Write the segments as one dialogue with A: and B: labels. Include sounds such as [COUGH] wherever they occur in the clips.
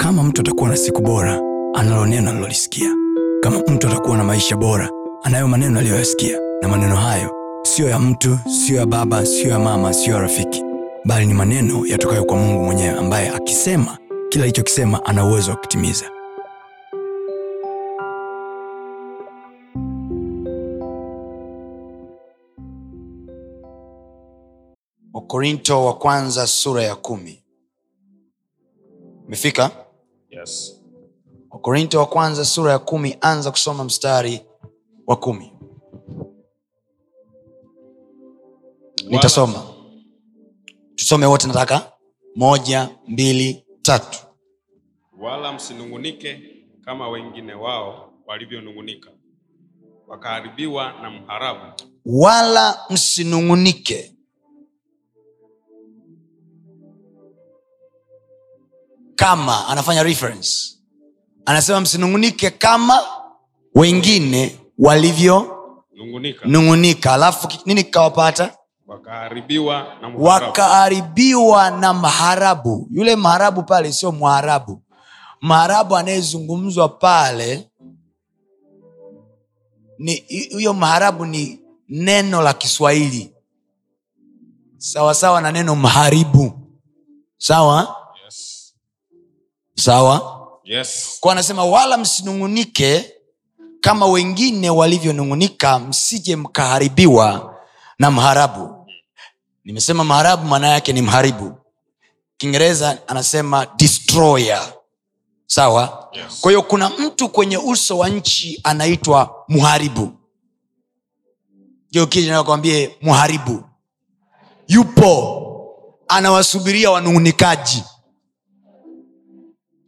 A: Kama mtu atakuwa na siku bora, analo neno alilolisikia. Kama mtu atakuwa na maisha bora, anayo maneno aliyoyasikia, na maneno hayo siyo ya mtu, siyo ya baba, siyo ya mama, siyo ya rafiki, bali ni maneno yatokayo kwa Mungu mwenyewe, ambaye akisema kila alichokisema ana uwezo wa kutimiza.
B: wakorinto wa kwanza sura ya kumi umefika
C: Yes.
B: wakorinto wa kwanza sura ya kumi anza kusoma mstari wa kumi nitasoma tusome wote nataka moja mbili tatu
C: Wala msinungunike kama wengine wao walivyonungunika, wakaharibiwa na mharabu.
B: wala msinung'unike kama anafanya reference anasema msinung'unike kama wengine walivyonung'unika
C: Nungunika,
B: alafu ki- nini kikawapata
C: wakaharibiwa na mharabu.
B: wakaharibiwa na maharabu yule maharabu pale sio mwarabu maharabu anayezungumzwa pale ni hi- hiyo maharabu ni neno la kiswahili sawasawa na neno maharibu sawa
C: Yes.
B: sawa
C: Yes.
B: kwa anasema wala msinung'unike kama wengine walivyonung'unika msije mkaharibiwa na mharabu nimesema mharabu maana yake ni mharibu kiingereza anasema destroyer sawa
C: Yes.
B: kwa hiyo kuna mtu kwenye uso wa nchi anaitwa mharibu jokili nakwambie mharibu yupo anawasubiria wanung'unikaji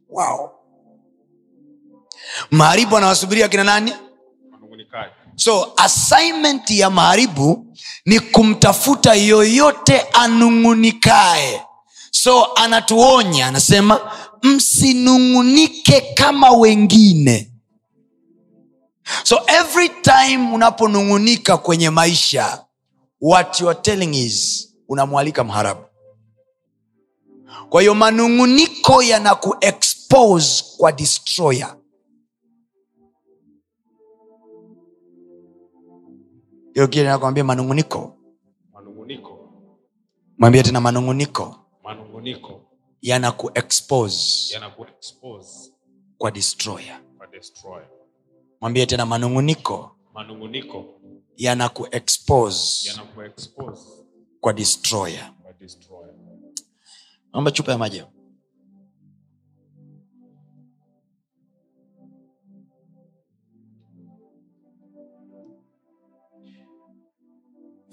B: wow. mharibu anawasubiria kina nani
C: Wanungunikaji.
B: so assignment ya maharibu ni kumtafuta yoyote anung'unikae so anatuonya anasema msinung'unike kama wengine so every time unaponung'unika kwenye maisha what you are telling is unamwalika mharabu kwa hiyo manung'uniko yanakuexpose kwa destroyer hiyo kile nakwambia manung'uniko
C: Manunguniko.
B: mwambie tena manung'uniko
C: Manunguniko
B: yanakuexpose
C: yanakuexpose
B: kwa destroyer
C: kwa destroy.
B: mwambie tena manung'uniko
C: Manunguniko
B: yanakuexpose
C: yanakuexpose
B: kwa destroyer
C: kwa destroy.
B: naomba chupa ya maji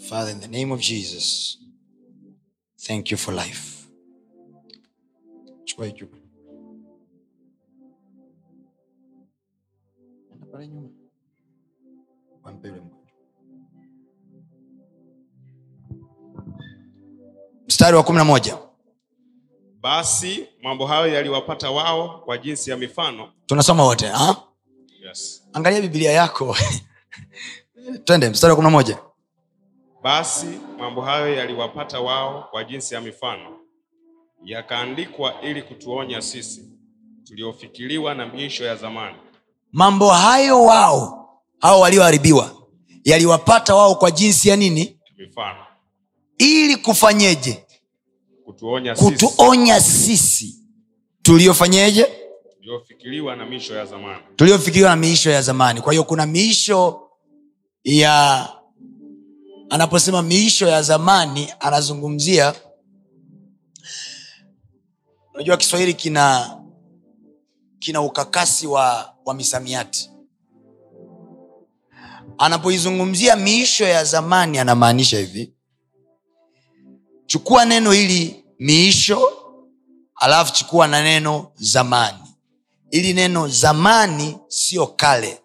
B: father in the name of jesus thank you for life chukua hii chupa Enda pale nyuma. Wampe yule mgonjwa. mstari wa kumi na moja
C: Basi mambo hayo yaliwapata wao kwa jinsi ya mifano.
B: tunasoma wote ha?
C: Yes.
B: angalia biblia yako [LAUGHS] twende mstari wa kumi na moja
C: Basi mambo hayo yaliwapata wao kwa jinsi ya mifano, yakaandikwa ili kutuonya sisi tuliofikiriwa na miisho ya zamani.
B: mambo hayo wao hao walioharibiwa yaliwapata wao kwa jinsi ya nini
C: Mifano
B: ili kufanyeje
C: kutuonya sisi
B: kutuonya sisi tuliofanyeje
C: tuliofikiriwa na miisho ya zamani.
B: tuliofikiriwa na miisho ya zamani kwa hiyo kuna miisho ya anaposema miisho ya zamani anazungumzia unajua kiswahili kina kina ukakasi wa, wa misamiati anapoizungumzia miisho ya zamani anamaanisha hivi chukua neno hili miisho alafu chukua na neno zamani ili neno zamani sio kale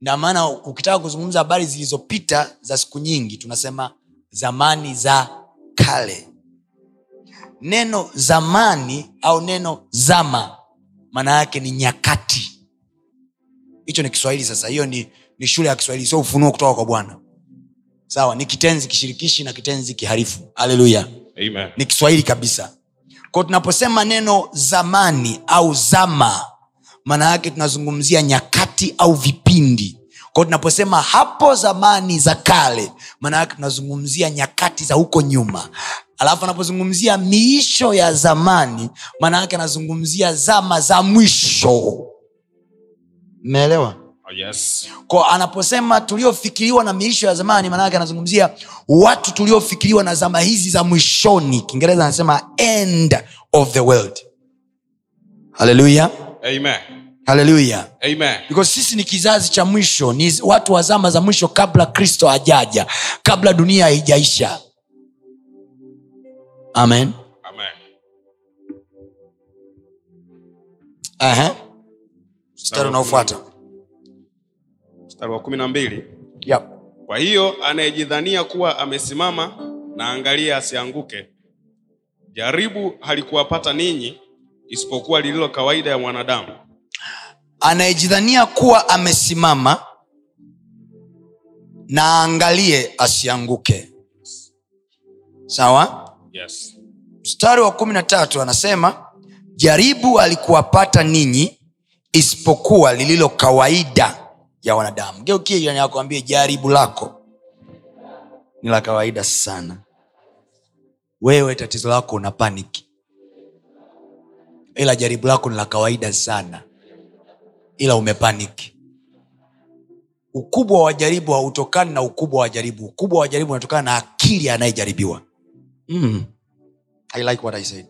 B: na maana ukitaka kuzungumza habari zilizopita za siku nyingi tunasema zamani za kale neno zamani au neno zama maana yake ni nyakati hicho ni kiswahili sasa hiyo ni, ni shule ya kiswahili sio ufunuo kutoka kwa bwana sawa ni kitenzi kishirikishi na kitenzi kiharifu haleluya
C: Amen.
B: ni kiswahili kabisa kwao tunaposema neno zamani au zama maana yake tunazungumzia nyakati au vipindi kwao tunaposema hapo zamani za kale maana yake tunazungumzia nyakati za huko nyuma alafu anapozungumzia miisho ya zamani maana yake anazungumzia zama za mwisho mmeelewa
C: Oh, yes.
B: kwa anaposema tuliofikiriwa na miisho ya zamani maanake anazungumzia watu tuliofikiriwa na zama hizi za mwishoni kiingereza anasema end of the world haleluya
C: Amen.
B: haleluya
C: Amen.
B: because sisi ni kizazi cha mwisho ni watu wa zama za mwisho kabla kristo hajaja kabla dunia haijaisha amen
C: Amen.
B: Aha. mstari unaofuata
C: Mstari wa kumi na mbili.
B: yep.
C: Kwa hiyo anayejidhania kuwa amesimama na angalia asianguke. Jaribu halikuwapata ninyi isipokuwa lililo kawaida ya mwanadamu.
B: anayejidhania kuwa amesimama na aangalie asianguke sawa
C: Yes.
B: mstari wa kumi na tatu anasema jaribu alikuwapata ninyi isipokuwa lililo kawaida ya wanadamu geukie jirani yako ambie jaribu lako ni la kawaida sana wewe tatizo lako una paniki ila jaribu lako ni la kawaida sana ila umepaniki ukubwa wa jaribu hautokani na ukubwa wa jaribu ukubwa wa jaribu unatokana na akili anayejaribiwa mm. I like what I said.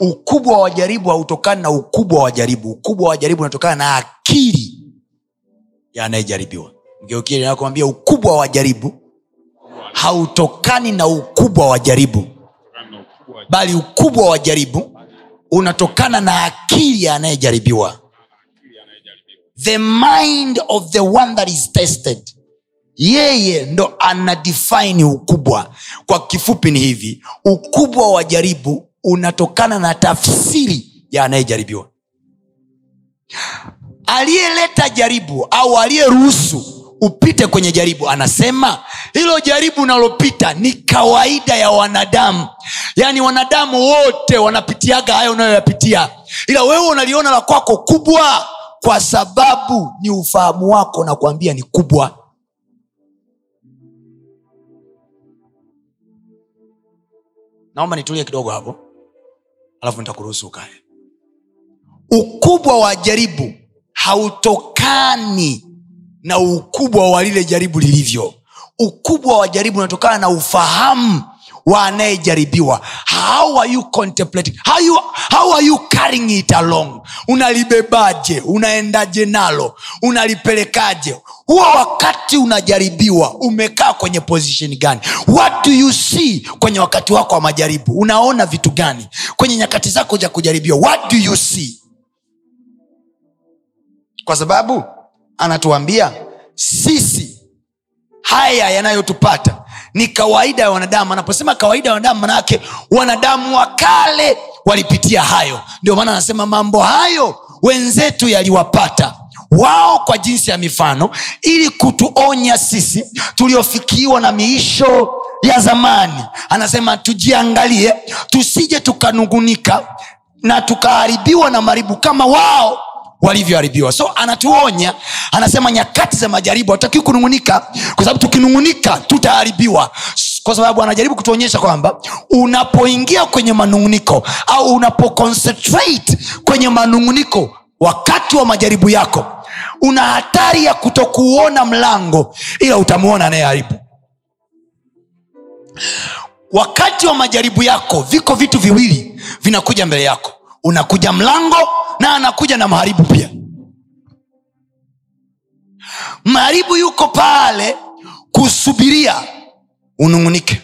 B: ukubwa wa jaribu hautokani na ukubwa wa jaribu ukubwa wa jaribu unatokana na akili ya anayejaribiwa mgeukie nakwambia ukubwa wa jaribu hautokani na ukubwa wa jaribu bali ukubwa wa jaribu unatokana na akili ya anayejaribiwa the mind of the one that is tested yeye ndo anadefine ukubwa kwa kifupi ni hivi ukubwa wa jaribu unatokana na tafsiri ya anayejaribiwa aliyeleta jaribu au aliyeruhusu upite kwenye jaribu anasema hilo jaribu unalopita ni kawaida ya wanadamu yaani wanadamu wote wanapitiaga hayo unayoyapitia ila wewe unaliona la kwako kubwa kwa sababu ni ufahamu wako na kuambia ni kubwa naomba nitulie kidogo hapo alafu nitakuruhusu ukae ukubwa wa jaribu hautokani na ukubwa wa lile jaribu lilivyo ukubwa wa jaribu unatokana na ufahamu wa anayejaribiwa how are you contemplating how, you, how are you carrying it along unalibebaje unaendaje nalo unalipelekaje huo wakati unajaribiwa umekaa kwenye position gani what do you see kwenye wakati wako wa majaribu unaona vitu gani kwenye nyakati zako za kujaribiwa what do you see kwa sababu anatuambia sisi haya yanayotupata ni kawaida ya wanadamu anaposema kawaida ya wanadamu manake wanadamu wa kale walipitia hayo ndio maana anasema mambo hayo wenzetu yaliwapata wao kwa jinsi ya mifano ili kutuonya sisi tuliofikiwa na miisho ya zamani anasema tujiangalie tusije tukanungunika na tukaharibiwa na maribu kama wao walivyoharibiwa so anatuonya anasema nyakati za majaribu hatutakiwi kunungunika kwa sababu tukinungunika tutaharibiwa S- kwa sababu anajaribu kutuonyesha kwamba unapoingia kwenye manunguniko au unapoconcentrate kwenye manunguniko wakati wa majaribu yako una hatari ya kutokuona mlango ila utamwona anayeharibu wakati wa majaribu yako viko vitu viwili vinakuja mbele yako unakuja mlango na anakuja na mharibu pia mharibu yuko pale kusubiria unung'unike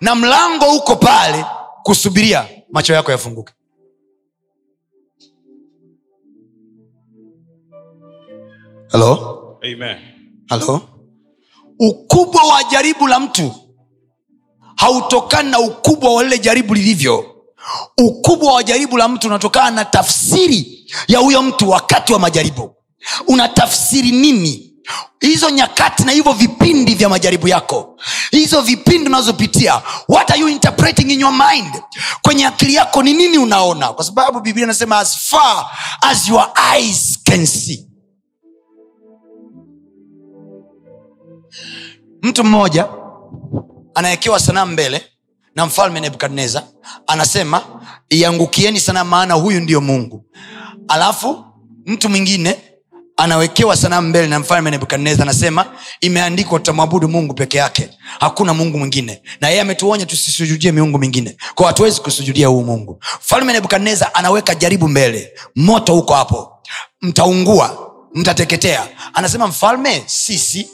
B: na mlango uko pale kusubiria macho yako yafunguke halo
C: Amen.
B: halo ukubwa wa jaribu la mtu hautokani na ukubwa wa lile jaribu lilivyo ukubwa wa jaribu la mtu unatokana na tafsiri ya huyo mtu wakati wa majaribu una tafsiri nini hizo nyakati na hivyo vipindi vya majaribu yako hizo vipindi unazopitia what are you interpreting in your mind kwenye akili yako ni nini unaona kwa sababu biblia inasema as far as your eyes can see mtu mmoja anawekewa sanamu mbele na mfalme nebukadnezar anasema iangukieni sana maana huyu ndiyo mungu alafu mtu mwingine anawekewa sanamu mbele na mfalme nebukadnezar anasema imeandikwa tutamwabudu mungu peke yake hakuna mungu mwingine na yeye ametuonya tusisujudie miungu mingine kwa hatuwezi kusujudia huu mungu mfalme nebukadnezar anaweka jaribu mbele moto huko hapo mtaungua mtateketea anasema mfalme sisi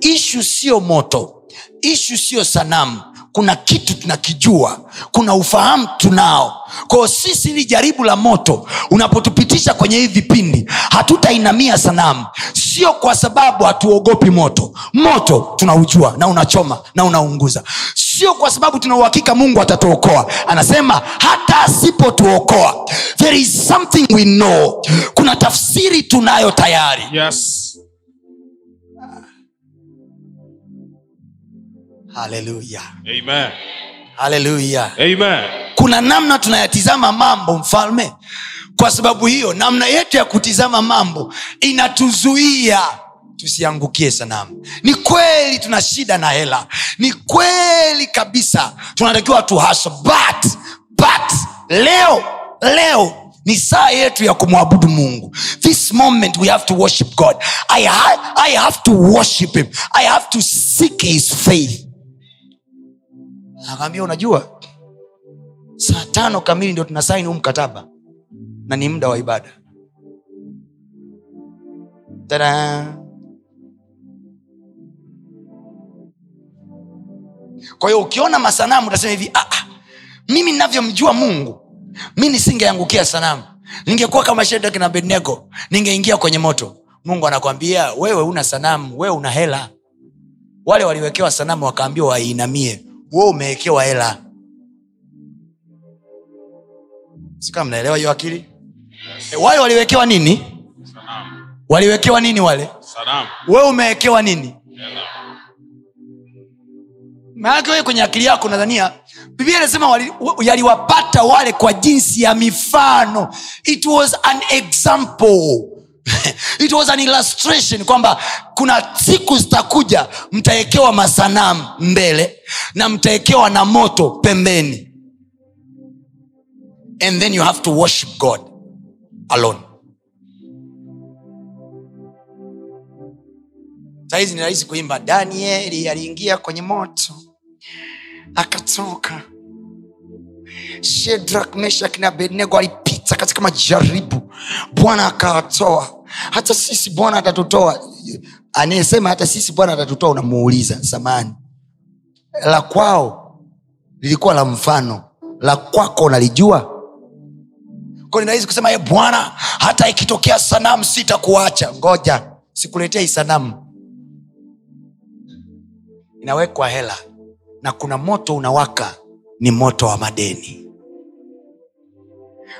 B: ishu sio moto ishu sio sanamu kuna kitu tunakijua kuna ufahamu tunao kwao sisi ili jaribu la moto unapotupitisha kwenye hii vipindi hatutainamia sanamu sio kwa sababu hatuogopi moto moto tunaujua na unachoma na unaunguza sio kwa sababu tunauhakika mungu atatuokoa anasema hata asipotuokoa there is something we know kuna tafsiri tunayo tayari
C: yes
B: haleluya
C: amen
B: haleluya
C: amen
B: kuna namna tunayatizama mambo mfalme kwa sababu hiyo namna yetu ya kutizama mambo inatuzuia tusiangukie sanamu ni kweli tuna shida na hela ni kweli kabisa tunatakiwa tuhasa but, but leo leo ni saa yetu ya kumwabudu mungu this moment we have to worship god I, ha- i have to worship him i have to seek his faith akaambia unajua saa tano kamili ndio tunasaini huu mkataba na ni muda wa ibada Tada! kwa hiyo ukiona masanamu utasema hivi ah, ah, mimi navyomjua mungu mi nisingeangukia sanamu ningekuwa kama shedrak na abednego ningeingia kwenye moto mungu anakwambia wewe una sanamu wewe una hela wale waliwekewa sanamu wakaambiwa waiinamie we umewekewa hela sikaa mnaelewa hiyo akili e, wale waliwekewa nini waliwekewa nini wale
C: salamu
B: we umewekewa nini
C: Hela.
B: maanake wewe kwenye akili yako nadhania biblia inasema wali- wa- yaliwapata wale kwa jinsi ya mifano it was an example [LAUGHS] it was an illustration kwamba kuna siku zitakuja mtawekewa masanamu mbele na mtawekewa na moto pembeni and then you have to worship god alone sahizi ni rahisi kuimba danieli aliingia kwenye moto akatoka shedrak meshak na abednego alipita katika majaribu bwana akawatoa hata sisi bwana atatutoa anayesema hata sisi bwana atatutoa unamuuliza samani la kwao lilikuwa la mfano la kwako unalijua Kwa ni rahisi kusema "Eh, bwana hata ikitokea sanamu sitakuacha ngoja sikuletea hii sanamu inawekwa hela na kuna moto unawaka ni moto wa madeni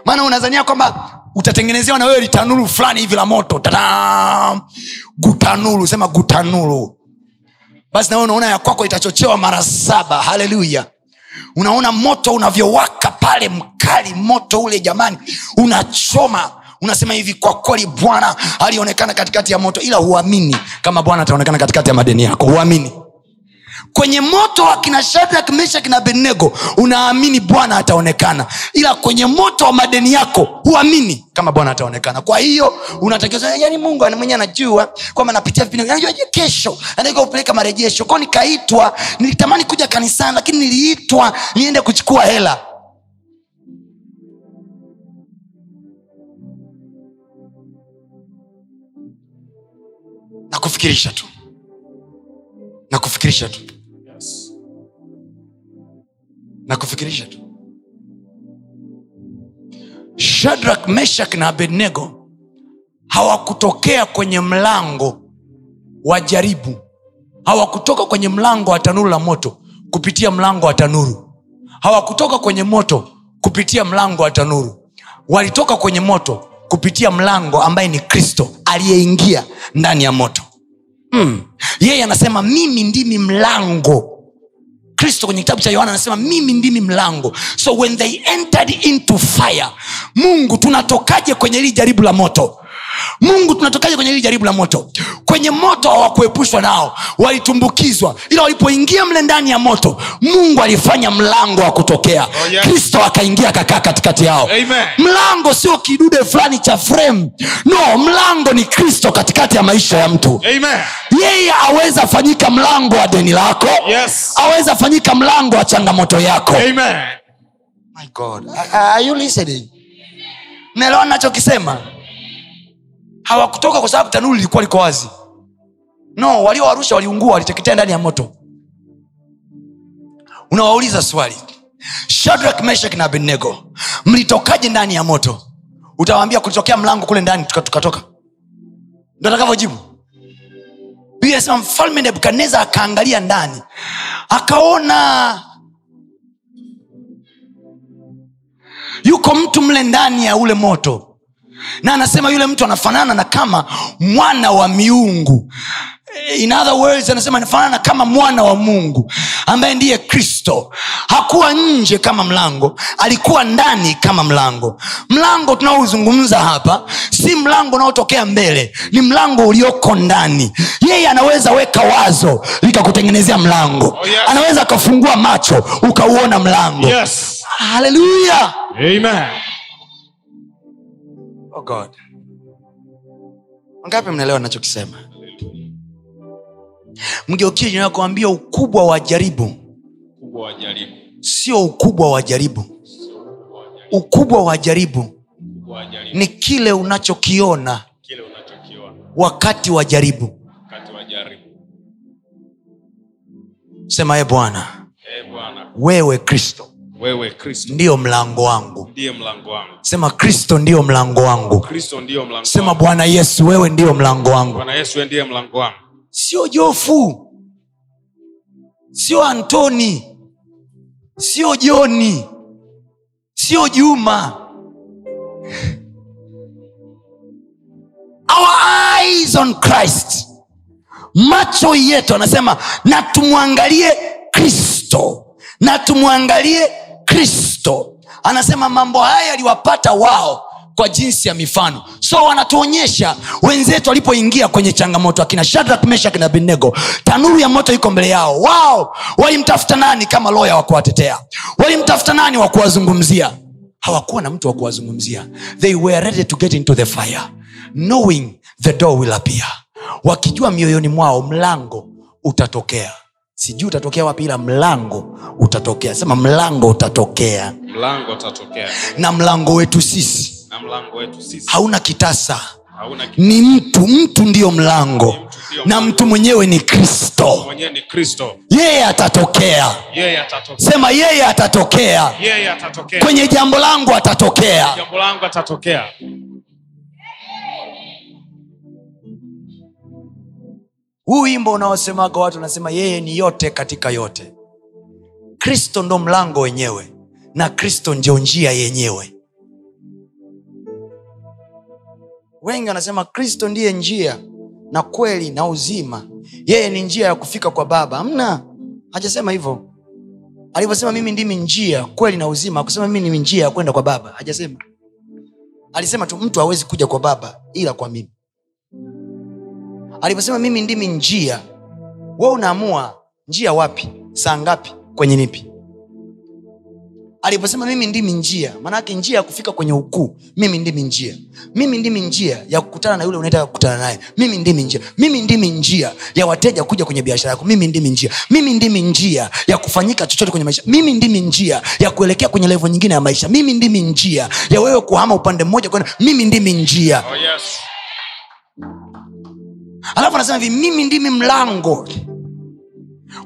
B: maana unazania kwamba utatengenezewa na wewe litanuru fulani hivi la moto Tadam! gutanuru sema gutanuru basi nawe unaona ya kwako itachochewa mara saba haleluya unaona moto unavyowaka pale mkali moto ule jamani unachoma unasema hivi kwa kweli bwana alionekana katikati ya moto ila huamini kama bwana ataonekana katikati ya madeni yako huamini kwenye moto wa kina shadrak meshak na abednego unaamini bwana ataonekana ila kwenye moto wa madeni yako huamini kama bwana ataonekana kwa hiyo unatakiwa kusema, yaani mungu ana- mwenyewe anajua kwamba napitia vipindi anajua je kesho anatakiwa kupeleka marejesho kwao nikaitwa nilitamani kuja kanisani lakini niliitwa niende kuchukua hela na kufikirisha tu na kufikirisha tu
C: Yes.
B: na kufikirisha tu shadrak meshak na abednego hawakutokea kwenye mlango wa jaribu hawakutoka kwenye mlango wa tanuru la moto kupitia mlango wa tanuru hawakutoka kwenye moto kupitia mlango wa tanuru walitoka kwenye moto kupitia mlango ambaye ni kristo aliyeingia ndani ya moto yeye anasema mimi ndimi mlango kristo kwenye kitabu cha yohana anasema mimi ndimi mlango so when they entered into fire mungu tunatokaje kwenye hili jaribu la moto mungu tunatokaje kwenye hili jaribu la moto kwenye moto hawakuepushwa nao walitumbukizwa ila walipoingia mle ndani ya moto mungu alifanya mlango wa kutokea
C: Oh, yes.
B: kristo akaingia akakaa katikati yao
C: Amen.
B: mlango sio kidude fulani cha frame no mlango ni kristo katikati ya maisha ya mtu
C: Amen.
B: yeye aweza fanyika mlango wa deni lako
C: Yes.
B: aweza fanyika mlango wa changamoto yako
C: Amen.
B: My God. Are- are you listening? naelewa nachokisema hawakutoka kwa sababu tanuru lilikuwa liko wazi no walioarusha waliungua waliteketea ndani ya moto unawauliza swali shadrak meshak na abednego mlitokaje ndani ya moto utawaambia kulitokea mlango kule ndani tuka- tukatoka ndo atakavyojibu biblia inasema mfalme nebukadnezar akaangalia ndani akaona yuko mtu mle ndani ya ule moto na anasema yule mtu anafanana na kama mwana wa miungu in other words anasema anafanana kama mwana wa mungu ambaye ndiye kristo hakuwa nje kama mlango alikuwa ndani kama mlango mlango tunaozungumza hapa si mlango unaotokea mbele ni mlango ulioko ndani yeye anaweza weka wazo likakutengenezea mlango
C: Oh, yes.
B: anaweza akafungua macho ukauona mlango
C: Yes.
B: haleluya
C: Amen.
B: oh god wangapi mnaelewa nachokisema mgeukie jirani yako ambia ukubwa wa jaribu
C: Kubwa wa jaribu.
B: sio ukubwa wa jaribu ukubwa wa jaribu
C: Kubwa wa jaribu.
B: ni kile unachokiona
C: Kile unachokiona
B: wakati wa jaribu
C: wakati wa jaribu.
B: sema e bwana
C: Ee Bwana,
B: wewe kristo
C: wewe Kristo
B: ndiyo mlango wangu
C: ndiye mlango wangu.
B: sema kristo ndiyo mlango wangu
C: Kristo ndiyo mlango.
B: sema
C: wangu.
B: bwana yesu wewe ndiyo mlango wangu
C: Bwana Yesu wewe ndiye mlango wangu.
B: sio jofu sio antoni sio joni sio juma [LAUGHS] our eyes on christ macho yetu anasema na tumwangalie kristo na tumwangalie kristo anasema mambo haya yaliwapata wao kwa jinsi ya mifano so wanatuonyesha wenzetu walipoingia kwenye changamoto akina shadrak meshak na abednego tanuru ya moto iko mbele yao wao walimtafuta nani kama loya wa kuwatetea walimtafuta nani wa kuwazungumzia hawakuwa na mtu wa kuwazungumzia they were ready to get into the fire knowing the door will appear wakijua mioyoni mwao mlango utatokea sijui utatokea wapi ila mlango utatokea sema mlango utatokea
C: Mlango utatokea
B: na mlango wetu sisi
C: na mlango wetu sisi
B: hauna kitasa
C: hauna kitu.
B: ni mtu mtu ndiyo mlango na mtu mwenyewe ni kristo
C: Mwenyewe ni Kristo.
B: yeye atatokea
C: Yeye atatokea.
B: sema yeye atatokea
C: Yeye atatokea.
B: kwenye jambo langu atatokea
C: Jambo langu atatokea.
B: huu wimbo unaosemaga watu wanasema yeye ni yote katika yote kristo ndo mlango wenyewe na kristo ndio njia yenyewe wengi wanasema kristo ndiye njia na kweli na uzima yeye ni njia ya kufika kwa baba amna hajasema hivyo alivyosema mimi ndimi njia kweli na uzima akusema mimi ni njia ya kwenda kwa baba hajasema alisema tu mtu hawezi kuja kwa baba ila kwa mimi alivyosema mimi ndimi njia we unaamua njia wapi saa ngapi kwenye nipi aliposema mimi ndimi njia maanake njia ya kufika kwenye ukuu mimi ndimi njia mimi ndimi njia ya kukutana na yule unaetaka kukutana naye mimi ndimi njia mimi ndimi njia ya wateja kuja kwenye biashara yako mimi ndimi njia mimi ndimi njia ya kufanyika chochote kwenye maisha mimi ndimi njia ya kuelekea kwenye levo nyingine ya maisha mimi ndimi njia ya wewe kuhama upande mmoja kwenda mimi ndimi njia
C: Oh yes.
B: alafu anasema hivi mimi ndimi mlango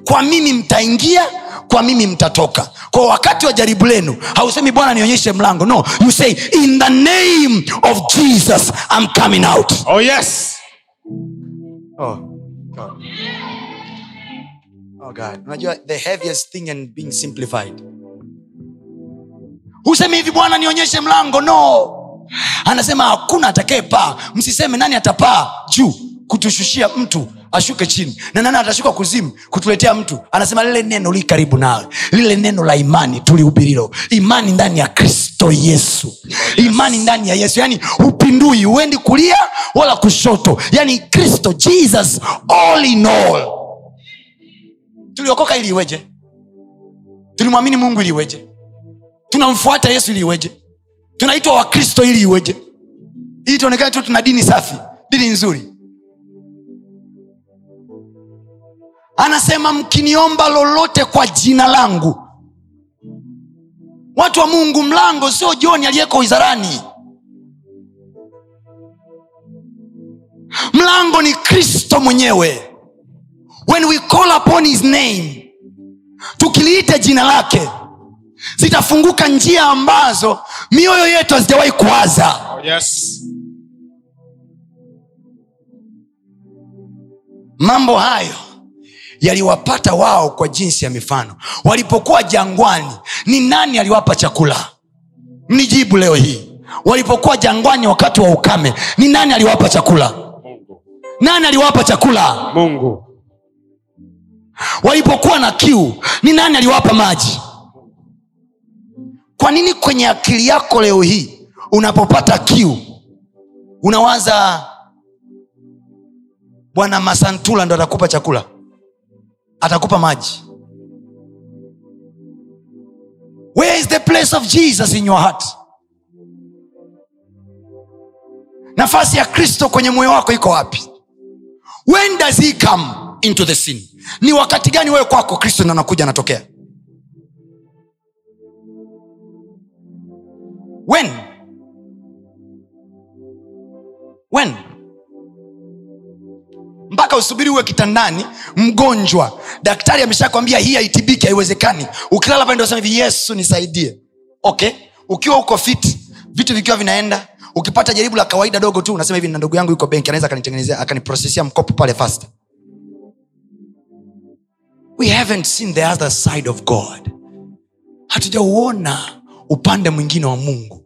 B: kwa mimi mtaingia kwa mimi mtatoka kwa wakati wa jaribu lenu hausemi bwana nionyeshe mlango no you say in the name of jesus I'm coming out
C: Oh yes.
B: oh, God. Oh, God. unajua the heaviest thing and being simplified husemi hivi bwana nionyeshe mlango no anasema hakuna atakayepaa msiseme nani atapaa juu kutushushia mtu ashuke chini na nani atashuka kuzimu kutuletea mtu anasema lile neno li karibu nawe lile neno la imani tulihubirilo imani ndani ya kristo yesu imani ndani ya yesu yaani hupindui huendi kulia wala kushoto yaani kristo jesus all in all tuliokoka ili iweje tulimwamini mungu ili iweje tunamfuata yesu ili iweje tunaitwa wakristo ili iweje ili tuonekane tu tuna dini safi dini nzuri anasema mkiniomba lolote kwa jina langu watu wa mungu mlango sio joni aliyeko wizarani mlango ni kristo mwenyewe when we call upon his name tukiliita jina lake zitafunguka njia ambazo mioyo yetu hazijawahi kuwaza
C: Oh, yes.
B: mambo hayo yaliwapata wao kwa jinsi ya mifano walipokuwa jangwani ni nani aliwapa chakula mnijibu leo hii walipokuwa jangwani wakati wa ukame ni nani aliwapa chakula
C: Mungu.
B: nani aliwapa chakula
C: Mungu.
B: walipokuwa na kiu ni nani aliwapa maji kwa nini kwenye akili yako leo hii unapopata kiu unawaza bwana masantula ndo atakupa chakula atakupa maji where is the place of jesus in your heart nafasi ya kristo kwenye moyo wako iko wapi when does he come into the scene ni wakati gani wewe kwako kristo ndo anakuja anatokea when when mpaka usubiri uwe kitandani mgonjwa daktari ameshakwambia hii haitibiki haiwezekani ukilala pale ndio useme hivi yesu nisaidie okay ukiwa uko fit vitu vikiwa vinaenda ukipata jaribu la kawaida dogo tu unasema hivi na ndugu yangu yuko benki anaweza akanitengenezea akaniprosesia mkopo pale fast we haven't seen the other side of god hatujauona upande mwingine wa mungu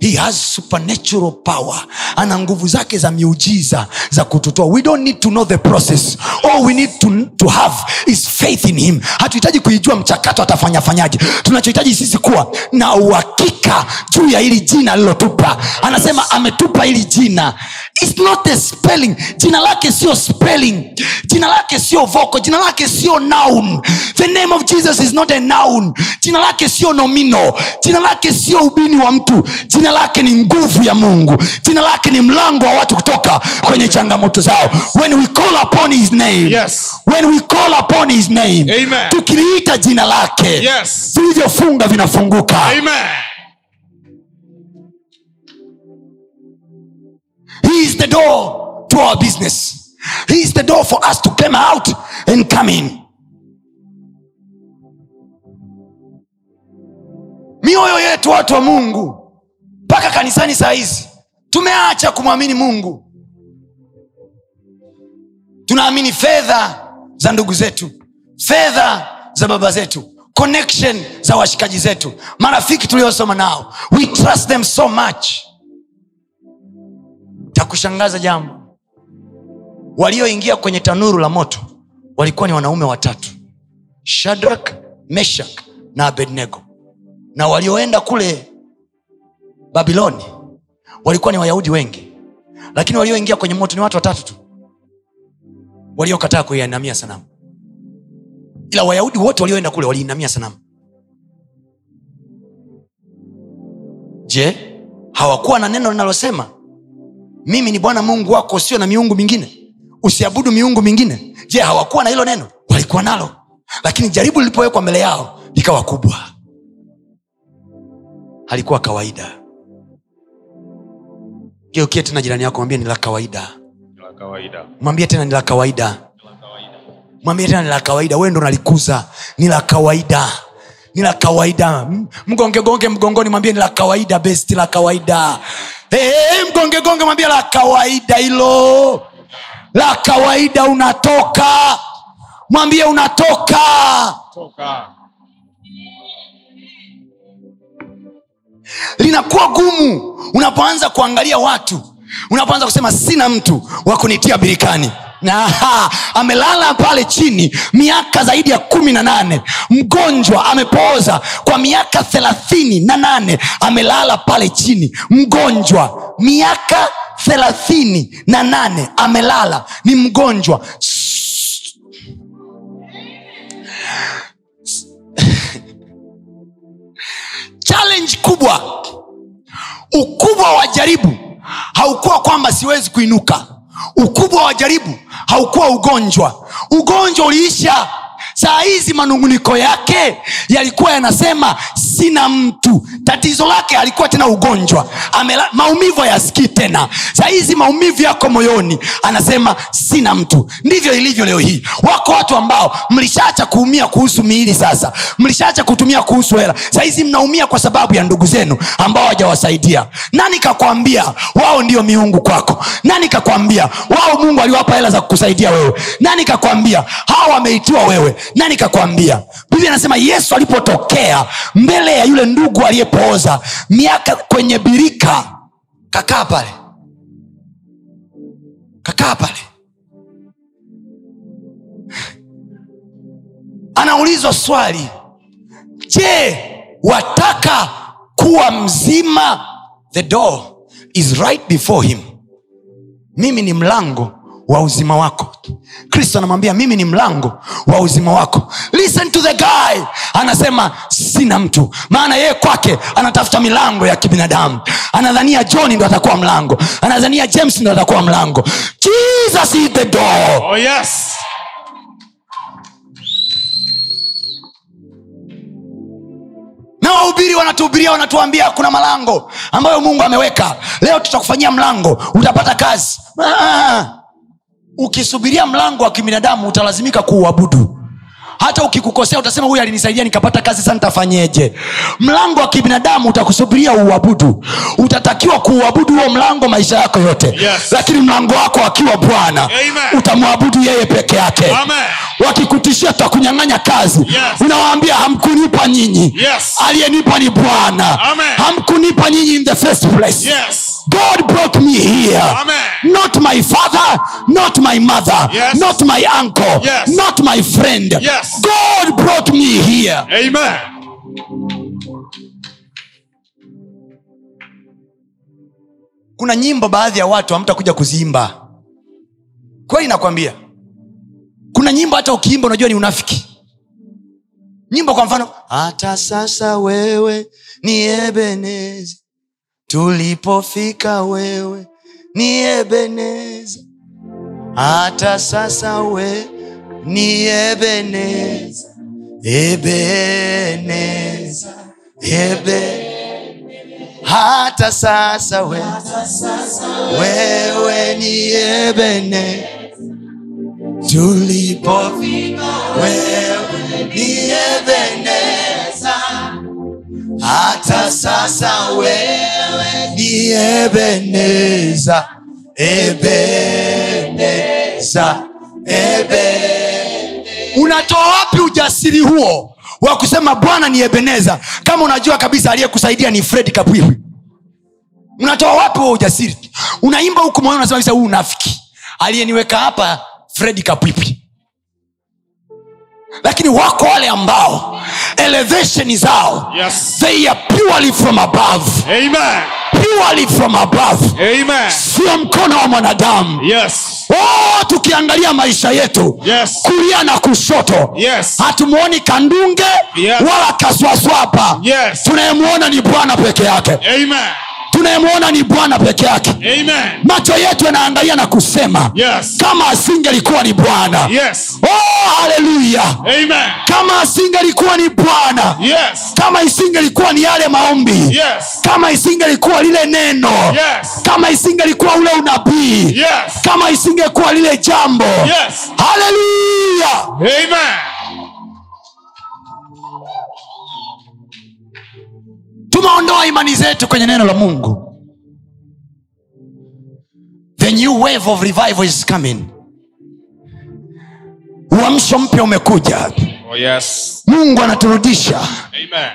B: he has supernatural power ana nguvu zake za miujiza za kututoa we don't need to know the process all we need to, to have is faith in him hatuhitaji kuijua mchakato atafanyafanyaje tunachohitaji sisi kuwa na uhakika juu ya hili jina alilotupa anasema ametupa hili jina It's not a spelling jina lake sio spelling jina lake sio voko jina lake sio noun the name of jesus is not a noun jina lake sio nomino jina lake sio ubini wa mtu jina lake ni nguvu ya mungu jina lake ni mlango wa watu kutoka kwenye changamoto zao when we call upon his name
C: Yes.
B: when we call upon his name
C: Amen.
B: tukiliita jina lake
C: Yes.
B: vilivyofunga vinafunguka
C: Amen.
B: He is the door to our business. He is the door for us to come out and come in. mioyo yetu watu wa mungu mpaka kanisani saa hizi tumeacha kumwamini mungu tunaamini fedha za ndugu zetu fedha za baba zetu connection za washikaji zetu marafiki tuliosoma nao we trust them so much takushangaza jambo walioingia kwenye tanuru la moto walikuwa ni wanaume watatu shadrak meshak na abednego na walioenda kule babiloni walikuwa ni wayahudi wengi lakini walioingia kwenye moto ni watu watatu tu waliokataa kuiinamia sanamu ila wayahudi wote walioenda kule waliinamia sanamu je hawakuwa na neno linalosema mimi ni bwana mungu wako usio na miungu mingine usiabudu miungu mingine je hawakuwa na hilo neno walikuwa nalo lakini jaribu lilipowekwa mbele yao likawa kubwa halikuwa kawaida geukie tena jirani yako mwambie ni la kawaida
C: Ni La kawaida.
B: mwambie tena ni la kawaida
C: Ni La kawaida.
B: mwambie tena ni la kawaida wewe ndo nalikuza ni la kawaida ni la kawaida M- mgongegonge mgongoni mwambie ni la kawaida best la kawaida hey, hey, mgongegonge mwambie la kawaida hilo la kawaida unatoka mwambie unatoka
C: Toka.
B: linakuwa gumu unapoanza kuangalia watu unapoanza kusema sina mtu wa kunitia birikani na aha, amelala pale chini miaka zaidi ya kumi na nane mgonjwa amepooza kwa miaka thelathini na nane amelala pale chini mgonjwa miaka thelathini na nane amelala ni mgonjwa challenge kubwa ukubwa wa jaribu haukuwa kwamba siwezi kuinuka ukubwa wa jaribu haukuwa ugonjwa ugonjwa uliisha saa hizi manunguniko yake yalikuwa yanasema sina mtu tatizo lake alikuwa tena ugonjwa Amela, maumivu hayasikii tena saa hizi maumivu yako moyoni anasema sina mtu ndivyo ilivyo leo hii wako watu ambao mlishaacha kuumia kuhusu miili sasa mlishaacha kutumia kuhusu hela saa hizi mnaumia kwa sababu ya ndugu zenu ambao hawajawasaidia nani kakwambia wao ndio miungu kwako nani kakwambia wao mungu aliwapa hela za kukusaidia wewe nani kakwambia hawa wameitiwa wewe nani kakwambia biblia anasema yesu alipotokea mbele ya yule ndugu aliyepooza miaka kwenye birika kakaa pale kakaa pale anaulizwa swali je wataka kuwa mzima the door is right before him mimi ni mlango wa uzima wako kristo anamwambia mimi ni mlango wa uzima wako listen to the guy anasema sina mtu maana yeye kwake anatafuta milango ya kibinadamu anadhania john ndo atakuwa mlango anadhania james ndo atakuwa mlango jesus is the door
C: oh yes
B: na wahubiri wanatuhubiria wanatuambia kuna malango ambayo mungu ameweka leo tutakufanyia mlango utapata kazi [LAUGHS] ah, ukisubiria mlango wa kibinadamu utalazimika kuuabudu hata ukikukosea utasema huyu alinisaidia nikapata kazi sana nitafanyeje mlango wa kibinadamu utakusubiria uuabudu utatakiwa kuuabudu huo mlango maisha yako yote
C: Yes.
B: lakini mlango wako akiwa bwana
C: Amen.
B: utamwabudu yeye peke yake
C: Amen.
B: wakikutishia tutakunyang'anya kazi
C: Yes.
B: unawaambia hamkunipa nyinyi
C: Yes.
B: aliyenipa ni bwana
C: Amen.
B: hamkunipa nyinyi in the first place
C: yes
B: god brought me here
C: Amen.
B: not my father not my mother
C: Yes.
B: not my uncle
C: Yes.
B: not my friend
C: Yes.
B: god brought me here
C: amen
B: kuna nyimbo baadhi ya watu hamtakuja kuziimba kweli nakwambia kuna nyimbo hata ukiimba unajua ni unafiki nyimbo kwa mfano hata sasa wewe ni ebenezi tulipofika wewe ni ebenezi hata sasa we ni ebeneza ebeneza ebe hata sasa we wewe ni ebene tulipofika wewe ni ebeneza hata sasa wewe ni ebeneza ebeneza ebeneza unatoa wapi ujasiri huo wa kusema bwana ni ebeneza kama unajua kabisa aliyekusaidia ni fred kapwiwi unatoa wapi huo ujasiri unaimba huku moyoni unasema kabisa huu unafiki aliyeniweka hapa fredi kapwipi lakini wako wale ambao elevesheni zao
C: yes
B: they are purely from above
C: amen
B: purely from above
C: amen
B: sio mkono wa mwanadamu
C: yes
B: oh, tukiangalia maisha yetu
C: Yes.
B: kulia na kushoto
C: yes
B: hatumuoni kandunge
C: Yes.
B: wala kaswaswapa
C: Yes.
B: tunayemwona ni bwana peke yake
C: amen
B: tunayemwona ni bwana peke yake
C: amen
B: macho yetu yanaangalia na kusema
C: yes
B: kama asingelikuwa ni bwana
C: yes
B: oh, haleluya
C: amen
B: kama asingelikuwa ni bwana
C: yes
B: kama isingelikuwa ni yale maombi
C: yes
B: kama isingelikuwa lile neno
C: yes
B: kama isingelikuwa ule unabii
C: yes
B: kama isingekuwa lile jambo
C: yes
B: haleluya
C: amen
B: tumeondoa imani zetu kwenye neno la mungu the new wave of revival is coming uamsho mpya umekuja
C: oh yes
B: mungu anaturudisha
C: amen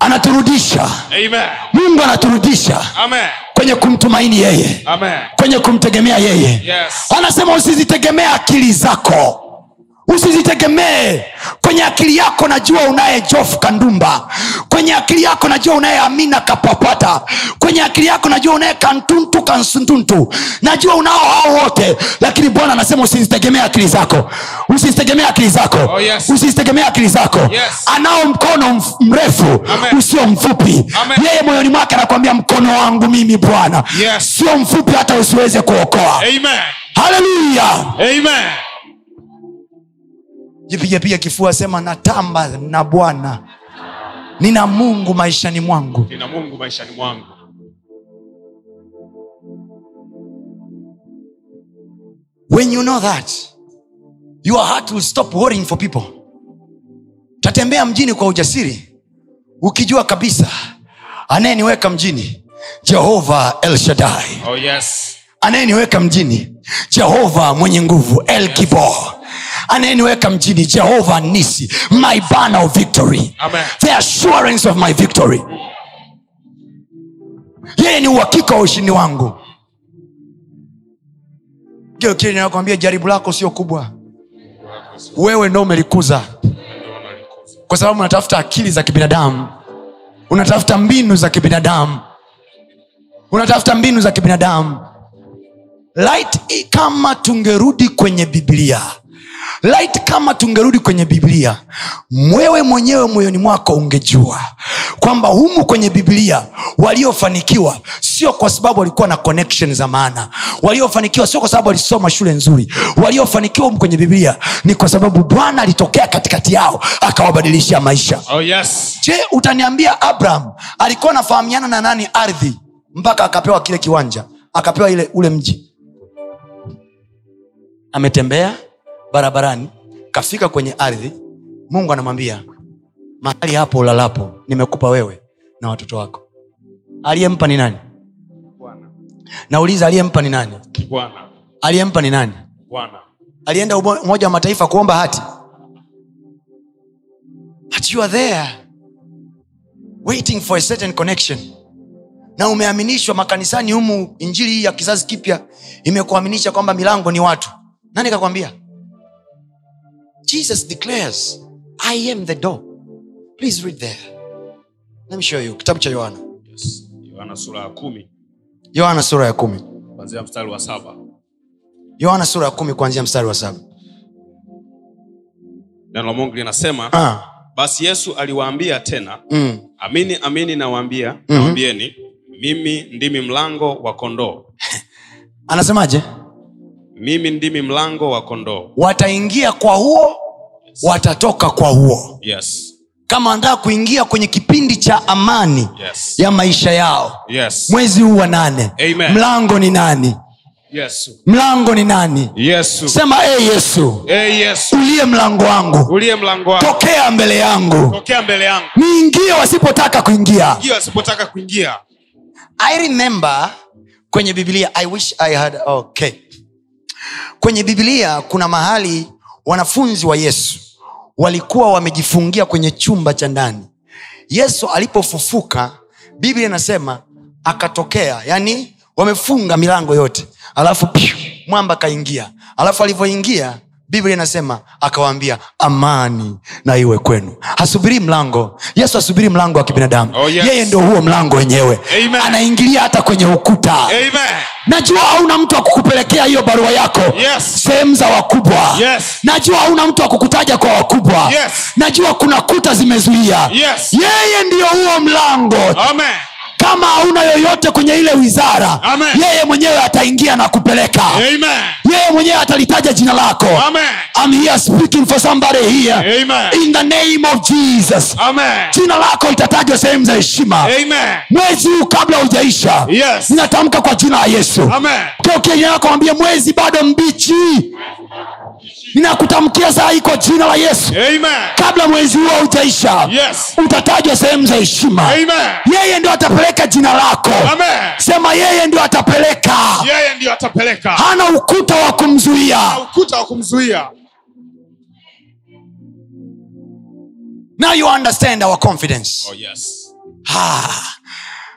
B: anaturudisha
C: amen
B: mungu anaturudisha
C: Amen.
B: kwenye kumtumaini yeye
C: Amen.
B: kwenye kumtegemea yeye
C: Yes.
B: anasema usizitegemee akili zako usizitegemee kwenye akili yako najua unaye jofu kandumba kwenye akili yako najua unaye amina kapapata kwenye akili yako najua unaye kantuntu kansuntuntu najua unao hao wote lakini bwana anasema usizitegemee akili zako usizitegemee akili zako
C: Oh, yes.
B: usizitegemee akili zako
C: Yes.
B: anao mkono mf- mrefu
C: Amen.
B: usio mfupi
C: Amen.
B: yeye moyoni mwake anakwambia mkono wangu mimi bwana
C: Yes.
B: sio mfupi hata usiweze kuokoa
C: Amen.
B: haleluya
C: Amen.
B: jipigapiga kifua sema natamba na bwana nina mungu maishani mwangu
C: Nina Mungu maishani mwangu.
B: when you know that your heart will stop worrying for people tatembea mjini kwa ujasiri ukijua kabisa anayeniweka mjini jehova el shadai
C: Oh yes.
B: anayeniweka mjini jehova mwenye nguvu el kibo anayeniweka mjini jehova nisi my banner of victory
C: Amen.
B: the assurance of my victory yeye ni uhakika wa ushindi wangu Geukia kile ninakwambia jaribu lako sio kubwa wewe ndo umelikuza
C: Ndio nalikuza.
B: kwa sababu unatafuta akili za kibinadamu unatafuta mbinu za kibinadamu unatafuta mbinu za kibinadamu light i- kama tungerudi kwenye biblia light kama tungerudi kwenye biblia wewe mwenyewe moyoni mwako ungejua kwamba humu kwenye biblia waliofanikiwa sio kwa sababu walikuwa na connection za maana waliofanikiwa sio kwa sababu walisoma shule nzuri waliofanikiwa humu kwenye biblia ni kwa sababu bwana alitokea katikati yao akawabadilishia maisha
C: Oh yes.
B: je utaniambia abraham alikuwa anafahamiana na nani ardhi mpaka akapewa kile kiwanja akapewa ile ule mji ametembea barabarani kafika kwenye ardhi mungu anamwambia mahali hapo ulalapo nimekupa wewe na watoto wako aliyempa ni nani
C: Bwana.
B: nauliza aliyempa ni nani
C: Bwana.
B: aliyempa ni nani
C: Bwana.
B: alienda Umo- umoja wa mataifa kuomba hati but you are there waiting for a certain connection na umeaminishwa makanisani humu injili hii ya kizazi kipya imekuaminisha kwamba milango ni watu nani kakwambia jesus declares i am the door please read there let me show you kitabu cha yohana
C: Yes. Yohana sura ya kumi
B: yohana sura ya kumi
C: kuanzia mstari wa saba.
B: yohana sura ya kumi kuanzia mstari wa saba
C: Neno la Mungu linasema,
B: ah,
C: basi Yesu aliwaambia tena,
B: mm.
C: amini amini nawaambia, nawaambieni, mimi ndimi mlango wa kondoo.
B: anasemaje
C: Mimi ndimi mlango wa kondoo.
B: wataingia kwa huo watatoka kwa huo
C: Yes.
B: kama wanataka kuingia kwenye kipindi cha amani
C: Yes.
B: ya maisha yao
C: Yes.
B: mwezi huu wa nane
C: Amen.
B: mlango ni nani
C: Yesu.
B: mlango ni nani
C: Yesu.
B: sema e yesu
C: Eh, Yesu.
B: uliye mlango wangu
C: Uliye mlango wako.
B: tokea mbele yangu
C: Tokea mbele yangu.
B: niingie wasipotaka kuingia
C: Ingia wasipotaka kuingia.
B: i remember kwenye biblia i wish i had okay kwenye biblia kuna mahali wanafunzi wa yesu walikuwa wamejifungia kwenye chumba cha ndani yesu alipofufuka biblia inasema akatokea yani wamefunga milango yote alafu piu, mwamba akaingia alafu alivyoingia biblia inasema akawaambia amani na iwe kwenu hasubiri mlango yesu asubiri mlango wa kibinadamu
C: Oh, yes.
B: yeye ndo huo mlango wenyewe
C: Amen.
B: anaingilia hata kwenye ukuta
C: Amen.
B: najua hauna mtu wa kukupelekea hiyo barua yako
C: Yes.
B: sehemu za wakubwa
C: Yes.
B: najua hauna mtu wa kukutaja kwa wakubwa
C: Yes.
B: najua kuna kuta zimezuia
C: Yes. Ah.
B: yeye ndiyo huo mlango
C: Amen.
B: kama hauna yoyote kwenye ile wizara
C: Amen. Eh.
B: yeye mwenyewe ataingia na kupeleka
C: Amen.
B: yeye mwenyewe atalitaja jina lako
C: Amen.
B: I'm here speaking for somebody here
C: Amen.
B: in the name of jesus
C: Ah. Amen.
B: jina lako litatajwa sehemu za heshima
C: Eh. Amen.
B: mwezi huu kabla hujaisha
C: Yes.
B: ninatamka kwa jina la yesu
C: Amen.
B: kekeakwambia mwezi bado mbichi ninakutamkia saa hii kwa jina la yesu
C: Amen.
B: kabla mwezi huo haujaisha
C: Yes.
B: utatajwa sehemu za heshima
C: Amen.
B: yeye ndio atapeleka jina lako
C: Amen.
B: sema yeye ndio atapeleka
C: Yeye ndiyo atapeleka.
B: hana ukuta wa kumzuia
C: Ukuta wa kumzuia.
B: now you understand our confidence
C: Oh yes.
B: ha.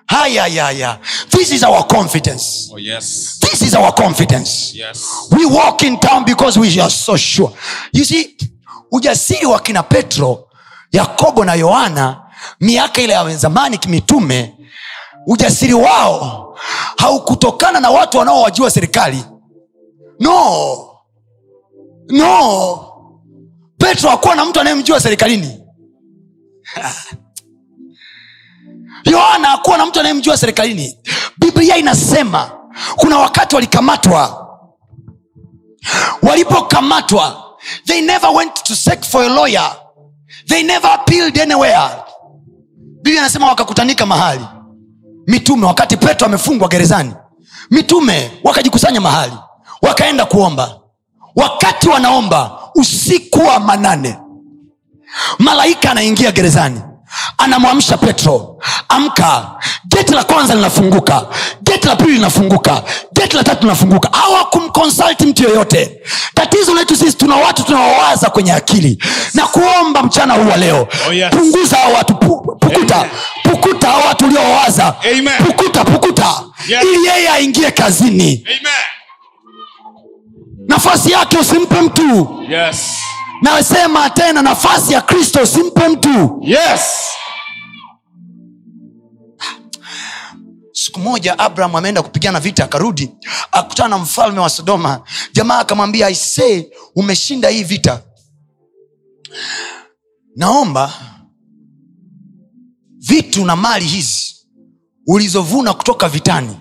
B: haya ya ya this is our confidence
C: Oh, yes.
B: this is our confidence
C: Yes.
B: we walk in town because we are so sure you see ujasiri wa kina petro yakobo na yohana miaka ile ya zamani kimitume ujasiri wao haukutokana na watu wanaowajua serikali no no petro hakuwa na mtu anayemjua serikalini [LAUGHS] yohana hakuwa na mtu anayemjua serikalini biblia inasema kuna wakati walikamatwa walipokamatwa they never went to seek for a lawyer they never appealed anywhere biblia anasema wakakutanika mahali mitume wakati petro amefungwa gerezani mitume wakajikusanya mahali wakaenda kuomba wakati wanaomba usiku wa manane malaika anaingia gerezani anamwamsha petro amka geti la kwanza linafunguka geti la pili linafunguka geti la tatu linafunguka hawakumkonsalti mtu yoyote tatizo letu sisi tuna watu tunawawaza kwenye akili na kuomba mchana huu wa leo
C: Oh, yes.
B: punguza hawa watu pu- pukuta
C: Amen.
B: pukuta hawa watu uliowawaza
C: Amen.
B: pukuta pukuta
C: Yes.
B: ili yeye aingie kazini
C: Amen.
B: nafasi yake usimpe mtu
C: Yes.
B: nasema tena nafasi ya kristo usimpe mtu
C: Yes.
B: siku moja abraham ameenda kupigana vita akarudi akutana na mfalme wa sodoma jamaa akamwambia aisee umeshinda hii vita naomba vitu na mali hizi ulizovuna kutoka vitani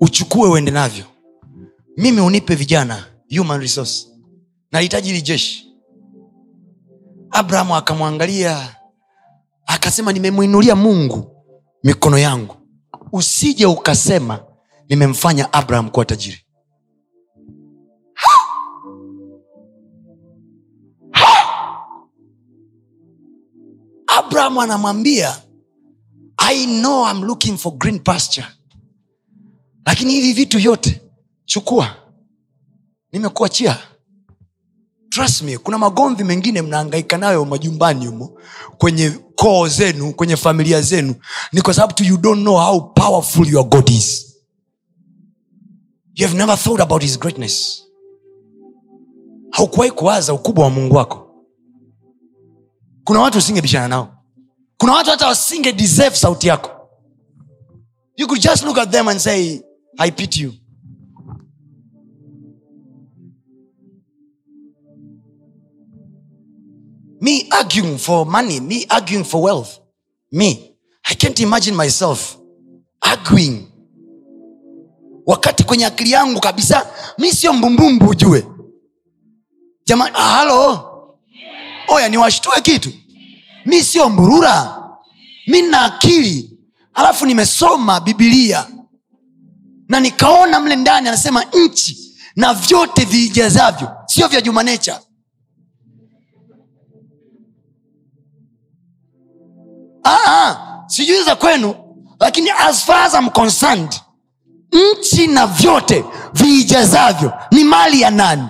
B: uchukue uende navyo mimi unipe vijana human resource nalihitaji hili jeshi abrahamu akamwangalia akasema nimemwinulia mungu mikono yangu usije ukasema nimemfanya abraham kuwa tajiri Ha! Ha! abraham anamwambia i know I'm looking for green pasture lakini hivi vitu vyote chukua nimekuachia trust me kuna magomvi mengine mnaangaika nayo majumbani humo kwenye koo zenu kwenye familia zenu ni kwa sababu tu you don't know how powerful your god is you have never thought about his greatness haukuwahi kuwaza ukubwa wa mungu wako kuna watu usingebishana nao kuna watu hata wasinge deserve sauti yako you could just look at them and say i pity you me arguing for money, me arguing for wealth. Me, I can't imagine myself arguing. Wakati kwenye akili yangu kabisa, mi sio mbumbumbu ujue. Jamani, ah, halo, oya, niwashtue kitu. Mi sio mburura, mi nina akili, halafu nimesoma Bibilia na nikaona mle ndani, anasema nchi na vyote viijazavyo sio vya Juma Nature. Ah, ah, sijui za kwenu lakini as far as I'm concerned nchi na vyote viijazavyo ni mali ya nani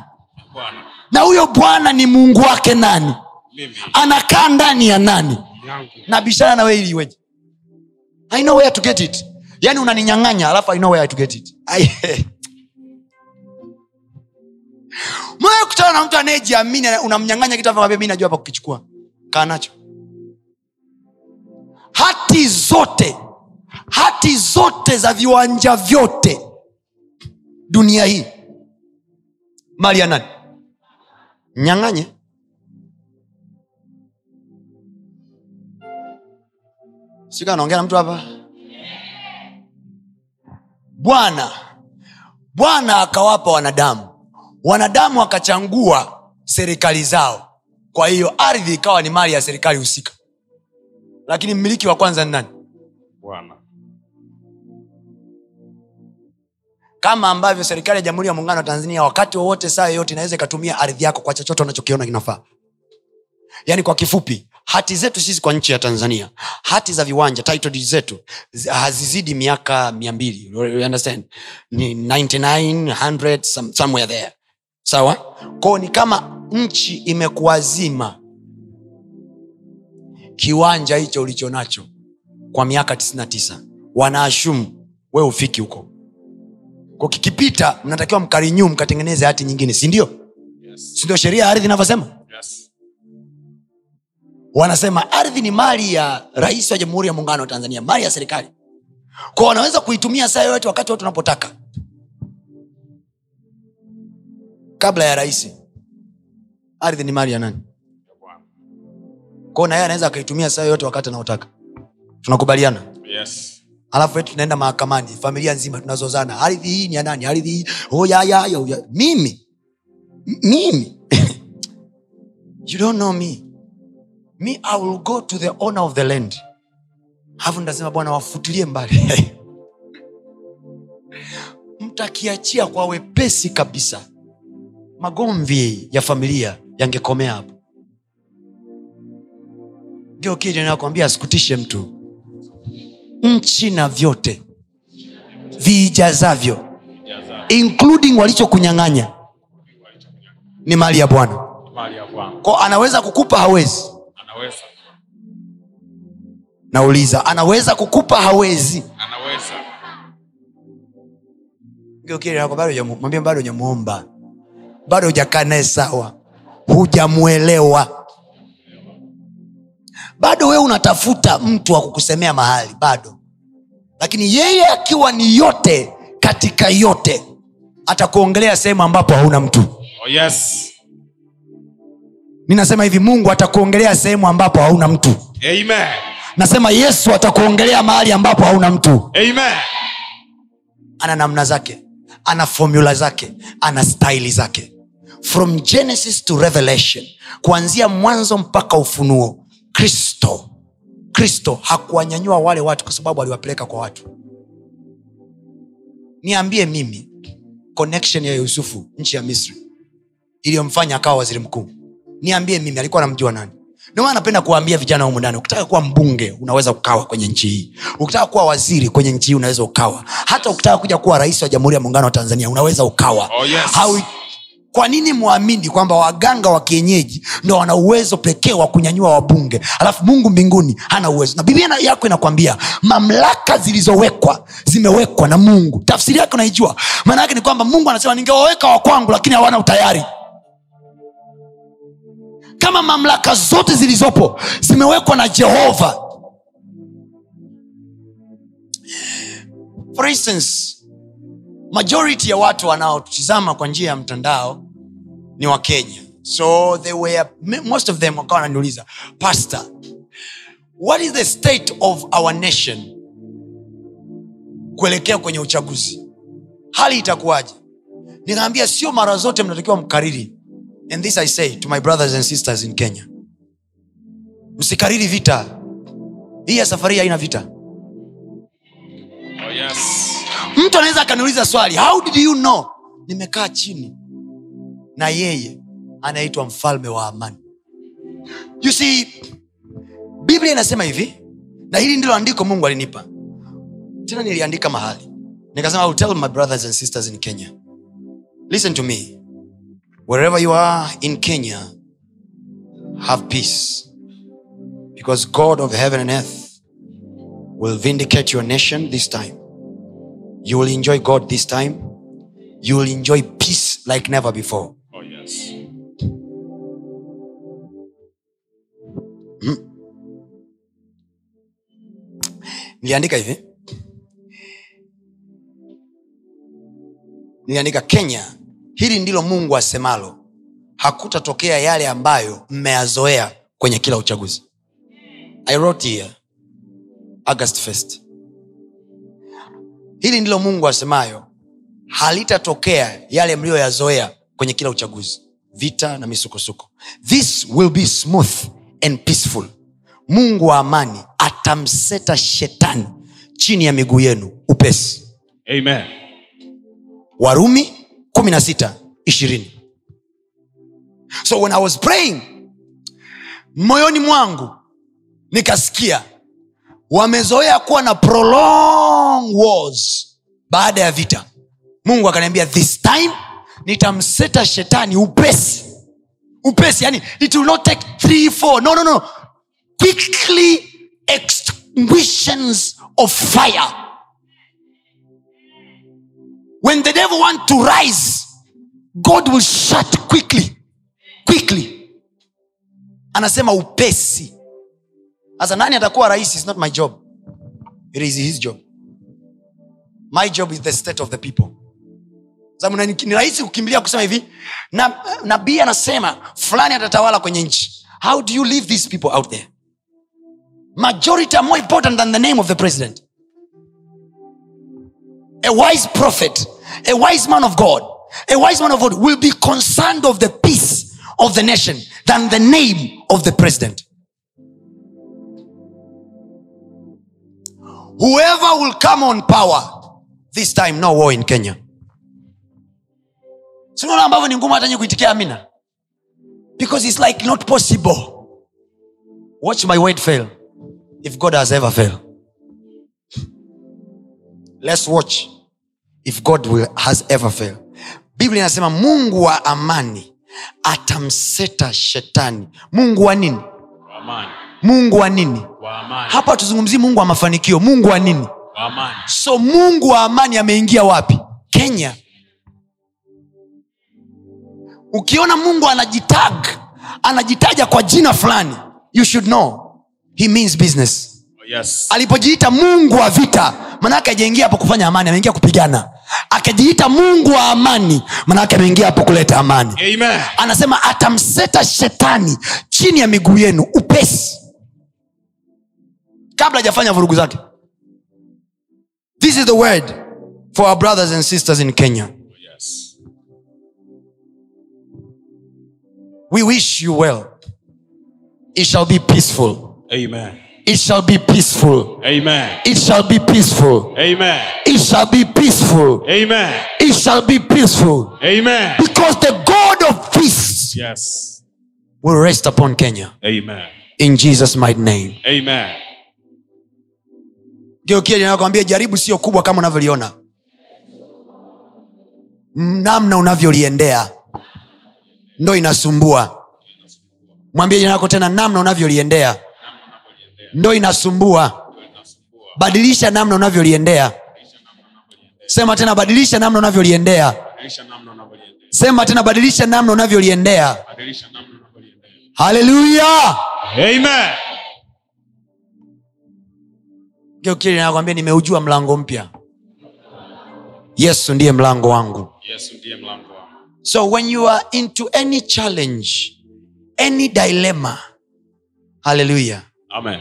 C: Bwana.
B: na huyo bwana ni mungu wake nani
C: Mimi.
B: anakaa ndani ya nani
C: Yangu.
B: na bishana na wewe ili iweje i know where to get it yaani unaninyang'anya alafu i know where to get it I- Mwe kutana na mtu anayejiamini ana- unamnyang'anya kitu alafu anakwambia, mi najua hapa kukichukua kaa nacho hati zote hati zote za viwanja vyote dunia hii mali ya nani nyang'anye sika anaongea na mtu hapa bwana bwana akawapa wanadamu wanadamu wakachangua serikali zao kwa hiyo ardhi ikawa ni mali ya serikali husika lakini mmiliki wa kwanza ni nani
C: Bwana.
B: kama ambavyo serikali ya jamhuri ya muungano wa tanzania wakati wowote saa yoyote inaweza ikatumia ardhi yako kwa chochote unachokiona kinafaa yaani kwa kifupi hati zetu sisi kwa nchi ya tanzania hati za viwanja title deed zetu zi- hazizidi miaka mia mbili You understand? ni 99 100 some, somewhere there sawa kwao ni kama nchi imekuazima kiwanja hicho ulicho nacho kwa miaka 99 wanaashumu we ufiki huko ko kikipita mnatakiwa mkarinyu mkatengeneze hati nyingine sindio
C: Yes.
B: sindio sheria ya ardhi inavyosema
C: Yes.
B: wanasema ardhi ni mali ya rais wa jamhuri ya muungano wa tanzania mali ya serikali kwa wanaweza kuitumia saa yoyote wakati wote unapotaka kabla ya rais ardhi ni mali ya nani
C: Ya Bwana.
B: kwao na yeye anaweza akaitumia saa yoyote wakati anaotaka tunakubaliana
C: Yes.
B: alafu eti tunaenda mahakamani familia nzima tunazozana ardhi hii ni ya nani ardhi hii oh, ya, ya, ya, ya. mimi M- mimi [LAUGHS] you don't know me me i will go to the owner of the land hafu nitasema bwana wafutilie mbali [LAUGHS] mtakiachia kwa wepesi kabisa magomvi ya familia yangekomea hapo ndio kile nakwambia asikutishe mtu nchi na vyote viijazavyo
C: Jaza
B: including walichokunyang'anya ni mali ya bwana
C: mali ya Bwana.
B: ko anaweza kukupa hawezi
C: Anaweza.
B: nauliza anaweza kukupa hawezi
C: Anaweza.
B: Mgeukie yako, bado hujamu- mwambie bado hujamuomba bado hujakaa naye sawa hujamwelewa bado wewe unatafuta mtu wa kukusemea mahali bado lakini yeye akiwa ni yote katika yote atakuongelea sehemu ambapo hauna mtu
C: Oh yes.
B: ninasema hivi mungu atakuongelea sehemu ambapo hauna mtu
C: Amen.
B: nasema yesu atakuongelea mahali ambapo hauna mtu
C: Amen.
B: ana namna zake ana fomula zake ana staili zake from genesis to revelation kuanzia mwanzo mpaka ufunuo kristo kristo hakuwanyanyua wale watu kwa sababu aliwapeleka kwa watu niambie mimi connection ya yusufu nchi ya misri iliyomfanya akawa waziri mkuu niambie mimi alikuwa namjua nani ndio maana napenda kuwaambia vijana humu ndani ukitaka kuwa mbunge unaweza ukawa kwenye nchi hii ukitaka kuwa waziri kwenye nchi hii unaweza ukawa hata ukitaka kuja kuwa rais wa jamhuri ya muungano wa tanzania unaweza ukawa
C: Oh, yes.
B: Hawi- kwa nini mwamini kwamba waganga wa kienyeji ndo wana uwezo pekee wa kunyanyua wabunge alafu mungu mbinguni hana uwezo na biblia na- yako inakwambia mamlaka zilizowekwa zimewekwa na mungu tafsiri yake unaijua maana yake ni kwamba mungu anasema ningewaweka wa kwangu lakini hawana utayari kama mamlaka zote zilizopo zimewekwa na jehova for instance majority ya watu wanaotizama kwa njia ya mtandao ni wakenya so they were, m- most of them wakawa wananiuliza pastor what is the state of our nation kuelekea kwenye uchaguzi hali itakuwaje nikaambia sio mara zote mnatakiwa mkariri and this i say to my brothers and sisters in kenya msikariri vita hii ya safari haina vita
C: Oh yes.
B: mtu anaweza akaniuliza swali how did you know nimekaa chini na yeye anaitwa mfalme wa amani you see biblia inasema hivi na hili ndilo andiko mungu alinipa tena niliandika mahali nikasema I will tell my brothers and sisters in kenya listen to me wherever you are in kenya have peace because god of heaven and earth will vindicate your nation this time you will enjoy god this time you will enjoy peace like never before
C: Oh yes.
B: niliandika hivi niliandika kenya hili ndilo mungu asemalo hakutatokea yale ambayo mmeyazoea kwenye kila uchaguzi i wrote here august 1st hili ndilo mungu asemayo halitatokea yale mliyoyazoea kwenye kila uchaguzi vita na misukosuko this will be smooth and peaceful mungu wa amani atamseta shetani chini ya miguu yenu upesi
C: Amen.
B: warumi 16 20 so when i was praying moyoni mwangu nikasikia wamezoea kuwa na prolong wars baada ya vita mungu akaniambia this time nitamseta shetani upesi upesi yani it will not take three, four. no no no quickly ex- extinguishings of fire when the devil want to rise god will shut quickly quickly anasema upesi sasa nani atakuwa rais is not my job it is his job my job is the state of the people sababu na- ni rahisi kukimbilia kusema hivi na- nabii anasema fulani atatawala kwenye nchi how do you leave these people out there majority are more important than the name of the president a wise prophet a wise man of god a wise man of god will be concerned of the peace of the nation than the name of the president whoever will come on power this time no war in kenya sinaona ambavyo ni ngumu hata nyi kuitikia amina because its like not possible watch my word fail if god has ever failed let's watch if god will, has ever failed biblia inasema mungu wa amani atamseta shetani mungu wa nini
C: wa amani
B: mungu wa nini
C: wa amani
B: hapa tuzungumzii mungu wa mafanikio mungu wa nini
C: wa amani
B: so mungu wa amani ameingia wapi kenya ukiona mungu anajitag anajitaja kwa jina fulani you should know he means business
C: Oh, yes
B: alipojiita mungu wa vita manake ajaingia hapo kufanya amani ameingia kupigana akajiita mungu wa amani manake ameingia hapo kuleta amani
C: amen
B: anasema atamseta shetani chini ya miguu yenu upesi kabla hajafanya vurugu zake this is the word for our brothers and sisters in kenya
C: Oh, yes
B: we wish you well it shall be peaceful
C: amen
B: it shall be peaceful
C: amen
B: it shall be peaceful
C: amen
B: it shall be peaceful
C: amen
B: it shall be peaceful
C: amen
B: because the god of peace
C: yes
B: will rest upon kenya
C: amen
B: in jesus mighty name
C: amen
B: geukia linakwambia jaribu sio kubwa kama unavyoliona namna unavyoliendea ndo inasumbua mwambie jina lako tena namna unavyoliendea ndo inasumbua badilisha namna unavyoliendea sema tena badilisha namna unavyoliendea
C: badilisha namna unavyoliendea
B: sema tena badilisha namna unavyoliendea
C: badilisha namna unavyoliendea
B: haleluya
C: amen
B: geukili nakwambia nimeujua mlango mpya yesu ndiye mlango wangu
C: yesu ndiye mlango wangu
B: So when you are into any challenge, any dilemma, haleluya,
C: amen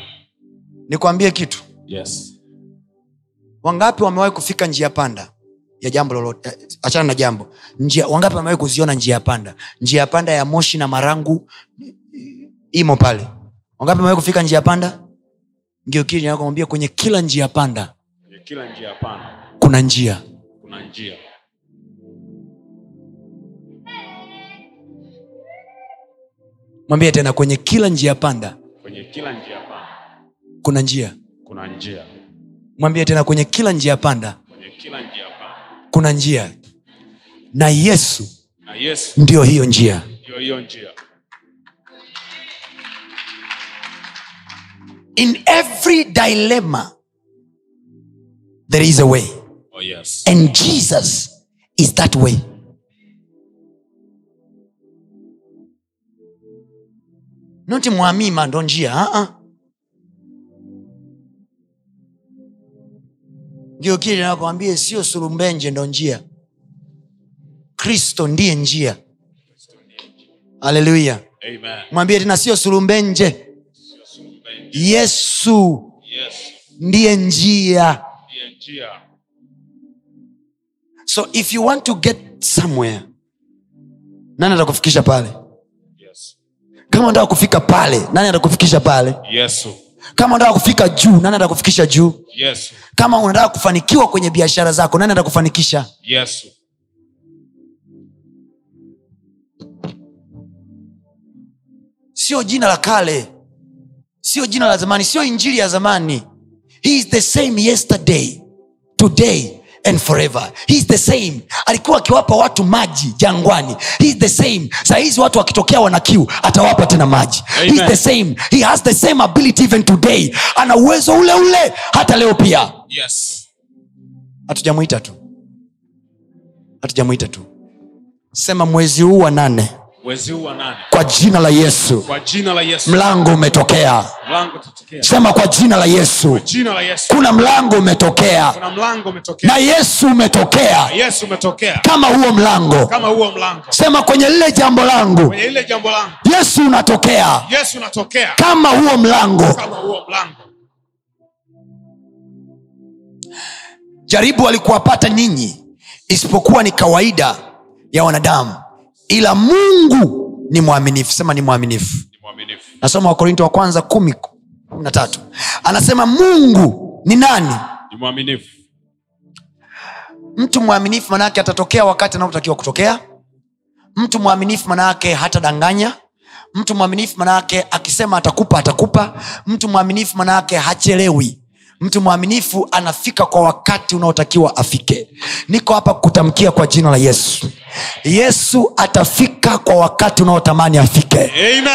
B: nikwambie kitu.
C: yes
B: Wangapi wamewahi kufika njia panda ya jambo lolote? eh, Achana na jambo njia, wangapi wamewahi kuziona njia panda? Njia panda ya moshi na marangu eh, imo pale. Wangapi wamewahi kufika njia panda? Ngeukie jirani yako mwambie, kwenye kila njia panda
C: kwenye kila njia pana
B: kuna njia.
C: kuna njia
B: Mwambie tena, kwenye kila njia panda
C: kwenye kila njia pana
B: kuna njia.
C: kuna njia
B: Mwambie tena, kwenye kila njia panda
C: kwenye kila njia pana
B: kuna njia na yesu
C: na yesu
B: ndiyo hiyo njia
C: ndiyo hiyo njia
B: in every dilemma there is a way
C: oh yes
B: and jesus is that way noti mwamima ndo njia uh-uh. geokili nakwambie sio surumbenje ndo njia kristo ndiye njia haleluya
C: amen
B: mwambie tena sio surumbenje yesu
C: yes
B: ndiye njia
C: ndiye njia
B: so if you want to get somewhere nani atakufikisha pale
C: yes
B: kama unataka kufika pale nani atakufikisha pale
C: yesu
B: kama unataka kufika juu nani atakufikisha juu
C: yesu
B: kama unataka kufanikiwa kwenye biashara zako nani atakufanikisha
C: yesu
B: sio jina la kale sio jina la zamani sio injili ya zamani he is the same yesterday today and forever he is the same alikuwa akiwapa watu maji jangwani he is the same saa hizi watu wakitokea wana kiu atawapa tena maji he is
C: Amen.
B: the same he has the same ability even today ana uwezo ule ule hata leo pia
C: yes
B: hatujamwita tu hatujamwita tu sema mwezi huu wa nane
C: mwezi huu wa nane
B: kwa jina la yesu
C: kwa jina la yesu
B: mlango umetokea
C: mlango utatokea
B: sema kwa jina la yesu
C: jina la yesu
B: kuna mlango umetokea
C: kuna mlango umetokea
B: na yesu umetokea
C: yesu umetokea
B: kama huo mlango
C: kama huo mlango
B: sema kwenye lile jambo langu
C: kwenye ile jambo langu
B: yesu unatokea
C: yesu unatokea
B: kama huo mlango
C: kama huo mlango
B: jaribu alikuwapata nyinyi isipokuwa ni kawaida ya wanadamu ila mungu ni mwaminifu sema ni mwaminifu
C: ni mwaminifu
B: nasoma wakorinto wa kwanza kumi kumi na tatu anasema mungu ni nani
C: ni mwaminifu
B: mtu mwaminifu manaake atatokea wakati anapotakiwa kutokea mtu mwaminifu manaake hatadanganya mtu mwaminifu manaake akisema atakupa atakupa mtu mwaminifu manaake hachelewi mtu mwaminifu anafika kwa wakati unaotakiwa afike niko hapa kutamkia kwa jina la yesu yesu atafika kwa wakati unaotamani afike
C: amen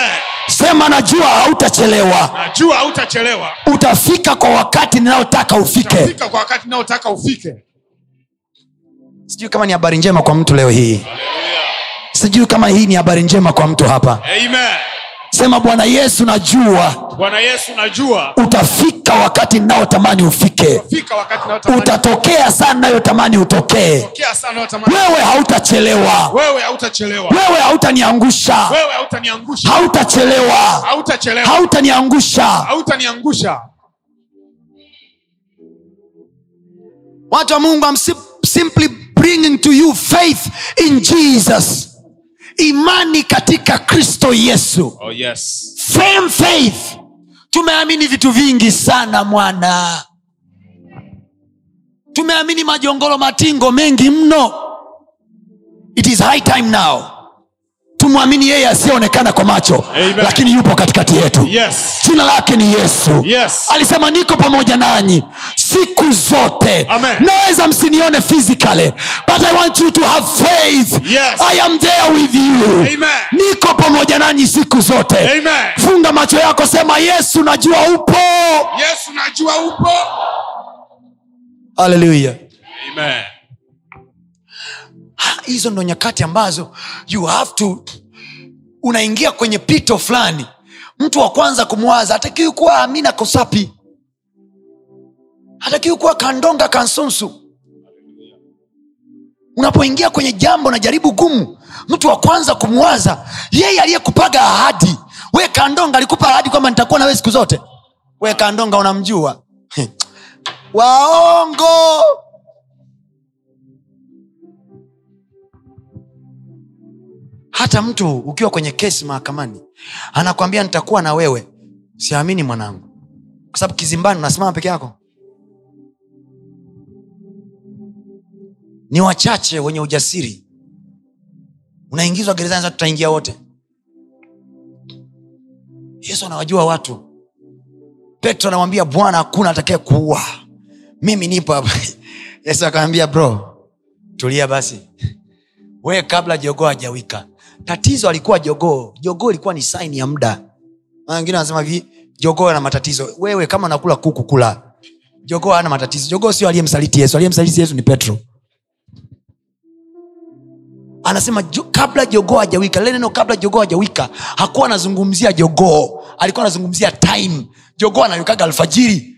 B: sema najua hautachelewa
C: najua hautachelewa
B: utafika kwa wakati ninayotaka ufike
C: utafika kwa wakati unaotaka ufike
B: sijui kama ni habari njema kwa mtu leo hii sijui kama hii ni habari njema kwa mtu hapa
C: amen
B: sema bwana yesu najua
C: bwana yesu najua
B: utafika wakati ninaotamani ufike
C: utafika wakati unaotaka
B: utatokea saa ninayotamani utokee
C: utokea sana unaotamani
B: wewe hautachelewa
C: wewe hautachelewa
B: wewe hautaniangusha
C: wewe hautaniangusha
B: hautachelewa
C: hautachelewa
B: hautaniangusha
C: hautaniangusha
B: watu wa mungu I'm sim- simply bringing to you faith in jesus imani katika kristo yesu
C: oh yes
B: same faith tumeamini vitu vingi sana mwana tumeamini majongolo matingo mengi mno it is high time now tumwamini yeye asiyeonekana kwa macho
C: Amen.
B: lakini yupo katikati yetu
C: yes
B: jina lake ni yesu
C: Yes.
B: alisema niko pamoja nanyi siku zote
C: Amen.
B: naweza msinione physically but i want you to have faith
C: Yes.
B: i am there with you
C: Amen.
B: niko pamoja nanyi siku zote
C: amen
B: funga macho yako sema yesu najua upo
C: yesu najua upo
B: haleluya
C: amen
B: hizo ndo nyakati ambazo you have to unaingia kwenye pito fulani mtu wa kwanza kumwaza hatakiwi kuwa amina kosapi hatakiwi kuwa kandonga kansunsu unapoingia kwenye jambo na jaribu gumu mtu wa kwanza kumwaza yeye aliyekupaga ahadi we kandonga alikupa ahadi kwamba nitakuwa nawe siku zote we kandonga unamjua [LAUGHS] waongo hata mtu ukiwa kwenye kesi mahakamani anakwambia nitakuwa na wewe siamini mwanangu kwa sababu kizimbani unasimama peke yako ni wachache wenye ujasiri unaingizwa gerezani sasa tutaingia wote yesu anawajua watu petro anamwambia bwana hakuna atakaye kuua mimi nipo hapa [LAUGHS] yesu akamwambia bro tulia basi we kabla jogoo hajawika tatizo alikuwa jogoo jogoo ilikuwa ni saini ya muda Na wengine wanasema hivi jogoo ana matatizo wewe kama nakula kuku kula jogoo ana matatizo jogoo sio aliyemsaliti yesu aliyemsaliti yesu ni petro anasema jo, kabla jogoo hajawika lile neno kabla jogoo hajawika hakuwa anazungumzia jogoo alikuwa anazungumzia time jogoo anawikaga alfajiri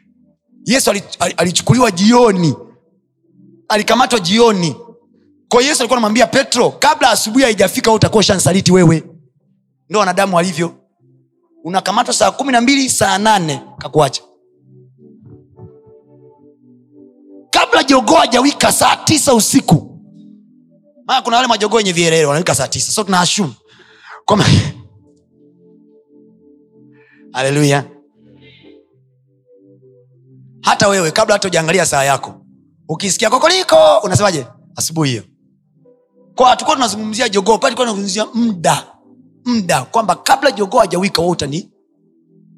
B: yesu ali- ali- alichukuliwa jioni alikamatwa jioni kwa hiyo yesu alikuwa anamwambia petro kabla asubuhi haijafika wewe utakuwa ushansaliti wewe ndo wanadamu walivyo unakamatwa saa kumi na mbili saa nane kakuacha kabla jogoo hajawika saa tisa usiku maana kuna wale majogoo wenye vierere wanawika saa tisa so tunaashumu [LAUGHS] kwamba haleluya hata wewe kabla hata ujaangalia saa yako ukisikia kokoliko unasemaje asubuhi hiyo kwa hatukuwa tunazungumzia jogoo pale tulikuwa tunazungumzia muda muda kwamba kabla jogoo hajawika wewe utani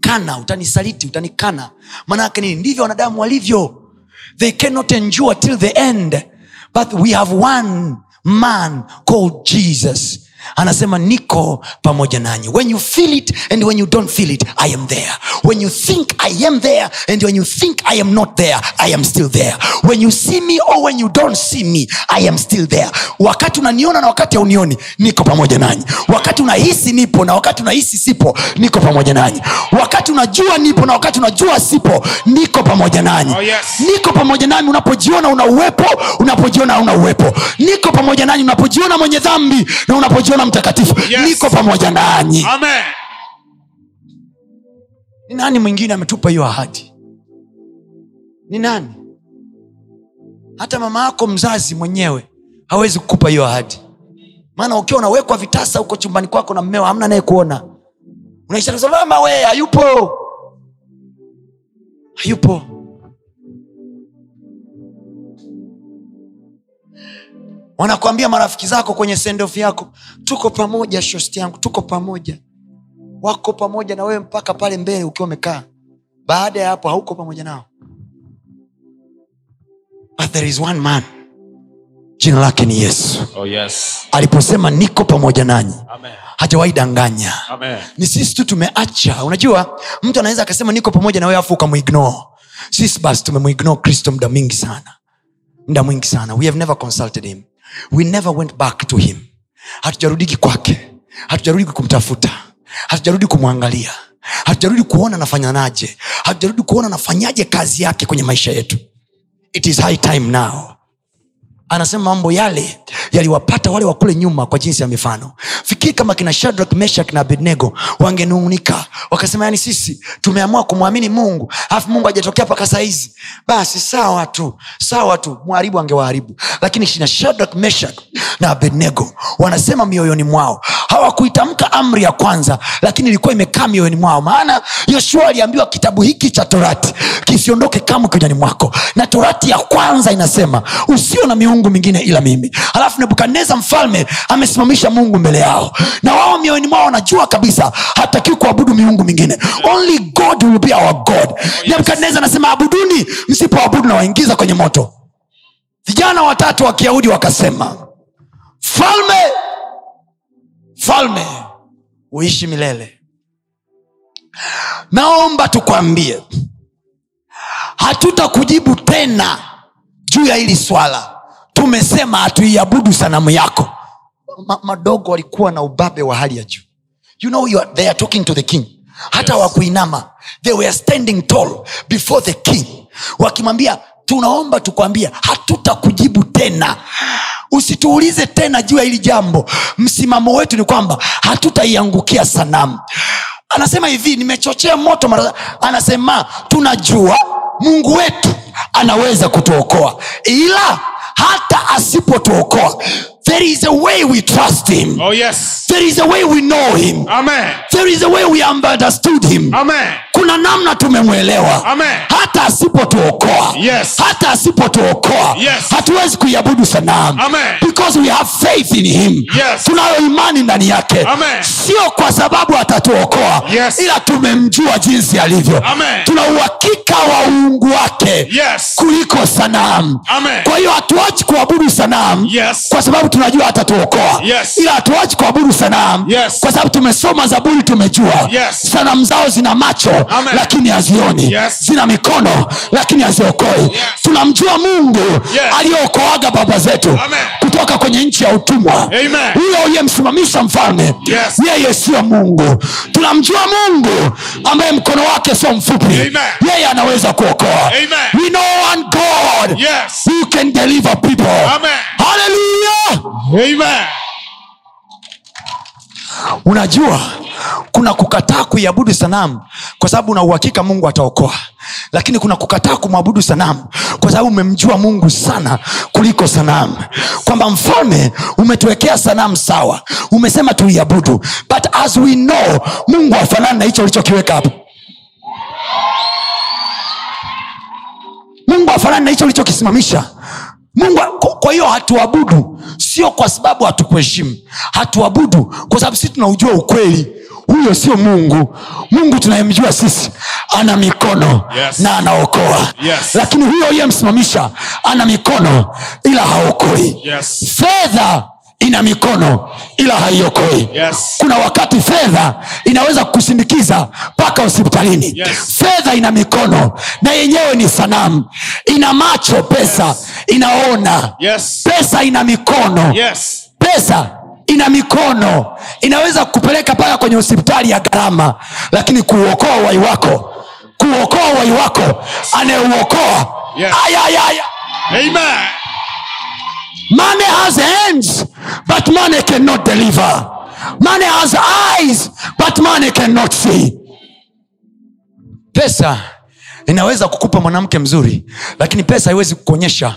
B: kana utanisaliti utanikana maanaake nini ndivyo wanadamu walivyo They cannot endure till the end. But we have one man called Jesus. Anasema niko pamoja nanyi. When you feel it and when you don't feel it, I am there. When you think I am there and when you think I am not there, I am still there. When you see me or when you don't see me, I am still there. Wakati unaniona na wakati haunioni, niko pamoja nanyi. Wakati unahisi nipo na wakati unahisi sipo, niko pamoja nanyi. Wakati unajua nipo na wakati unajua sipo, niko pamoja nanyi.
C: Oh, yes.
B: niko pamoja nami unapojiona una uwepo unapojiona hauna uwepo niko pamoja nanyi unapojiona mwenye dhambi na unapojiona mtakatifu
C: Yes.
B: niko pamoja nanyi
C: Amen.
B: ni nani mwingine ametupa hiyo ahadi ni nani hata mama yako mzazi mwenyewe hawezi kukupa hiyo ahadi maana ukiwa unawekwa vitasa huko chumbani kwako na mmeo hamna anayekuona unaisha kusema, mama we hayupo hayupo wanakuambia marafiki zako kwenye sendofu yako tuko pamoja shosti yangu tuko pamoja wako pamoja na wewe mpaka pale mbele ukiwa umekaa baada ya hapo hauko pamoja nao but there is one man jina lake ni yesu
C: Oh yes.
B: aliposema niko pamoja nanyi
C: Amen.
B: hajawahi danganya
C: Amen.
B: ni sisi tu tumeacha unajua mtu anaweza akasema niko pamoja na wewe afu ukamuignore sisi basi tumemuignore kristo muda mwingi sana muda mwingi sana we have never consulted him we never went back to him hatujarudiki kwake hatujarudi kumtafuta hatujarudi kumwangalia hatujarudi kuona nafanyanaje hatujarudi kuona nafanyaje kazi yake kwenye maisha yetu it is high time now anasema mambo yale yaliwapata wale wa kule nyuma kwa jinsi ya mifano fikiri kama kina shadrak meshak na abednego wangenung'unika wakasema yani sisi tumeamua kumwamini mungu alafu mungu hajatokea paka sahizi basi sawa tu sawa tu mwharibu angewaharibu lakini kina shadrak meshak na abednego wanasema mioyoni mwao hawakuitamka amri ya kwanza lakini ilikuwa imekaa mioyoni mwao maana yoshua aliambiwa kitabu hiki cha torati kisiondoke kamwe kinywani mwako na torati ya kwanza inasema usio na miungu mingine ila mimi halafu nebukadneza mfalme amesimamisha mungu mbele yao na wao mioyoni mwao wanajua kabisa hatakiwi kuabudu miungu mingine only god will be our god nebukadneza anasema abuduni msipoabudu na waingiza kwenye moto vijana watatu wa kiyahudi wakasema falme falme uishi milele naomba tukwambie hatutakujibu tena juu ya hili swala tumesema hatuiabudu sanamu yako Ma, madogo walikuwa na ubabe wa hali ya juu you know you are, they are talking to the king hata yes. wakuinama they were standing tall before the king wakimwambia tunaomba tukwambia hatutakujibu tena usituulize tena juu ya hili jambo msimamo wetu ni kwamba hatutaiangukia sanamu anasema hivi nimechochea moto mara anasema tunajua mungu wetu anaweza kutuokoa ila hata asipotuokoa there is a way we trust him
C: Oh yes.
B: there is a way we know him
C: Amen.
B: there is a way we have understood him
C: Amen.
B: kuna namna tumemwelewa
C: Amen.
B: hata asipotuokoa
C: Yes.
B: hata asipotuokoa
C: Yes.
B: hatuwezi kuiabudu sanamu
C: Amen.
B: because we have faith in him
C: Yes.
B: tunayo imani ndani yake
C: Amen.
B: sio kwa sababu atatuokoa
C: Yes.
B: ila tumemjua jinsi alivyo
C: Amen.
B: tuna uhakika wa uungu wake
C: Yes.
B: kuliko sanamu
C: Amen.
B: kwa hiyo hatuachi kuabudu sanamu
C: Yes.
B: kwa sababu tunajua atatuokoa
C: Yes.
B: ila hatuachi kuabudu sanamu
C: Yes.
B: kwa sababu tumesoma zaburi tumejua
C: Yes.
B: sanamu zao zina macho
C: Amen.
B: lakini hazioni
C: Yes.
B: zina mikono lakini haziokoi tunamjua mungu
C: Yes.
B: aliyeokoaga baba zetu
C: Amen.
B: kutoka kwenye nchi ya utumwa
C: Amen.
B: huyo uliyemsimamisha mfalme
C: Yes.
B: yeye siyo mungu tunamjua mungu ambaye mkono wake sio mfupi
C: Amen.
B: yeye anaweza kuokoa
C: Amen.
B: we know one god
C: Yes.
B: who can deliver people
C: Amen.
B: Hallelujah!
C: Amen.
B: unajua kuna kukataa kuiabudu sanamu kwa sababu una uhakika mungu ataokoa lakini kuna kukataa kumwabudu sanamu kwa sababu umemjua mungu sana kuliko sanamu kwamba mfalme umetuwekea sanamu sawa umesema tuiabudu but as we know mungu afanani na hicho ulichokiweka hapo mungu afanani na hicho ulichokisimamisha mungu kwa- kwa hiyo hatuabudu sio kwa sababu hatukuheshimu hatuabudu kwa sababu sisi tunaujua ukweli huyo sio mungu mungu tunayemjua sisi ana mikono
C: Yes.
B: na anaokoa
C: Yes.
B: lakini huyo uliyemsimamisha ana mikono ila haokoi
C: Yes.
B: fedha ina mikono ila haiokoi
C: Yes.
B: kuna wakati fedha inaweza kukusindikiza mpaka hospitalini
C: Yes.
B: fedha ina mikono na yenyewe ni sanamu ina macho pesa yes. inaona
C: Yes.
B: pesa ina mikono
C: Yes.
B: pesa ina mikono inaweza kupeleka mpaka kwenye hospitali ya gharama lakini kuuokoa uhai wako kuuokoa uhai wako anayeuokoa
C: Yes.
B: aya, aya, aya.
C: Amen.
B: Money has hands, but money cannot deliver. Money has eyes, but money cannot see. Pesa inaweza kukupa mwanamke mzuri, lakini pesa haiwezi kukuonyesha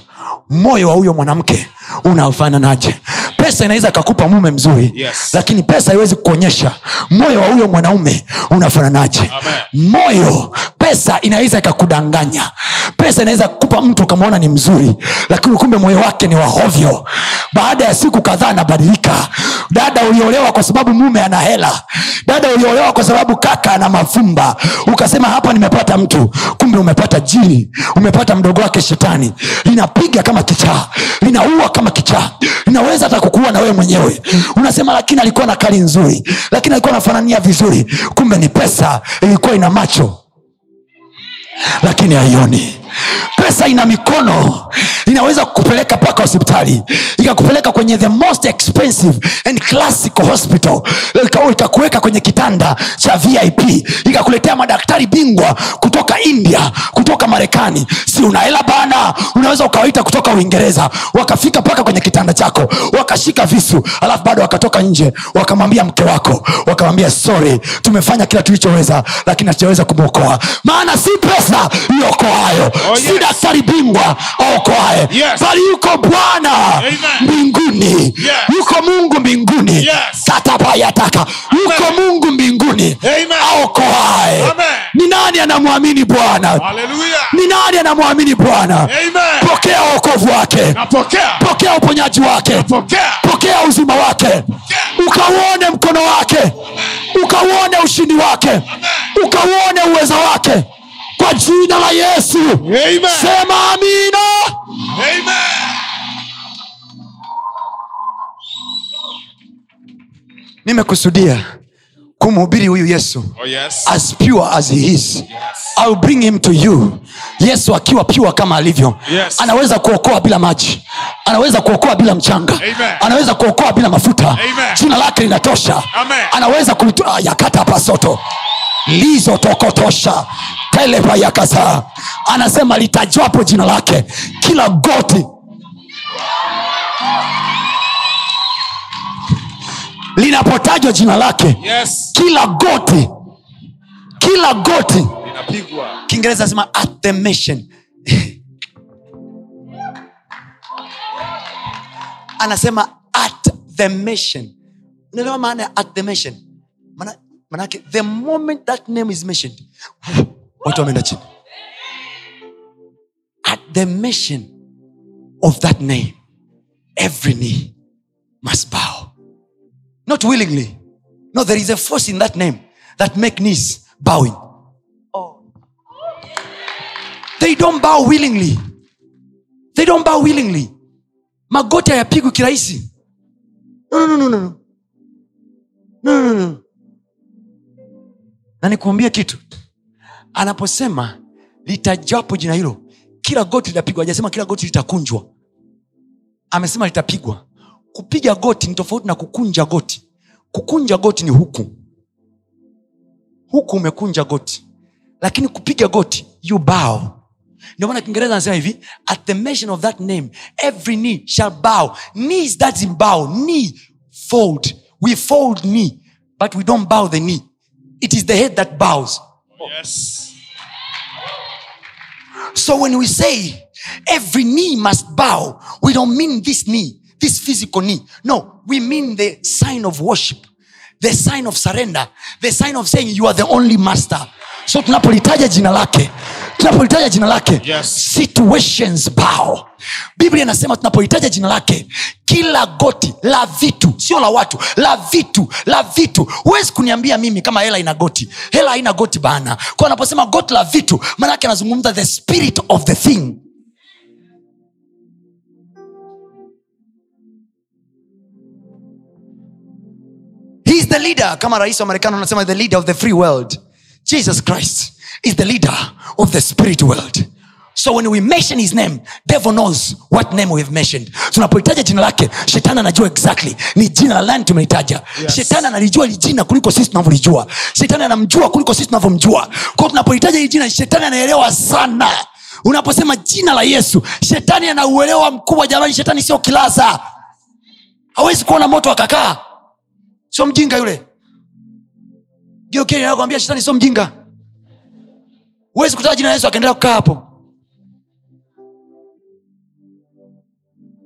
B: moyo wa huyo mwanamke unafananaje. Pesa inaweza ikakupa mume mzuri
C: Yes.
B: lakini pesa haiwezi kuonyesha moyo wa huyo mwanaume unafananaje.
C: Amen.
B: Moyo, pesa inaweza ikakudanganya pesa inaweza kupa mtu ukamwona ni mzuri lakini kumbe moyo wake ni wahovyo baada ya siku kadhaa anabadilika dada uliolewa kwa sababu mume ana hela dada uliolewa kwa sababu kaka ana mafumba ukasema hapa nimepata mtu kumbe umepata jini umepata mdogo wake shetani linapiga kama kichaa linaua kama kichaa linaweza hata kukuua na wewe mwenyewe unasema lakini alikuwa na kali nzuri lakini alikuwa anafanania vizuri kumbe ni pesa ilikuwa ina macho lakini haioni pesa ina mikono inaweza kukupeleka mpaka hospitali ikakupeleka kwenye the most expensive and classical hospital Ika- ikakuweka kwenye kitanda cha vip ikakuletea madaktari bingwa kutoka india kutoka marekani si unahela bana unaweza ukawaita kutoka uingereza wakafika mpaka kwenye kitanda chako wakashika visu alafu bado wakatoka nje wakamwambia mke wako wakamwambia sorry tumefanya kila tulichoweza lakini hatujaweza kumwokoa maana si pesa iokoayo
C: Oh,
B: si
C: yes.
B: daktari bingwa aokoaye
C: Yes.
B: bali yuko bwana
C: Amen.
B: mbinguni
C: Yes.
B: yuko mungu mbinguni
C: Yes.
B: katabayataka yuko mungu mbinguni
C: Amen.
B: aokoaye
C: Amen.
B: ni nani anamwamini bwana
C: Hallelujah.
B: ni nani anamwamini bwana
C: Amen.
B: pokea wokovu wake
C: Napokea.
B: pokea uponyaji wake
C: Pokea.
B: pokea uzima wake ukauone mkono wake ukauone ushindi wake ukauone uwezo wake kwa jina la yesu
C: Amen.
B: sema amina
C: Amen.
B: nimekusudia kumhubiri huyu yesu
C: Oh yes.
B: as pure as he is I'll bring him to you yesu akiwa pure kama alivyo
C: Yes.
B: anaweza kuokoa bila maji anaweza kuokoa bila mchanga
C: Amen.
B: anaweza kuokoa bila mafuta
C: Amen.
B: jina lake linatosha
C: Amen.
B: anaweza kulitoa yakata pasoto lizotokotosha telepa yakazaa anasema litajwapo jina lake kila goti linapotajwa jina lake
C: Yes.
B: kila goti kila goti
C: Inapigwa.
B: kiingereza asema at the mission [LAUGHS] anasema at the mission unaelewa maana ya at the mission Maana- maanake the moment that name is mentioned [LAUGHS] watu wameenda chini at the mission of that name every knee must bow not willingly no there is a force in that name that make knees bowing they don't bow willingly they don't bow willingly magoti hayapigwi kirahisi no, no, no, no, no. No, no, no, no. na nikuambia kitu anaposema litajapo jina hilo kila goti litapigwa ajasema kila goti litakunjwa amesema litapigwa kupiga goti ni tofauti na kukunja goti kukunja goti ni huku huku umekunja goti lakini kupiga goti you bow ndio maana kiingereza anasema hivi at the mention of that name every knee shall bow knees that in bow knee fold we fold knee but we don't bow the knee it is the head that bows
C: Yes.
B: So when we say every knee must bow, we don't mean this knee, this physical knee. No, we mean the sign of worship, the sign of surrender, the sign of saying you are the only master. So tunapolitaja jina lake, tunapolitaja jina lake
C: Yes.
B: situations bow biblia inasema tunapolitaja jina lake kila goti la vitu sio la watu la vitu la vitu huwezi kuniambia mimi kama hela ina goti hela haina goti bana kwa anaposema goti la vitu maanake anazungumza the spirit of the thing he is the leader kama rais wa marekani anasema the leader of the free world jesus christ is the leader of the spirit world so when we mention his name devil knows what name we've mentioned tunapohitaja jina lake shetani anajua exactly ni jina la nani tumelitaja yes. shetani analijua hili jina kuliko sisi tunavyolijua shetani anamjua kuliko sisi tunavyomjua kwao tunapohitaja hili jina shetani anaelewa sana unaposema jina la yesu shetani anauelewa mkubwa jamani shetani sio kilaza hawezi kuona moto akakaa sio mjinga yule geuknakwambia shetani sio mjinga huwezi kutaja jina la yesu akaendelea kukaa hapo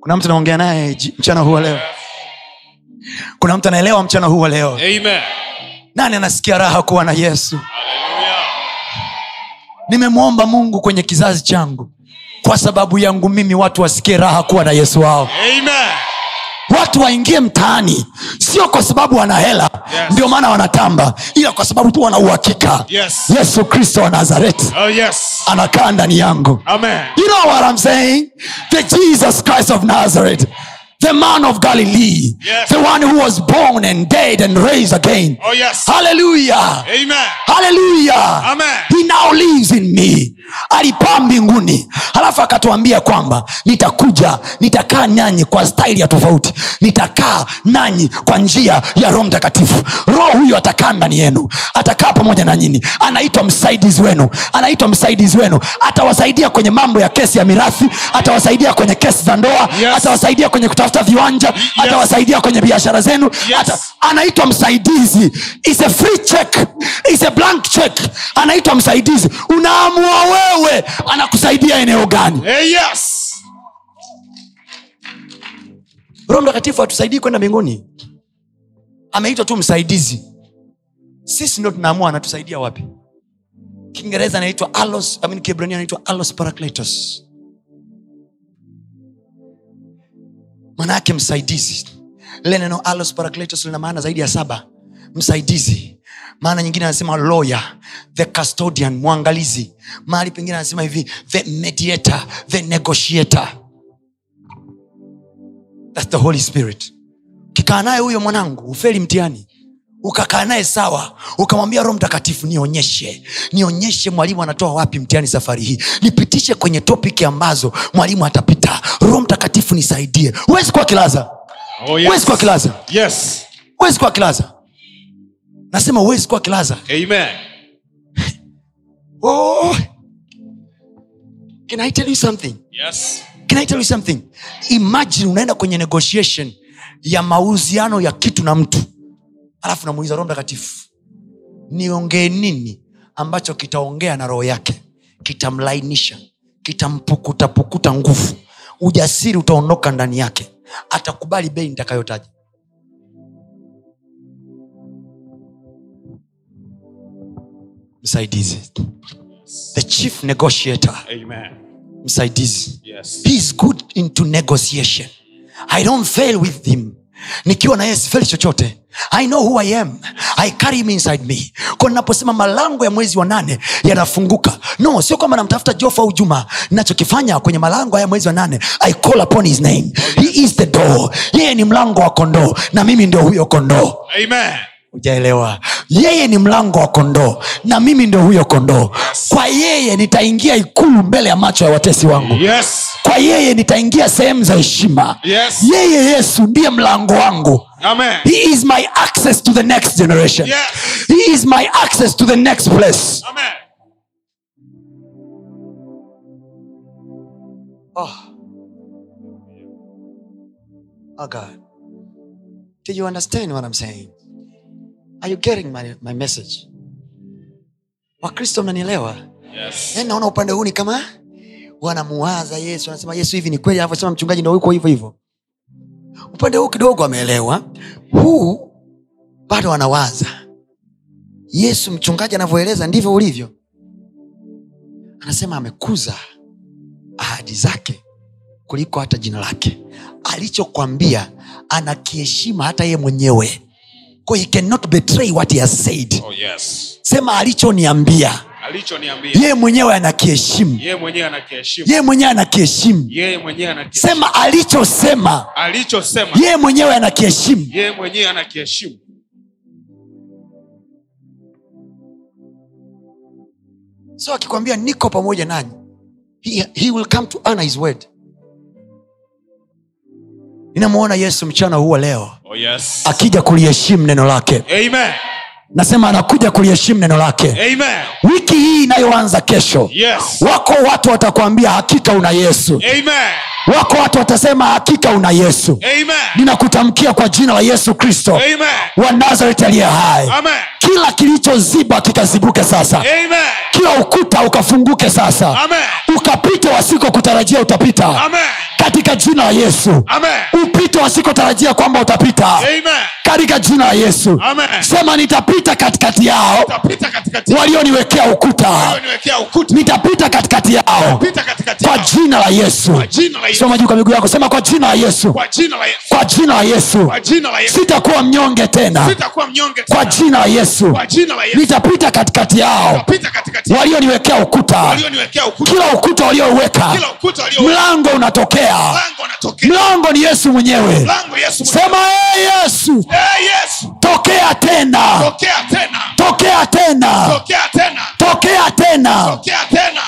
B: kuna mtu anaongea naye ji- mchana huu wa leo kuna mtu anaelewa mchana huu wa leo
C: Amen.
B: nani anasikia raha kuwa na yesu
C: Hallelujah.
B: nimemwomba mungu kwenye kizazi changu kwa sababu yangu mimi watu wasikie raha kuwa na yesu wao
C: Amen.
B: watu waingie mtaani sio kwa sababu wana hela
C: Yes.
B: ndio maana wanatamba ila kwa sababu tu wana uhakika
C: Yes.
B: yesu kristo wa nazareti
C: Oh yes.
B: anakaa ndani yangu
C: Amen.
B: you know what i'm saying the jesus christ of nazareth the man of galilee
C: Yes.
B: the one who was born and dead and raised again
C: Oh yes.
B: hallelujah
C: Amen.
B: haleluya
C: Amen.
B: he now lives in me alipaa mbinguni halafu akatuambia kwamba nitakuja nitakaa nanyi kwa staili ya tofauti nitakaa nanyi kwa njia ya roho mtakatifu roho huyu atakaa ndani yenu atakaa pamoja na nyini anaitwa msaidizi wenu anaitwa msaidizi wenu atawasaidia kwenye mambo ya kesi ya mirathi atawasaidia kwenye kesi za ndoa
C: Yes.
B: atawasaidia kwenye kutafuta viwanja atawasaidia kwenye biashara zenu
C: Yes.
B: ata, anaitwa msaidizi is a free check is a blank check anaitwa msaidizi unaamua wewe anakusaidia eneo gani
C: Hey yes.
B: roho mtakatifu atusaidii kwenda mbinguni ameitwa tu msaidizi sisi ndo tunaamua anatusaidia wapi kiingereza anaitwa alos I mean, kiebrania anaitwa alos paracletos manaake msaidizi lile neno alos paracletos lina maana zaidi ya saba msaidizi maana nyingine anasema lawyer the custodian mwangalizi mahali pengine anasema hivi the mediator the negotiator thats the holy spirit ukikaa naye huyo mwanangu ufeli mtihani ukakaa naye sawa ukamwambia roho mtakatifu nionyeshe nionyeshe mwalimu anatoa wapi mtihani safari hii nipitishe kwenye topiki ambazo mwalimu atapita roho mtakatifu nisaidie huwezi kuwa kilaza
C: Oh
B: huwezi kuwa kilaza
C: Yes.
B: huwezi kuwa kilaza nasema huwezi kuwa kilaza
C: Amen.
B: oh. can i tell you something
C: Yes.
B: can i tell you something imagine unaenda kwenye negotiation ya mauziano ya kitu na mtu alafu namuuliza roho mtakatifu niongee nini ambacho kitaongea na roho yake kitamlainisha kitampukutapukuta nguvu ujasiri utaondoka ndani yake atakubali bei nitakayotaja msaidizi the chief negotiator
C: Amen.
B: msaidizi
C: Yes.
B: he is good into negotiation i don't fail with him nikiwa na yeye sifeli chochote i know who i am i carry him inside me kwa ninaposema malango ya mwezi wa nane yanafunguka no sio kwamba namtafuta jofa au juma nachokifanya kwenye malango haya ya mwezi wa nane i call upon his name he is the door yeye ni mlango wa kondoo na mimi ndio huyo kondoo
C: Amen.
B: ujaelewa yeye ni mlango wa kondoo na mimi ndio huyo kondoo kwa yeye nitaingia ikulu mbele ya macho ya watesi wangu
C: Yes.
B: kwa yeye nitaingia sehemu za heshima
C: Yes.
B: yeye yesu ndiye mlango wangu
C: Amen.
B: he is my access to the next generation
C: Yes.
B: he is my access to the next place
C: Amen.
B: oh. Oh God. do you understand what i'm saying are you getting my, my message wakristo mnanielewa
C: Yes.
B: Yaani naona upande huu ni kama wanamuwaza yesu anasema yesu hivi ni kweli anavyosema mchungaji ndo yuko hivyo hivyo upande huu kidogo ameelewa huu bado anawaza yesu mchungaji anavyoeleza ndivyo ulivyo anasema amekuza ahadi zake kuliko hata jina lake alichokwambia anakiheshima hata ye mwenyewe Kwa he cannot betray what he has said
C: oh yes
B: sema alichoniambia
C: alichoniambia
B: yeye mwenyewe anakiheshimu
C: yeye mwenyewe anakiheshimu
B: yeye mwenyewe anakiheshimu
C: yeye mwenyewe anakiheshimu
B: sema alichosema
C: alichosema
B: yeye mwenyewe anakiheshimu
C: yeye mwenyewe anakiheshimu
B: so akikwambia niko pamoja nanyi he, he will come to honor his word ninamwona yesu mchana huwa leo
C: oh yes
B: akija kuliheshimu neno lake
C: amen
B: nasema anakuja kuliheshimu neno lake
C: amen
B: wiki hii inayoanza kesho
C: yes
B: wako watu watakwambia hakika una yesu
C: amen
B: wako watu watasema hakika una yesu
C: amen
B: ninakutamkia kwa jina la yesu kristo
C: amen
B: wa nazareti aliye hai
C: amen
B: kila kilichoziba kikazibuke sasa
C: amen
B: kila ukuta ukafunguke sasa
C: amen
B: ukapite wasikokutarajia utapita
C: amen
B: katika jina la yesu
C: amen
B: upite wasikotarajia kwamba utapita
C: amen
B: katika jina la yesu
C: amen
B: sema nitapita katikati yao
C: tapita katikati
B: walioniwekea ukuta
C: niwekea ukuta
B: nitapita katikati yao
C: pita katikati
B: kwa
C: yao.
B: jina la yesu
C: kwa jina la Yesu
B: soma juu kwa miguu yako sema kwa jina la yesu
C: kwa jina la Yesu
B: kwa jina la yesu
C: kwa jina la Yesu
B: sitakuwa mnyonge tena
C: sitakuwa mnyonge
B: kwa
C: tena.
B: jina la yesu
C: kwa jina la Yesu
B: nitapita katikati yao
C: tapita katikati yao
B: walioniwekea ukuta
C: walioniwekea ukuta
B: kila ukuta walioweka
C: kila ukuta walio
B: mlango unatokea
C: mlango unatokea
B: mlango ni yesu mwenyewe
C: mlango Yesu
B: sema e yesu
C: eh Yesu
B: tokea tena
C: tokea tena
B: tokea tena
C: tokea tena
B: tokea tena
C: tokea tena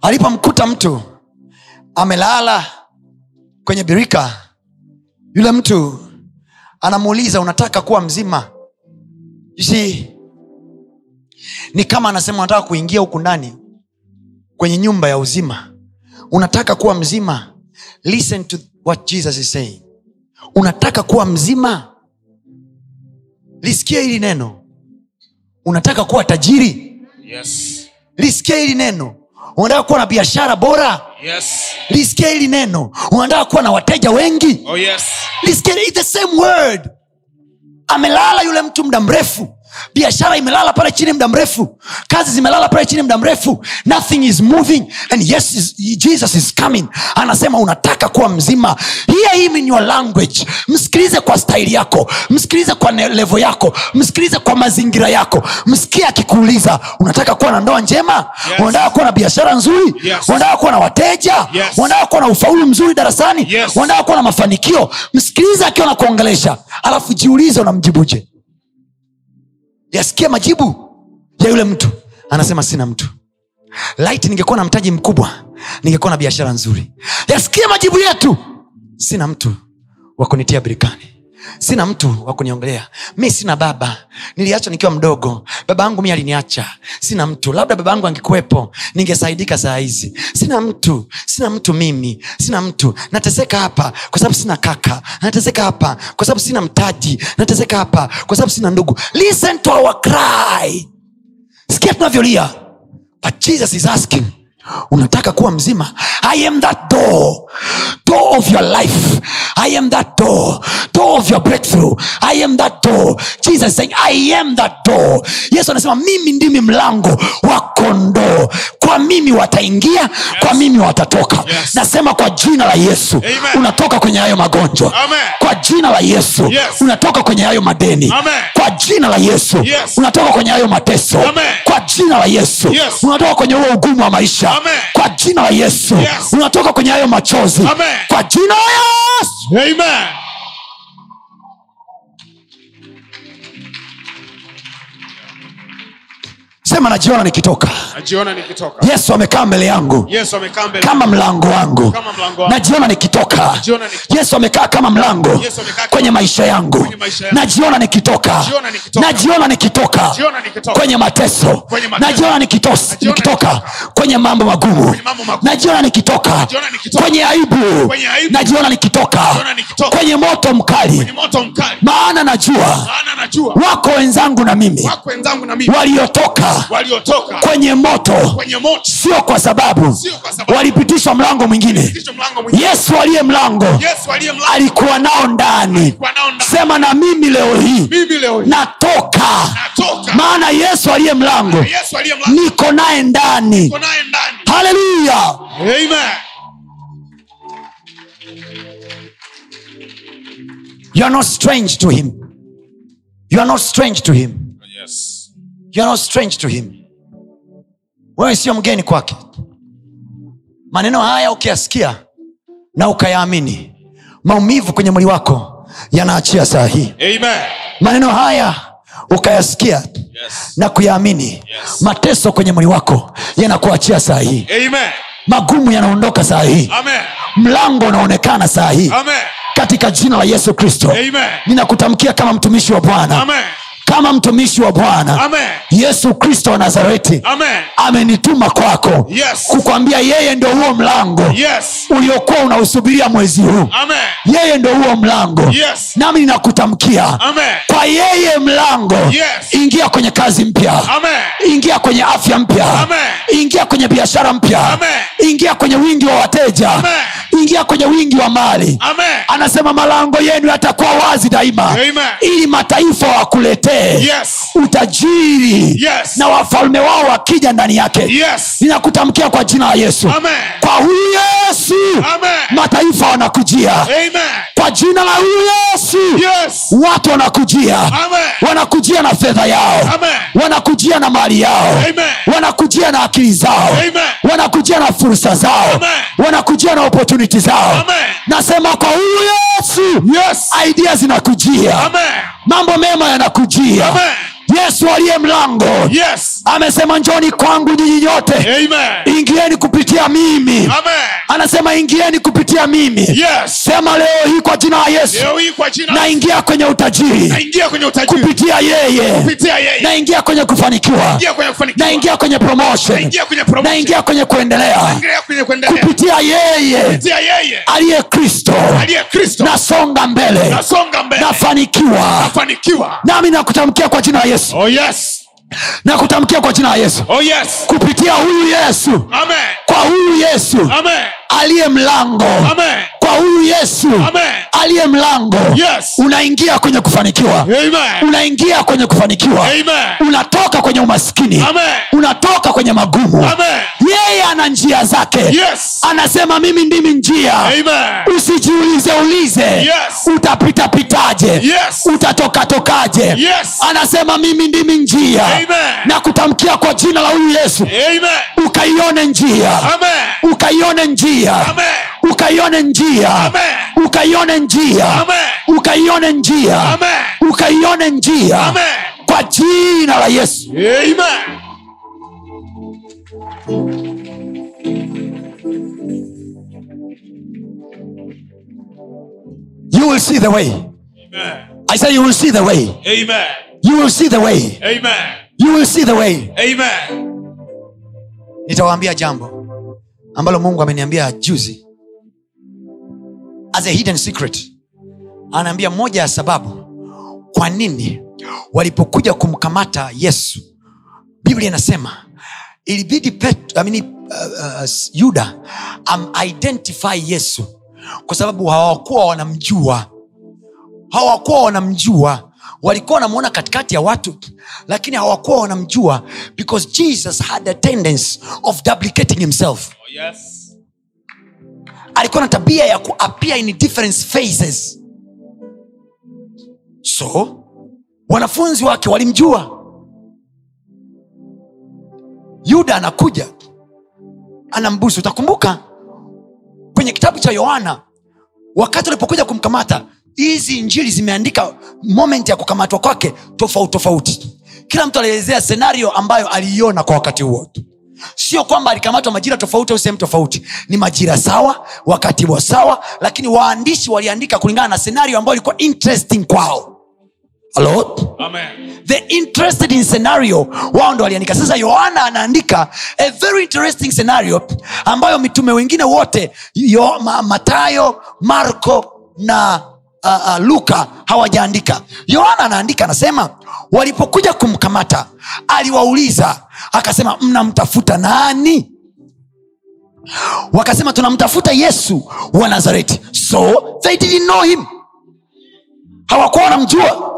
B: alipomkuta mtu amelala kwenye birika yule mtu anamuuliza unataka kuwa mzima You see, ni kama anasema unataka kuingia huku ndani kwenye nyumba ya uzima unataka kuwa mzima listen to what jesus is saying unataka kuwa mzima lisikie hili neno unataka kuwa tajiri
C: yes
B: lisikia hili neno unataka kuwa na biashara bora
C: yes
B: lisikia hili neno unataka kuwa na wateja wengi
C: oh yes
B: lisikia it's the same word amelala yule mtu muda mrefu biashara imelala pale chini muda mrefu kazi zimelala pale chini muda mrefu nothing is moving and yes is, jesus is coming anasema unataka kuwa mzima hear him in your language msikilize kwa staili yako msikilize kwa ne- levo yako msikilize kwa mazingira yako msikie akikuuliza unataka kuwa na ndoa njema
C: Yes.
B: unataka kuwa na biashara nzuri
C: Yes.
B: unataka kuwa na wateja
C: Yes.
B: unataka kuwa na ufaulu mzuri darasani
C: Yes.
B: unataka kuwa na mafanikio msikilize akiwa nakuongelesha alafu jiulize unamjibuje yasikia majibu ya yule mtu anasema sina mtu lit ningekuwa na mtaji mkubwa ningekuwa na biashara nzuri yasikia majibu yetu sina mtu wa kunitia birikani sina mtu wa kuniongelea mi sina baba niliachwa nikiwa mdogo baba yangu mi aliniacha sina mtu labda baba yangu angekuwepo ningesaidika saa hizi sina mtu sina mtu mimi sina mtu nateseka hapa kwa sababu sina kaka nateseka hapa kwa sababu sina mtaji nateseka hapa kwa sababu sina ndugu listen to our cry sikia tunavyolia but jesus is asking unataka kuwa mzima i am that door door of your life i am that door door of your breakthrough i am that door jesus is saying i am that door yesu anasema mimi ndimi mlango wa kondoo kwa mimi wataingia yes. kwa mimi watatoka
C: Yes.
B: nasema kwa jina la yesu
C: Amen.
B: unatoka kwenye hayo magonjwa
C: Amen.
B: kwa jina la yesu
C: Yes.
B: unatoka kwenye hayo madeni
C: Amen.
B: kwa jina la yesu
C: Yes.
B: unatoka kwenye hayo mateso
C: Amen.
B: kwa jina la yesu
C: Yes.
B: unatoka kwenye huo ugumu wa maisha
C: Amen.
B: kwa jina la yesu
C: Yes.
B: unatoka kwenye hayo machozi
C: Amen.
B: kwa jina la yesu
C: amen
B: sema najiona nikitoka
C: najiona nikitoka
B: yesu amekaa mbele yangu
C: Yesu amekaa mbele
B: kama mlango wangu
C: Kama mlango wangu.
B: najiona nikitoka
C: Najiona nikitoka.
B: yesu amekaa kama mlango
C: Yesu amekaa kama-
B: kwenye maisha yangu
C: Kwenye maisha yangu.
B: najiona nikitoka
C: Najiona nikitoka.
B: najiona nikitoka
C: Najiona nikitoka.
B: Oh. kwenye mateso
C: Kwenye mateso.
B: najiona nikitos-
C: Najiona
B: nikitoka
C: nikitoka.
B: kwenye mambo magumu
C: Kwenye mambo magumu.
B: najiona nikitoka
C: Najiona nikitoka.
B: kwenye aibu
C: Kwenye aibu.
B: najiona nikitoka
C: Najiona nikitoka.
B: kwenye moto
C: ni
B: mkali
C: moto mkali
B: maana najua
C: maana najua
B: wako wenzangu na mimi
C: wako wenzangu na mimi
B: waliotoka
C: waliotoka
B: kwenye moto
C: kwenye moto
B: sio kwa sababu
C: sio kwa sababu
B: walipitishwa mlango mwingine
C: Kristo mlango mwingine
B: yesu aliye mlango
C: yesu aliye mlango
B: alikuwa nao ndani
C: kwa nao ndani.
B: sema na mimi leo hii
C: mimi leo hii
B: natoka
C: natoka
B: maana yesu aliye mlango
C: yesu aliye mlango
B: niko naye ndani
C: niko naye ndani
B: haleluya
C: amen
B: you are not strange to him you are not strange to him
C: yes
B: you are not strange to him wewe sio mgeni kwake maneno haya ukiyasikia na ukayaamini maumivu kwenye mwili wako yanaachia saa hii
C: amen
B: maneno haya ukayasikia
C: yes
B: na kuyaamini
C: Yes.
B: mateso kwenye mwili wako yanakuachia saa hii
C: amen
B: magumu yanaondoka saa hii
C: amen
B: mlango unaonekana saa hii
C: amen
B: katika jina la yesu kristo
C: amen
B: ninakutamkia kama mtumishi wa bwana
C: amen
B: kama mtumishi wa bwana
C: amen
B: yesu kristo wa nazareti
C: amen
B: amenituma kwako
C: Yes.
B: kukwambia yeye ndio huo mlango
C: yes
B: uliokuwa unausubiria mwezi huu
C: amen
B: yeye ndio huo mlango
C: Yes.
B: nami ninakutamkia
C: amen
B: kwa yeye mlango
C: Yes.
B: ingia kwenye kazi mpya
C: amen
B: ingia kwenye afya mpya
C: Amen.
B: ingia kwenye biashara mpya
C: Amen.
B: ingia kwenye wingi wa wateja
C: Amen.
B: ingia kwenye wingi wa mali
C: amen
B: anasema malango yenu yatakuwa wazi daima
C: Amen.
B: ili mataifa wakuletee
C: yes
B: utajiri
C: Yes.
B: na wafalme wao wakija ndani yake
C: yes
B: ninakutamkia kwa jina la yesu
C: amen
B: kwa huyu yesu
C: amen
B: mataifa wanakujia
C: amen
B: kwa jina la huyu yesu
C: yes
B: watu wanakujia
C: amen
B: wanakujia na fedha yao
C: amen
B: wanakujia na mali yao
C: Amen.
B: wanakujia na akili zao
C: Amen.
B: wanakujia na fursa zao
C: Amen.
B: wanakujia na opportunity zao
C: Amen.
B: nasema kwa huyu yesu
C: Yes.
B: idea zinakujia
C: amen
B: mambo mema yanakujia
C: Amen.
B: yesu aliye mlango
C: yes
B: amesema njoni kwangu nyinyi nyote
C: amen
B: ingieni kupitia mimi
C: amen
B: anasema ingieni kupitia mimi
C: yes
B: sema leo hii kwa jina la yesu
C: leo hii kwa jina
B: naingia kwenye utajiri
C: naingia kwenye utajiri
B: kupitia yeye
C: kupitia yeye
B: naingia kwenye kufanikiwa
C: naingia kwenye kufanikiwa
B: naingia kwenye promotion
C: naingia kwenye promotion
B: naingia kwenye kuendelea
C: naingia kwenye kuendelea
B: kupitia Ah. yeye
C: kupitia yeye
B: aliye kristo
C: aliye Kristo
B: nasonga mbele
C: nasonga mbele
B: nafanikiwa
C: nafanikiwa
B: nami nakutamkia kwa jina la yesu
C: oh yes
B: nakutamkia kwa jina la yesu
C: oh yes
B: kupitia huyu yesu
C: amen
B: kwa huyu yesu
C: amen
B: aliye mlango
C: amen
B: kwa huyu yesu
C: amen
B: aliye mlango
C: yes
B: unaingia kwenye kufanikiwa
C: amen
B: unaingia kwenye kufanikiwa
C: amen
B: unatoka kwenye umaskini
C: amen
B: unatoka kwenye magumu
C: amen
B: yeye ana njia zake
C: yes
B: anasema mimi ndimi njia
C: amen
B: usijiulize ulize
C: Yes.
B: utapita pitaje
C: Yes.
B: utatokatokaje
C: Yes.
B: Ah. anasema mimi ndimi njia
C: Amen.
B: na kutamkia kwa jina la huyu yesu
C: amen
B: ukaione njia
C: amen
B: ukaione njia
C: amen
B: ukaione njia
C: amen
B: ukaione njia
C: amen
B: ukaione njia
C: amen
B: ukaione njia
C: amen
B: kwa jina la yesu
C: amen
B: you will see the way
C: amen
B: i say you will see the way
C: amen
B: you will see the way
C: amen
B: you will see the way
C: amen
B: nitawaambia jambo ambalo mungu ameniambia juzi as a hidden secret anaambia moja ya sababu kwa nini walipokuja kumkamata yesu biblia inasema ilibidi Pet- I mean, uh, uh, yuda amidentify yesu kwa sababu hawakuwa wanamjua hawakuwa wanamjua walikuwa wanamwona katikati ya watu lakini hawakuwa wanamjua because jesus had a tendency of duplicating himself
C: oh yes
B: alikuwa na tabia ya kuappear in different phases so wanafunzi wake walimjua yuda anakuja anambusu utakumbuka kwenye kitabu cha yohana wakati walipokuja kumkamata hizi injili zimeandika moment ya kukamatwa kwake tofauti tofauti kila mtu alielezea senario ambayo aliiona kwa wakati huo sio kwamba alikamatwa majira tofauti au sehemu tofauti ni majira sawa wakati wa sawa lakini waandishi waliandika kulingana na senario ambayo ilikuwa interesting kwao Hello?
C: amen
B: the interested in scenario wao ndo waliandika sasa yohana anaandika a very interesting scenario ambayo mitume wengine wote yo, ma, matayo marko na uh, uh, luka hawajaandika yohana anaandika anasema walipokuja kumkamata aliwauliza akasema mnamtafuta nani wakasema tunamtafuta yesu wa nazareti so they didn't know him hawakuwa wanamjua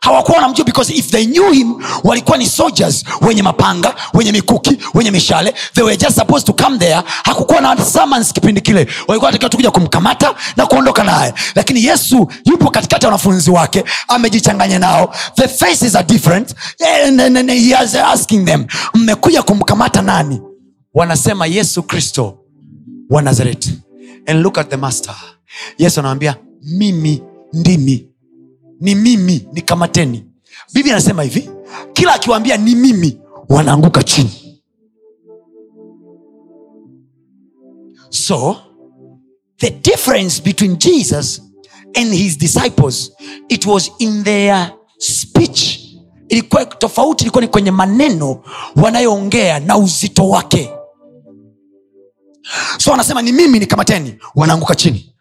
B: hawakuwa wanamjua because if they knew him walikuwa ni soldiers wenye mapanga wenye mikuki wenye mishale they were just supposed to come there hakukuwa na summons kipindi kile walikuwa takiwa tukuja kumkamata na kuondoka naye lakini yesu yupo katikati ya wanafunzi wake amejichanganya nao the faces are different Eh, and, and, and he is asking them mmekuja kumkamata nani wanasema yesu kristo wa nazareti and look at the master yesu anawambia mimi ndimi ni mimi nikamateni biblia anasema hivi kila akiwaambia ni mimi wanaanguka chini so the difference between jesus and his disciples it was in their speech ilikuwa tofauti ilikuwa ni kwenye maneno wanayoongea na uzito wake so anasema ni mimi nikamateni wanaanguka chini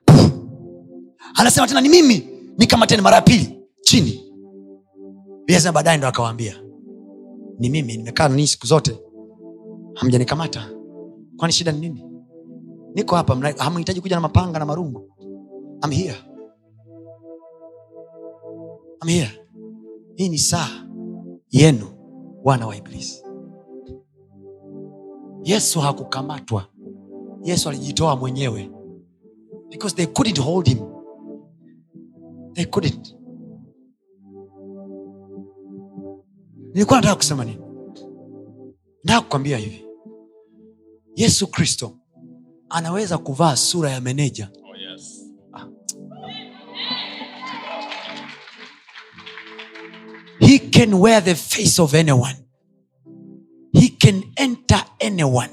B: anasema tena ni mimi nikamateni mara ya pili chini biasema baadaye ndo akawaambia ni mimi nimekaa nanii siku zote hamjanikamata kwani shida ni nini niko hapa mna- hamhitaji kuja na mapanga na marungu I'm here. I'm here. hii ni saa yenu wana wa iblisi yesu hakukamatwa yesu alijitoa mwenyewe because they couldn't hold him they couldn't nilikuwa nataka kusema nini nataka kukwambia hivi yesu kristo anaweza kuvaa sura ya meneja
C: Oh, yes.
B: he can wear the face of anyone he can enter anyone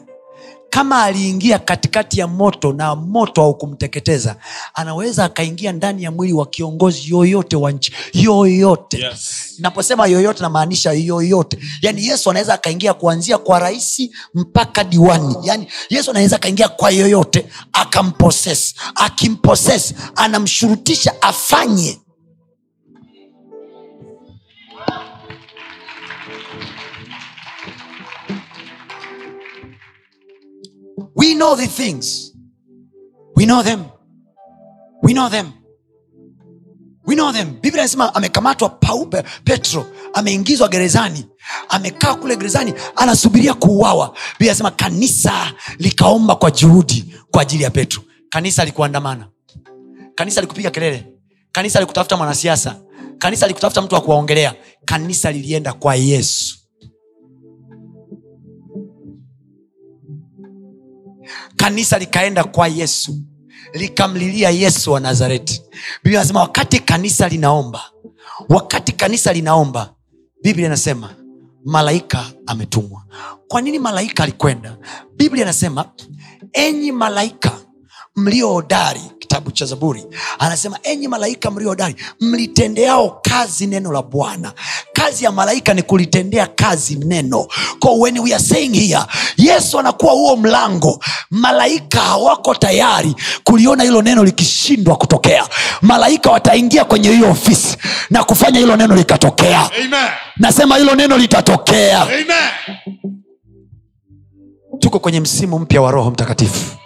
B: kama aliingia katikati ya moto na moto haukumteketeza anaweza akaingia ndani ya mwili wa kiongozi yoyote wa nchi yoyote
C: Yes.
B: naposema yoyote namaanisha yoyote yaani yesu anaweza akaingia kuanzia kwa rahisi mpaka diwani yaani yesu anaweza akaingia kwa yoyote akamposes akimposes anamshurutisha afanye we know the things we know them we know them we know them biblia inasema amekamatwa Pau- Pe- petro ameingizwa gerezani amekaa kule gerezani anasubiria kuuawa biblia inasema kanisa likaomba kwa juhudi kwa ajili ya petro kanisa likuandamana kanisa likupiga kelele kanisa likutafuta mwanasiasa kanisa likutafuta mtu wa kuwaongelea kanisa lilienda kwa yesu kanisa likaenda kwa yesu likamlilia yesu wa nazareti biblia anasema wakati kanisa linaomba wakati kanisa linaomba biblia inasema malaika ametumwa kwa nini malaika alikwenda biblia inasema enyi malaika mlio hodari kitabu cha zaburi anasema enyi malaika mlio hodari mlitendeao kazi neno la bwana kazi ya malaika ni kulitendea kazi neno Kwa when we are saying here yesu anakuwa huo mlango malaika hawako tayari kuliona hilo neno likishindwa kutokea malaika wataingia kwenye hiyo ofisi na kufanya hilo neno likatokea
C: Amen.
B: nasema hilo neno litatokea
C: Amen.
B: tuko kwenye msimu mpya wa roho mtakatifu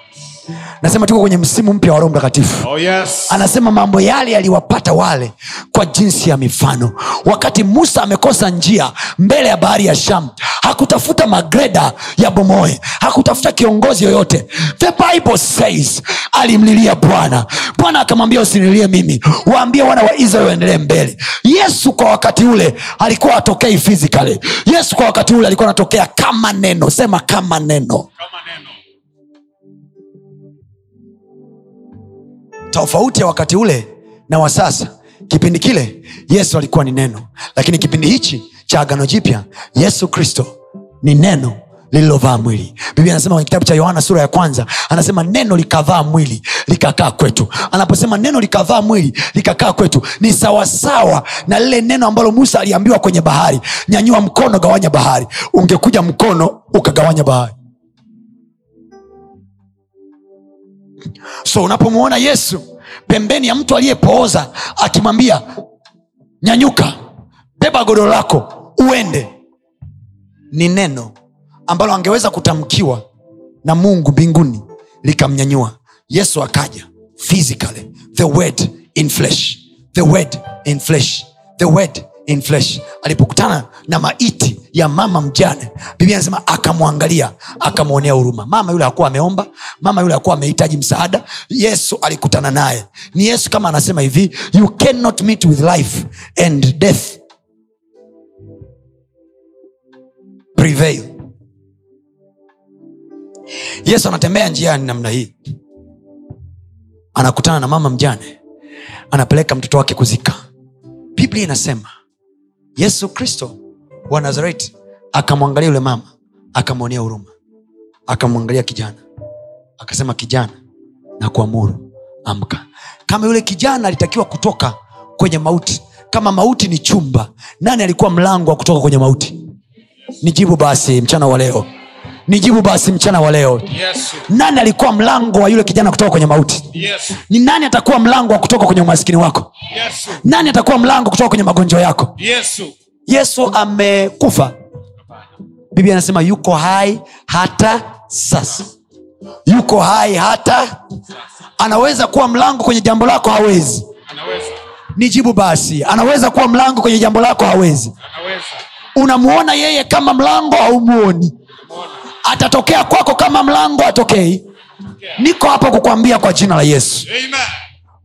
B: nasema tuko kwenye msimu mpya wa roho mtakatifu
C: Oh, yes.
B: anasema mambo yale yaliwapata wale kwa jinsi ya mifano wakati musa amekosa njia mbele ya bahari ya sham hakutafuta magreda ya bomoe hakutafuta kiongozi yoyote the bible says alimlilia bwana bwana akamwambia usinilie mimi waambie wana wa israeli waendelee mbele yesu kwa wakati ule alikuwa atokei physically yesu kwa wakati ule alikuwa anatokea kama neno sema kama neno
C: Kama neno.
B: tofauti ya wakati ule na wa sasa kipindi kile yesu alikuwa ni neno lakini kipindi hichi cha agano jipya yesu kristo ni neno lililovaa mwili biblia anasema kwenye kitabu cha yohana sura ya kwanza anasema neno likavaa mwili likakaa kwetu anaposema neno likavaa mwili likakaa kwetu ni sawasawa na lile neno ambalo musa aliambiwa kwenye bahari nyanyua mkono gawanya bahari ungekuja mkono ukagawanya bahari so unapomwona yesu pembeni ya mtu aliyepooza akimwambia nyanyuka beba godoro lako uende ni neno ambalo angeweza kutamkiwa na mungu mbinguni likamnyanyua yesu akaja physically the word in flesh the word in flesh the word in flesh alipokutana na maiti ya mama mjane biblia anasema akamwangalia akamwonea huruma mama yule akuwa ameomba mama yule akuwa amehitaji msaada yesu alikutana naye ni yesu kama anasema hivi you cannot meet with life and death prevail yesu anatembea njiani namna hii anakutana na mama mjane anapeleka mtoto wake kuzika biblia inasema yesu kristo wa nazareti akamwangalia yule mama akamwonea huruma akamwangalia kijana akasema kijana na kuamuru amka kama yule kijana alitakiwa kutoka kwenye mauti kama mauti ni chumba nani alikuwa mlango wa kutoka kwenye mauti nijibu basi mchana wa leo nijibu basi mchana wa leo
C: yesu
B: nani alikuwa mlango wa yule kijana kutoka kwenye mauti
C: yesu
B: ni nani atakuwa mlango wa kutoka kwenye umaskini wako
C: yesu
B: nani atakuwa mlango kutoka kwenye magonjwa yako
C: yesu
B: yesu amekufa biblia anasema yuko hai hata sasa yuko hai hata anaweza kuwa mlango kwenye jambo lako hawezi
C: anaweza
B: nijibu basi anaweza kuwa mlango kwenye jambo lako hawezi
C: anaweza
B: unamuona yeye kama mlango haumuoni atatokea kwako kama mlango atokei niko hapa kukwambia kwa jina la yesu
C: amen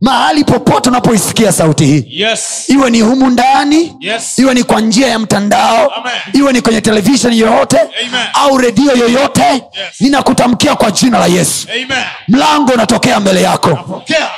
B: mahali popote unapoisikia sauti hii
C: yes
B: iwe ni humu ndani
C: Yes.
B: iwe ni kwa njia ya mtandao
C: Amen.
B: iwe ni kwenye televisheni yoyote
C: Amen.
B: au redio yoyote ninakutamkia kwa jina la yesu
C: amen
B: mlango unatokea mbele yako
C: pokea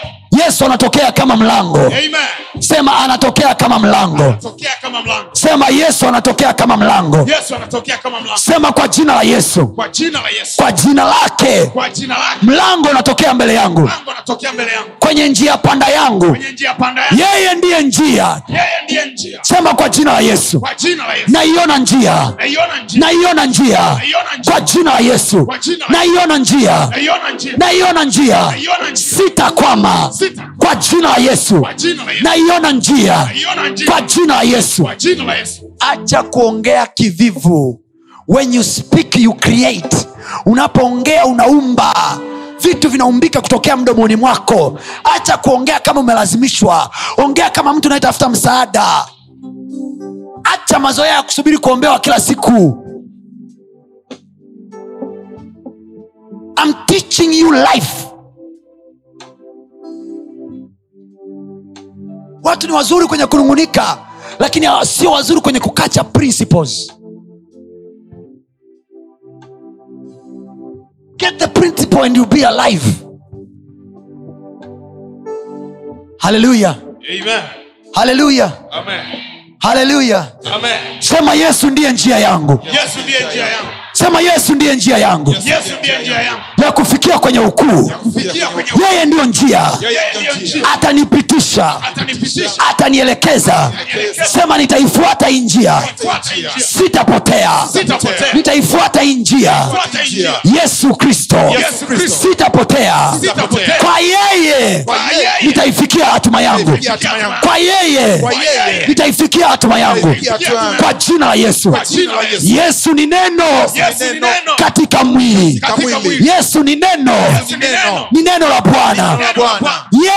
B: yesu anatokea kama mlango
C: amen
B: sema anatokea kama mlango
C: tokea kama mlango
B: sema yesu anatokea kama mlango
C: yesu anatokea kama mlango
B: sema kwa jina la yesu
C: kwa jina la yesu
B: kwa jina lake
C: kwa jina lake
B: mlango unatokea mbele yangu
C: mlango anatokea mbele yangu
B: kwenye njia panda yangu
C: kwenye njia panda yangu
B: yeye ndiye njia
C: yeye ndiye njia
B: sema kwa jina la yesu
C: kwa jina la yesu
B: naiona njia
C: naiona njia
B: naiona njia
C: naiona
B: kwa
C: njia
B: jina la yesu
C: Kwa jina la-
B: naiona njia
C: naiona njia
B: naiona njia
C: naiona njia
B: sitakwama
C: sita
B: kwa jina la yesu
C: kwa jina la yesu
B: naiona njia
C: naiona
B: kwa
C: njia
B: jina la yesu
C: kwa jina la yesu
B: acha kuongea kivivu when you speak you create unapoongea unaumba vitu vinaumbika kutokea mdomoni mwako acha kuongea kama umelazimishwa ongea kama mtu anayetafuta msaada acha mazoea ya kusubiri kuombewa kila siku I'm teaching you life watu ni wazuri kwenye kunungunika lakini hawa- sio wazuri kwenye kukacha principles get the principle and you'll be alive haleluya
C: amen
B: haleluya
C: amen
B: haleluya
C: amen
B: sema yesu ndiye njia yangu
C: yesu ndiye njia yangu
B: sema yesu ndiye njia yangu
C: yesu ndiye njia yangu
B: ya kufikia kwenye ukuu
C: fikia kwenye
B: yeye ndiyo njia
C: yeye ndiye njia
B: atanipitisha
C: atanipitisha
B: atanielekeza sema nitaifuata hii njia
C: fuata hii njia
B: sitapotea
C: sitapotea
B: nitaifuata hii njia
C: fuata hii njia
B: yesu kristo
C: Yesu Kristo.
B: sitapotea
C: sitapotea
B: kwa yeye
C: kwa yeye
B: nitaifikia hatima yangu kwa yeye
D: Kwa yeye.
B: nitaifikia hatima yangu kwa jina la yesu
C: kwa jina la Yesu
B: yesu ni neno
C: Yesu ni neno
B: katika mwili
C: katika
D: Kamwili.
C: mwili
B: yesu ni neno
C: Yesu ni neno
B: ni neno la bwana
C: Neno la Bwana.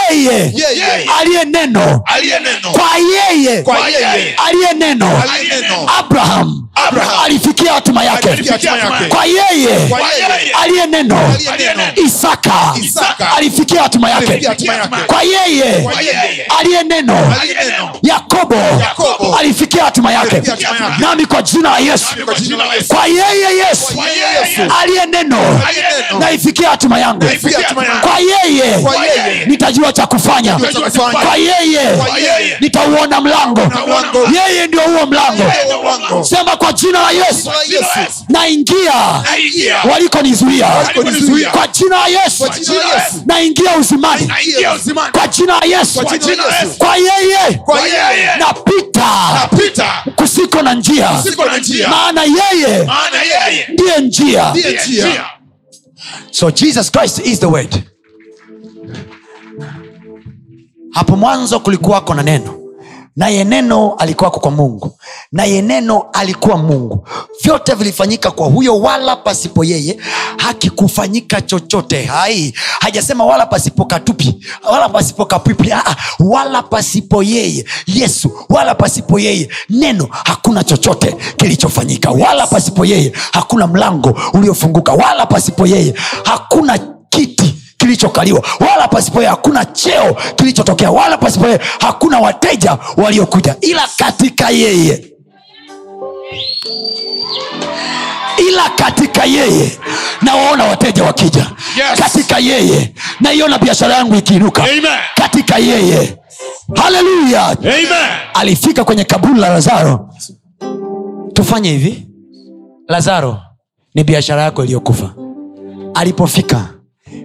B: yeye
D: Yeye.
B: aliye neno
C: aliye neno
B: kwa yeye
D: Kwa yeye.
B: aliye neno
D: Aliye neno.
B: abraham
D: Abraham.
B: alifikia hatima yake
D: Alifikia hatima yake.
B: kwa yeye
D: Kwa
C: yeye.
D: yeye.
B: aliye neno
D: Aliye neno.
B: isaka
D: Isaka.
B: alifikia hatima yake
D: Alifikia hatima yake.
B: kwa yeye
D: Kwa yeye.
B: aliye neno
D: Aliye neno.
B: yakobo
D: Yakobo.
B: alifikia hatima yake
D: Alifikia hatima yake.
B: nami kwa jina la yesu
D: Kwa jina la Yesu.
B: kwa yeye yesu
D: Kwa yeye Yesu.
B: aliye neno
D: Aliye neno.
B: naifikia hatima yangu
D: Alifikia hatima yake.
B: kwa yeye
D: Kwa yeye.
B: nitajua cha kufanya
D: Nitajua cha kufanya.
B: kwa yeye
D: Kwa yeye.
B: nitauona mlango
D: mlango.
B: yeye ndio huo mlango
D: Yeye ndio mlango.
B: sema kwa jina la yesu
D: Kwa Yesu.
B: naingia
D: Naingia.
B: walikonizuia
D: Walikonizuia.
B: kwa jina la yesu
D: Kwa jina la Yesu.
B: naingia uzimani
D: Naingia uzimani.
B: kwa jina la yesu
D: Kwa jina la Yesu.
B: kwa yeye
D: Kwa yeye.
B: napita
D: Napita.
B: kusiko na njia
D: Siko na njia.
B: maana yeye
D: Maana yeye.
B: ndiye njia
D: Ndiye njia.
B: so jesus christ is the word hapo mwanzo kulikuwako na neno naye neno alikuwako kwa mungu naye neno alikuwa mungu vyote vilifanyika kwa huyo wala pasipo yeye hakikufanyika chochote hai hajasema wala pasipo katupi wala pasipo kapipi Aa, wala pasipo yeye yesu wala pasipo yeye neno hakuna chochote kilichofanyika wala pasipo yeye hakuna mlango uliofunguka wala pasipo yeye hakuna kiti kilichokaliwa wala pasipo yeye hakuna cheo kilichotokea wala pasipo yeye hakuna wateja waliokuja ila katika yeye ila katika yeye nawaona wateja wakija
D: Yes.
B: katika yeye naiona biashara yangu ikiinuka
D: Amen.
B: katika yeye haleluya
D: Amen.
B: alifika kwenye kaburi la lazaro tufanye hivi lazaro ni biashara yako iliyokufa alipofika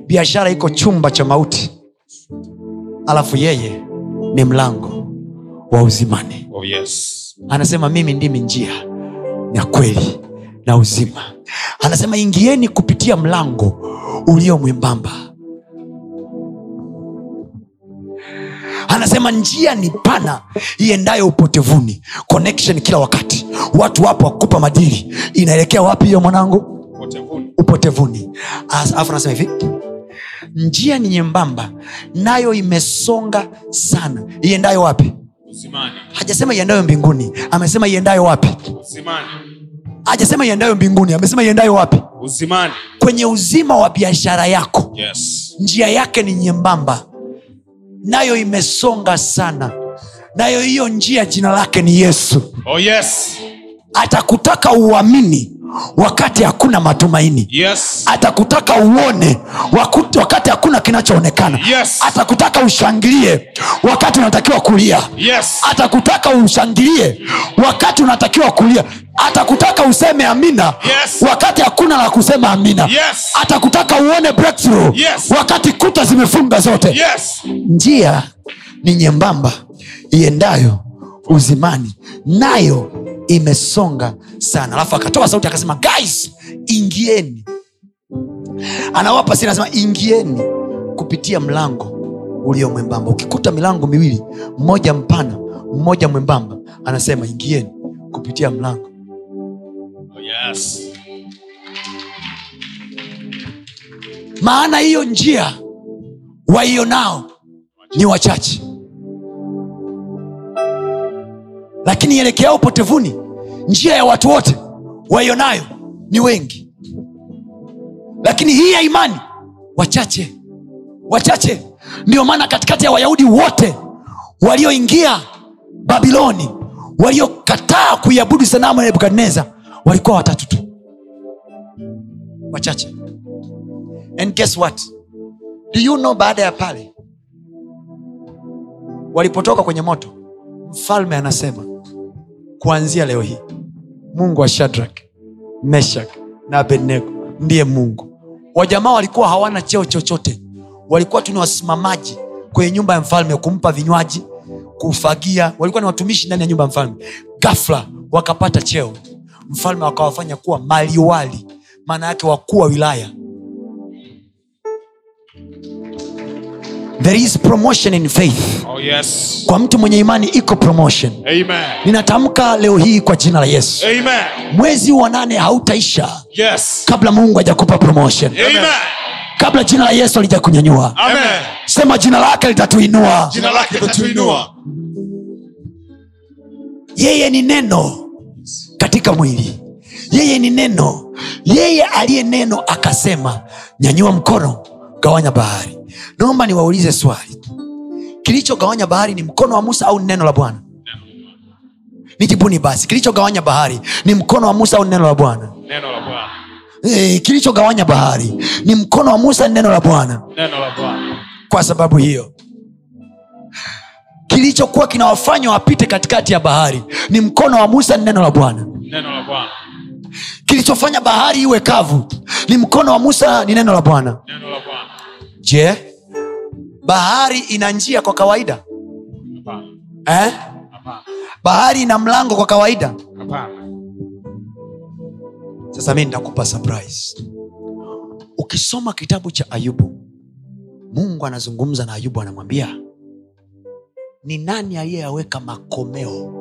B: biashara iko chumba cha mauti alafu yeye ni mlango wa uzimani
C: oh yes
B: anasema mimi ndimi njia na kweli na uzima anasema ingieni kupitia mlango ulio mwembamba anasema njia ni pana iendayo upotevuni connection kila wakati watu wapo wakupa madili inaelekea wapi hiyo mwanangu
C: potevuni
B: upotevuni As- alafu anasema hivi njia ni nyembamba nayo imesonga sana iendayo wapi
C: usimani
B: hajasema iendayo mbinguni amesema iendayo wapi
C: usimani
B: hajasema iendayo mbinguni amesema iendayo wapi
C: usimani
B: kwenye uzima wa biashara yako
C: yes
B: njia yake ni nyembamba nayo imesonga sana nayo hiyo njia jina lake ni yesu
C: oh yes
B: atakutaka uamini wakati hakuna matumaini
C: yes
B: atakutaka uone wakuti, wakati hakuna kinachoonekana
C: Yes.
B: atakutaka ushangilie wakati unatakiwa kulia
C: yes
B: atakutaka ushangilie wakati unatakiwa kulia atakutaka useme amina
C: Yes.
B: wakati hakuna la kusema amina
C: Yes.
B: atakutaka uone breakthrough
C: Yes.
B: wakati kuta zimefunga zote
C: yes
B: njia ni nyembamba iendayo uzimani nayo imesonga sana alafu akatoa sauti akasema guys ingieni anawapa siri anasema ingieni kupitia mlango ulio mwembamba ukikuta milango miwili mmoja mpana mmoja mwembamba anasema ingieni kupitia mlango
C: oh yes
B: maana hiyo njia waionao ni wachache lakini ielekeao potevuni njia ya watu wote waionayo ni wengi lakini hii ya imani wachache wachache ndiyo maana katikati ya wayahudi wote walioingia babiloni waliokataa kuiabudu sanamu ya nebukadnezar walikuwa watatu tu wachache and guess what do you know baada ya pale walipotoka kwenye moto mfalme anasema kuanzia leo hii mungu wa shadrak meshak na abednego ndiye mungu wajamaa walikuwa hawana cheo chochote walikuwa tu ni wasimamaji kwenye nyumba ya mfalme kumpa vinywaji kufagia walikuwa ni watumishi ndani ya nyumba ya mfalme gafla wakapata cheo mfalme wakawafanya kuwa maliwali maana yake wakuu wa wilaya there is promotion in faith
C: oh yes
B: kwa mtu mwenye imani iko promotion
C: amen
B: ninatamka leo hii kwa jina la yesu
C: amen
B: mwezi wa nane hautaisha
C: yes
B: kabla mungu hajakupa promotion
C: amen
B: kabla jina la yesu alijakunyanyua
C: amen
B: sema jina lake litatuinua
D: jina lake tatuinua
B: yeye ni neno katika mwili yeye ni neno yeye aliye neno akasema nyanyua mkono gawanya bahari naomba niwaulize swali kilichogawanya bahari ni mkono wa musa au ni neno la bwana nijibuni basi kilichogawanya bahari ni mkono wa musa au ni neno la bwana
C: neno la bwana
B: Eh, kilichogawanya bahari ni mkono wa musa ni neno la bwana
C: neno la bwana
B: kwa sababu hiyo kilichokuwa kinawafanya wapite katikati ya bahari ni mkono wa musa ni neno la bwana
C: neno la bwana
B: kilichofanya bahari iwe kavu ni mkono wa musa ni neno la bwana
C: neno la bwana
B: je bahari ina njia kwa kawaida
C: hapana
B: eh?
C: hapana
B: bahari ina mlango kwa kawaida
C: hapana
B: sasa mi nitakupa surprise ukisoma kitabu cha ayubu mungu anazungumza na ayubu anamwambia ni nani aliyeyaweka makomeo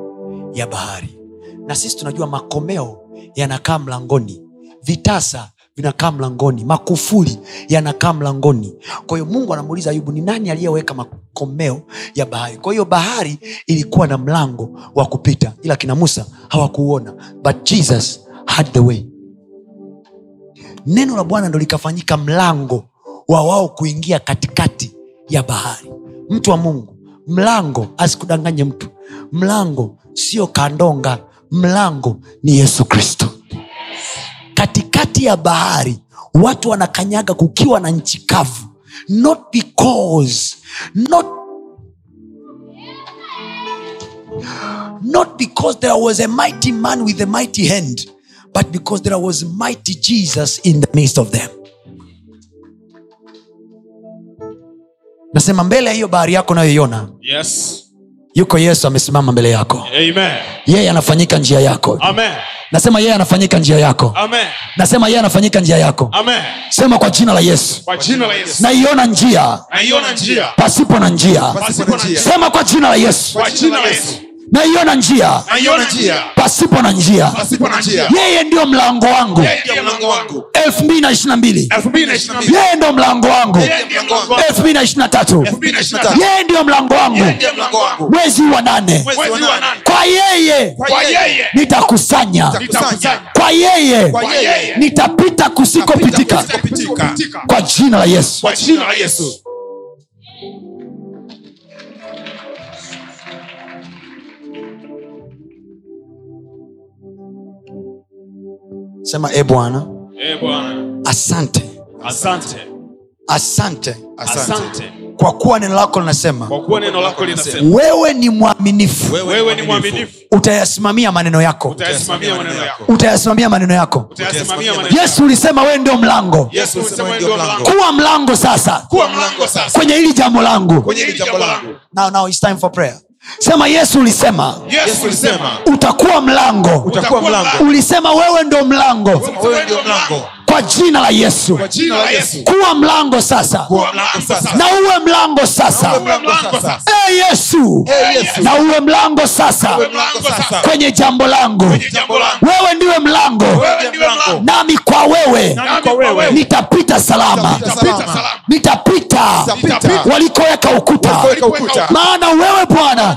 B: ya bahari na sisi tunajua makomeo yanakaa mlangoni vitasa vinakaa mlangoni makufuri yanakaa mlangoni kwa hiyo mungu anamuuliza ayubu ni nani aliyeweka makomeo ya bahari kwa hiyo bahari ilikuwa na mlango wa kupita ila kina musa hawakuuona but jesus had the way neno la bwana ndo likafanyika mlango wa wao kuingia katikati ya bahari mtu wa mungu mlango asikudanganye mtu mlango sio kandonga mlango ni yesu kristo katikati ya bahari watu wanakanyaga kukiwa na nchi kavu not because not not because there was a mighty man with a mighty hand but because there was mighty jesus in the midst of them nasema mbele ya hiyo bahari yako unayoiona
C: Yes.
B: yuko yesu amesimama mbele yako
C: Amen.
B: yeye anafanyika njia yako
C: Amen.
B: nasema yeye anafanyika njia yako
C: Amen.
B: nasema yeye anafanyika njia yako
C: Amen.
B: sema kwa jina la yesu
C: Kwa jina la Yesu.
B: naiona njia
C: Naiona njia.
B: pasipo na njia
D: Pasipo na njia.
B: sema kwa jina la yesu
C: Kwa jina la Yesu.
B: naiona njia
D: Naiona njia.
B: pasipo na njia
D: Pasipo na njia.
B: yeye ndio mlango wangu
D: Yeye ndiye mlango wangu.
B: 222
D: 2022.
B: yeye ndio mlango wangu
D: Yeye ndiye mlango wangu.
B: 223
D: 2023.
B: yeye ndio mlango wangu
D: Yeye ndiye mlango wangu.
B: mwezi wa nane
D: Mwezi wa nane.
B: kwa yeye
D: Kwa yeye
B: nitakusanya
D: nitakusanya.
B: kwa yeye
D: Kwa yeye
B: nitapita kusikopitika
D: nitakupitika.
B: kwa jina la yesu
D: Kwa jina la Yesu.
B: sema e bwana
C: Eh Bwana.
B: asante
C: Asante.
B: asante
D: Asante.
C: Asante.
B: kwa kuwa neno lako linasema
C: Kwa kuwa neno lako linasema
B: wewe ni mwaminifu
C: wewe ni mwaminifu
B: utayasimamia maneno yako
C: utayasimamia maneno yako.
B: utayasimamia maneno yako
C: Utayasimamia maneno yako.
B: yesu ulisema wewe ndio mlango
C: Yesu usema wewe ndio mlango.
B: kuwa mlango sasa
D: Kuwa mlango sasa.
B: kwenye hili jambo langu
D: Kwenye hili jambo langu.
B: now, now it's time for prayer sema yesu ulisema
D: Yesu alisema
B: utakuwa mlango
D: utakuwa mlango.
B: ulisema wewe ndio mlango
D: Wewe ndio mlango.
B: kwa jina la yesu
D: Kwa jina la Yesu.
B: kuwa mlango sasa
D: Kuwa mlango sasa.
B: na uwe mlango
D: Kuwa
B: sasa
D: mlango sasa.
B: e yesu
D: Eh, Yesu.
B: na uwe mlango sasa
D: Kuwa mlango sasa.
B: kwenye jambo langu
D: Kwenye jambo langu.
B: wewe ndiwe mlango
D: Wewe ndiye mlango.
B: nami kwa wewe
D: Nami kwa wewe.
B: nitapita salama
D: Nitapita salama.
B: nitapita
D: Nitapita.
B: walikoweka ukuta
D: Kuweka ukuta.
B: maana wewe bwana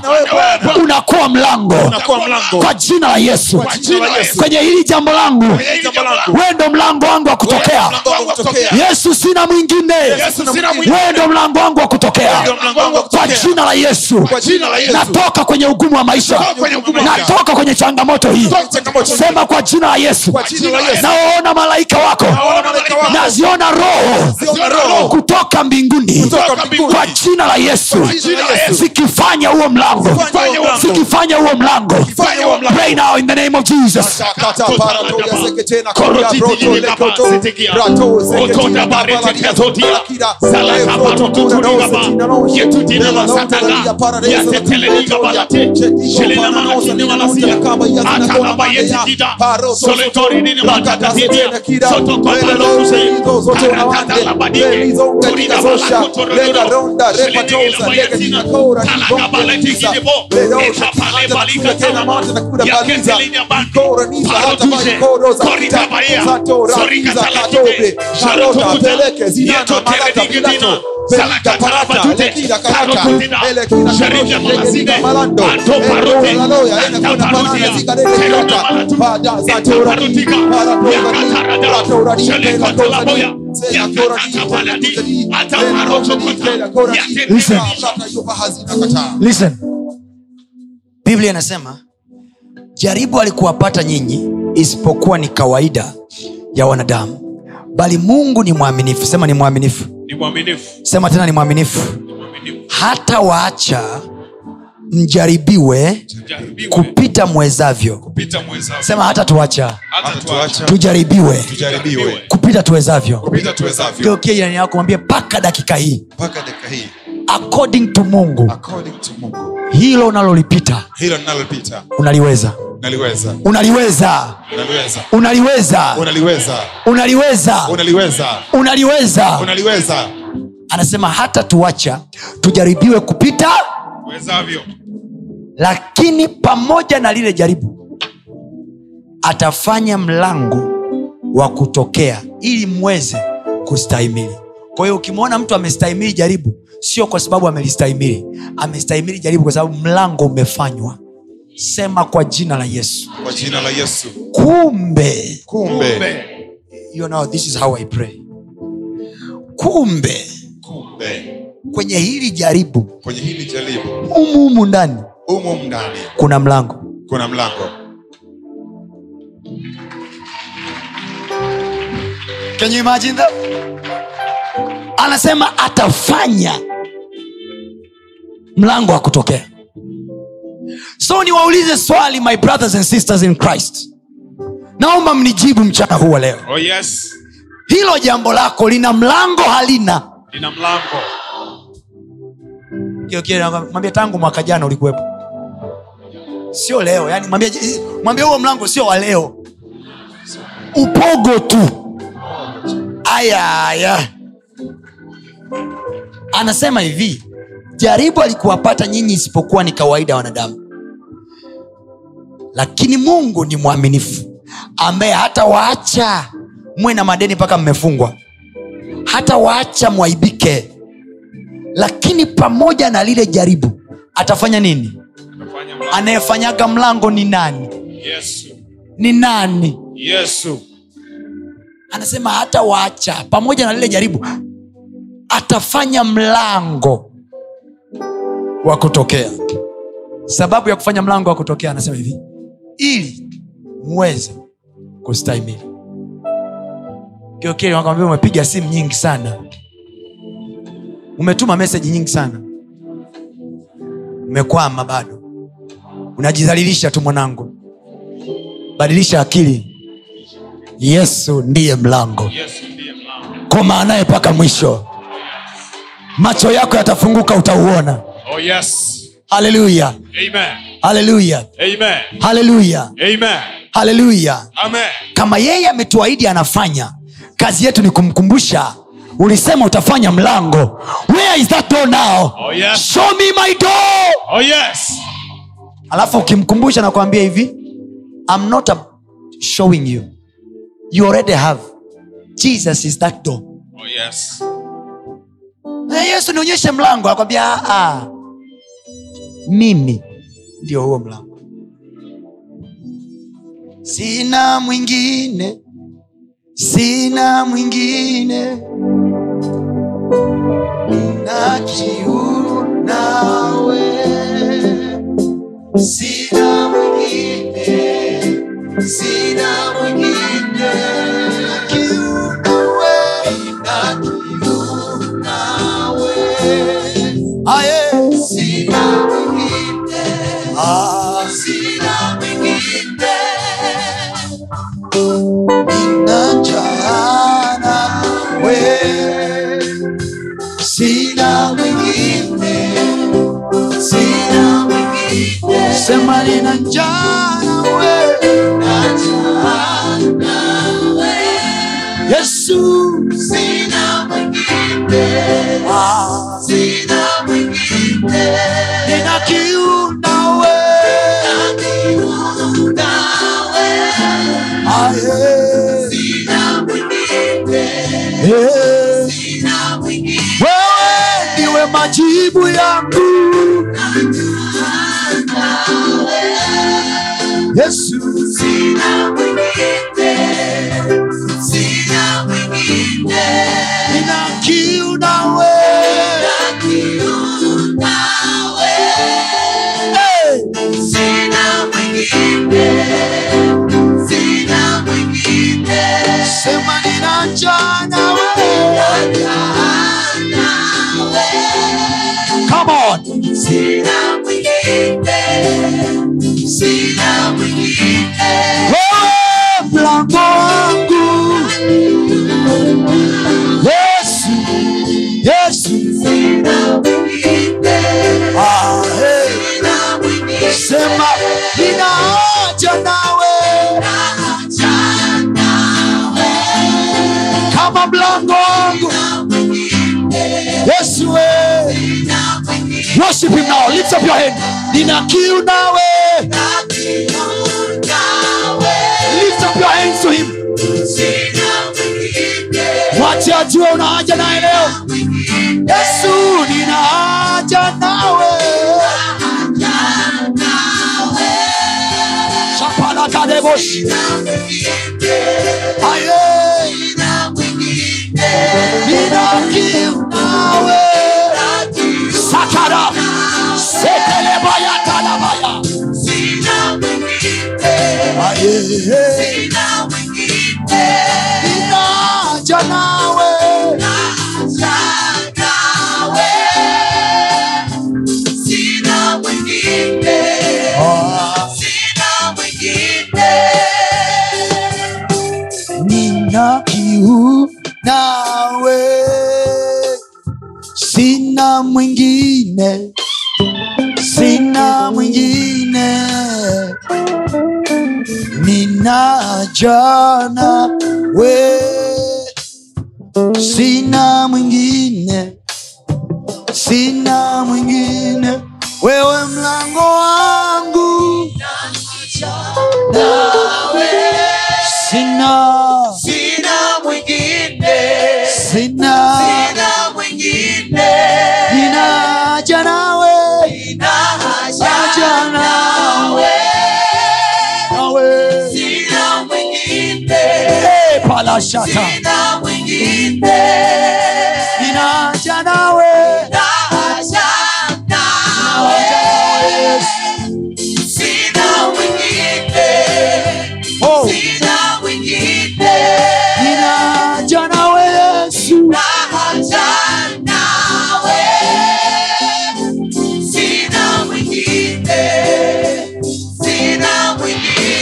B: unakuwa mlango
D: Unakuwa mlango.
B: kwa jina la yesu
D: Kwa jina la Yesu.
B: kwenye hili jambo langu
D: Kwenye hili jambo langu.
B: wewe ndo mlango wangu wa kutokea
D: Mlango wangu wa kutokea.
B: yesu sina mwingine
D: Yesu sina mwingine.
B: wewe ndo mlango wangu wa kutokea
D: Ndio mlango wangu wa
B: kwa
D: kutokea.
B: jina la yesu
D: Kwa jina la Yesu.
B: natoka kwenye ugumu wa maisha
D: Natoka kwenye ugumu wa maisha.
B: natoka kwenye changamoto hii
D: Toka changamoto hii.
B: sema kwa jina la yesu
D: Kwa jina la Yesu.
B: nawaona malaika wako
D: Nawaona malaika wako.
B: naziona roho
D: Naziona roho.
B: kutoka mbinguni
D: Kutoka mbinguni.
B: kwa jina la yesu
D: Kwa jina la Yesu.
B: zikifanya huo mlango
D: Zikifanya huo mlango.
B: zikifanya huo mlango
D: Zikifanya huo mlango.
B: Pray now in the name of jesus Listen. Listen. biblia inasema jaribu alikuwapata nyinyi isipokuwa ni kawaida ya wanadamu bali mungu ni mwaminifu sema ni mwaminifu
C: Ni mwaminifu.
B: sema tena ni mwaminifu
C: Ni mwaminifu.
B: hata waacha mjaribiwe
C: Jaribiwe
B: kupita mwezavyo
C: kupita mwenzako.
B: sema hata tuacha
C: Hata tuache
B: tujaribiwe
D: tujaribiwe
B: kupita tuwezavyo
D: kupita tuwezavyo
B: geukia jirani yako mwambie mpaka dakika hii
D: mpaka dakika hii
B: according to mungu
D: according to mungu
B: hilo unalolipita
D: hilo ninalopita
B: unaliweza
D: naliweza
B: unaliweza unaliweza
D: naliweza unaliweza Ah.
B: unaliweza
D: unaliweza
B: unaliweza
D: unaliweza
B: anasema hata tuacha tujaribiwe kupita
C: uwezavyo
B: lakini pamoja na lile jaribu atafanya mlango wa kutokea ili mweze kustahimili kwa hiyo ukimwona mtu amestahimili jaribu sio kwa sababu amelistahimili amestahimili jaribu kwa sababu mlango umefanywa sema kwa jina la yesu
D: kwa jina la yesu
B: kumbe
D: kumbe
B: you know, this is how I pray. kumbe
D: kumbe
B: kwenye hili jaribu
D: kwenye hili jaribu
B: umuhumu ndani
D: umo ndani
B: kuna mlango
D: kuna mlango
B: Can you imagine that? anasema atafanya mlango wa kutokea so niwaulize swali my brothers and sisters in christ naomba mnijibu mchana huu wa leo
C: oh yes
B: hilo jambo lako lina mlango halina
C: lina mlango
B: Kio- kio, nakwambia, mwambie tangu mwaka jana ulikuwepo sio leo yani mwambie mwambie huo mlango sio wa leo upogo tu ayaya anasema hivi jaribu alikuwapata nyinyi isipokuwa ni kawaida ya wanadamu lakini mungu ni mwaminifu ambaye hata waacha mwe na madeni mpaka mmefungwa hata waacha mwaibike lakini pamoja na lile jaribu atafanya nini
C: utafanya mlango
B: anayefanyaga mlango ni nani
C: yesu
B: ni nani
C: yesu
B: anasema hata waacha pamoja na lile jaribu atafanya mlango wa kutokea sababu ya kufanya mlango wa kutokea anasema hivi ili muweze kustahimili kiokili wakaambia umepiga simu nyingi sana umetuma meseji nyingi sana umekwama bado unajidhalilisha tu mwanangu badilisha akili yesu ndiye mlango
C: yesu ndiye mlango
B: koma naye mpaka mwisho macho yako yatafunguka utauona
C: oh yes
B: haleluya
C: amen
B: haleluya
C: amen
B: haleluya
C: amen
B: haleluya
C: amen
B: kama yeye ametuahidi anafanya kazi yetu ni kumkumbusha ulisema utafanya mlango where is that door now
C: Oh, yes.
B: show me my door
C: oh yes
B: alafu ukimkumbusha nakwambia hivi I'm not a- showing you you already have jesus is that door
C: oh yes
B: Na yesu nionyeshe mlango akwambia "Ah, ah. mimi ndio huo mlango sina mwingine sina mwingine na kiu nawe sina mwingine sina mwingine na kiu nawe na kiu nawe aye sina mwingine ah sina mwingine nina njaa na wewe sina mwingine sina mwingine sema nina njaa na wewe yesu sina mwingine sina mwingine nina kiu nawe Ah, yeah. Yeah. wewe ndiwe majibu yangu yesu nina kiu nawe Hey! sema nina njaa nawe Come on. Wewe mlango wangu yesu yesu Ah, hey. sema nina haja nawe kama mlango wangu yesu we
E: Worship him now. Lift up your hand. Nina eh? kiu nawe. Lift up your hands to him. Wache ajue una haja naye leo. Yesu, nina haja nawe. Shapala kadeboshi. Aye. Nina kiu nawe. Sakara. Sekelebaya talabaya. Aye. Nina haja nawe. nina kiu nawe sina mwingine sina mwingine nina jana we sina mwingine sina mwingine wewe mlango wangu sina sina nina janawe janawe nawe Eh, palashata nina janawe oh nina janawe Yesu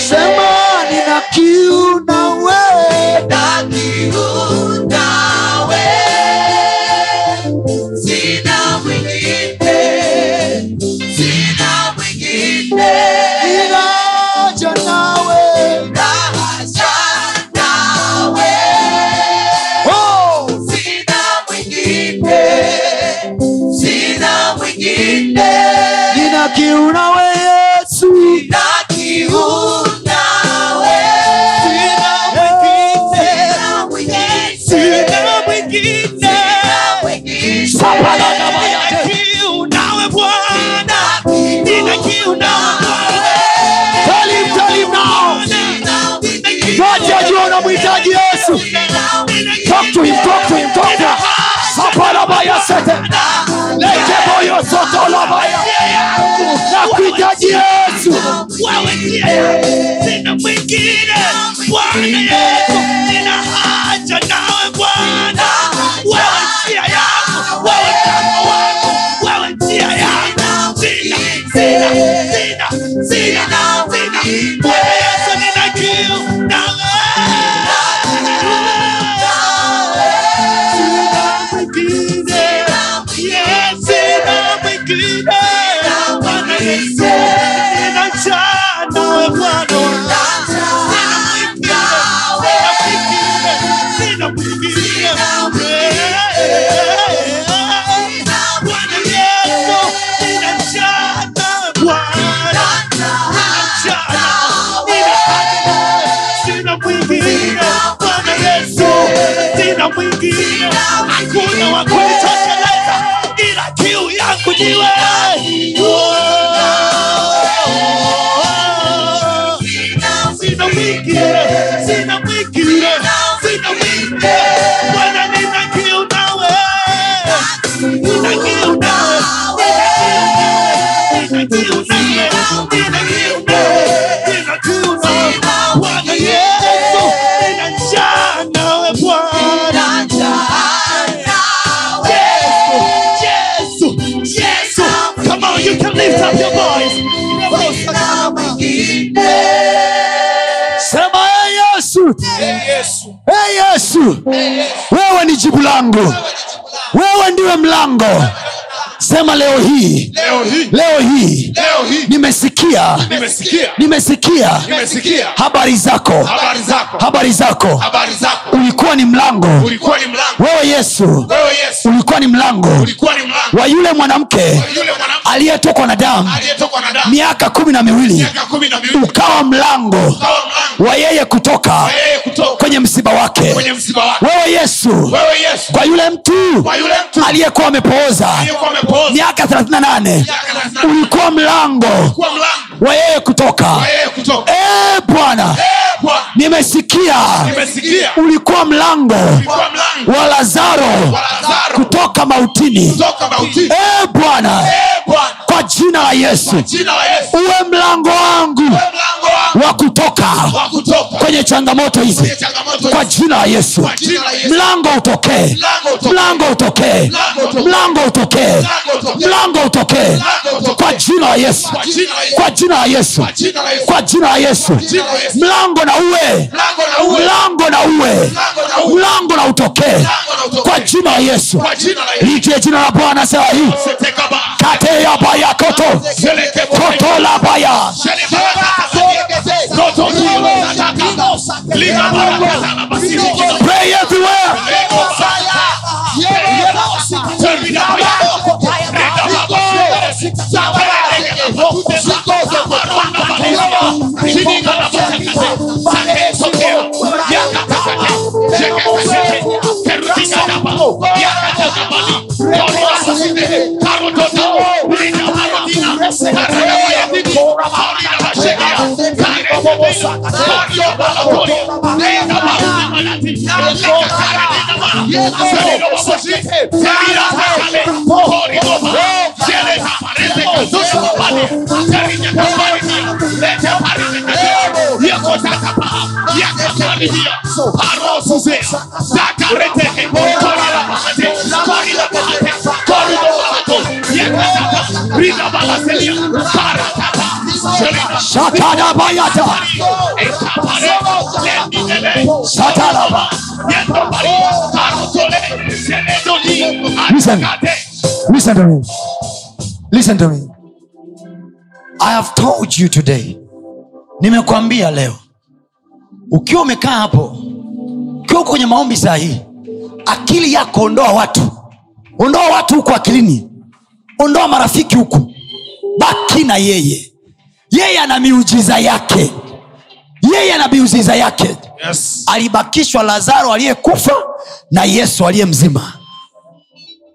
E: sema nina kiu nawe nina janawe oh nina kiu nawe Yesu Sina mwingine. Sina mwingine. Sapala na mayate. Tell him, tell him now. Wote wajua unamhitaji Yesu. Talk to him, talk to him, talk to him. Sapala bayasete. Leke moyo soto la baya. Nakuhitaji Yesu.
C: mwingine hakuna wa kunitosheleza ila kiu yangu ni wewe sina mwingine sina mwingine sina mwingine bwana nina kiu nawe nina kiu nawe nina kiu nawe nina kiu nawe nina kiu nawe bwana yesu nina njaa nawe bwana Yesu, Yesu. Come on, you can lift up your voice.
E: Sema hey Yesu. Hey Yesu. Wewe ni jibu langu. Wewe ndiwe mlango. Sema leo hii.
B: Leo hii,
E: Leo hii
B: leo hii
E: nimesikia
B: nimesikia,
E: nimesikia
B: nimesikia
E: habari zako
B: habari zako,
E: habari zako
B: habari zako.
E: ulikuwa
B: ulikuwa ni mlango
C: ulikuwa ni mlango
B: wewe yesu
C: wewe yesu
B: ulikuwa ni mlango
C: ulikuwa ni mlango
B: wa yule mwanamke
C: yule mwanamke
B: aliyetokwa na damu
C: aliyetokwa na damu
B: miaka kumi na miwili
C: miaka kumi na miwili
B: ukawa mlango
C: kawa mlango
B: wa yeye kutoka
C: wa yeye kutoka
B: kwenye msiba
C: kwenye
B: wake
C: msiba wake
B: wewe yesu
C: wewe yesu
B: kwa yule mtu
C: kwa yule mtu
B: aliyekuwa amepooza
C: aliyekuwa amepooza
B: miaka 38
C: miaka thelathini
B: ulikuwa mlango
C: kuwa mlango
B: wa yeye kutoka
C: wa yeye kutoka
B: Eh, bwana
C: Eh, Bwana
B: nimesikia
C: nimesikia
B: ulikuwa mlango
C: ulikuwa mlango
B: wa lazaro
C: wa Lazaro
B: kutoka mautini
C: kutoka mautini
B: Eh, bwana
C: Eh, Bwana
B: kwa jina la yesu
C: jina la Yesu
B: uwe mlango wangu
C: uwe mlango wangu
B: wa kutoka
C: wa kutoka
B: kwenye changamoto
C: kwenye
B: hizi
C: changamoto
B: kwa
C: hizi.
B: jina la yesu
C: kwa jina la Yesu
B: mlango utokee
C: mlango utoke
B: mlango utokee mlango utokee mlango utokee kwa jina la yesu
C: kwa jina la Yesu
B: kwa jina la yesu
C: kwa jina la Yesu
B: kwa jina la yesu
C: jina la Yesu.
B: mlango na uwe
C: mlango na uwe
B: mlango na uwe
C: mlango na uwe
B: mlango na utokee
C: mlango na utoke
B: kwa jina la yesu
C: kwa jina la Yesu
B: litie jina la bwana sema hii
C: tekaba
B: kate ya baya koto
C: seleke
B: koto la baya
E: Fire!
B: pray everywhere shakada bayata satalaba Listen. Listen to me. Listen to me. I have told you today. Nimekwambia leo. Ukiwa umekaa hapo, ukiwa uko kwenye maombi saa hii, akili yako ondoa watu. Ondoa watu huko akilini. Ondoa marafiki huku. Baki na yeye. Yeye ana miujiza yake. Yeye ana miujiza yake.
F: yes.
B: Alibakishwa Lazaro aliyekufa na Yesu aliyemzima.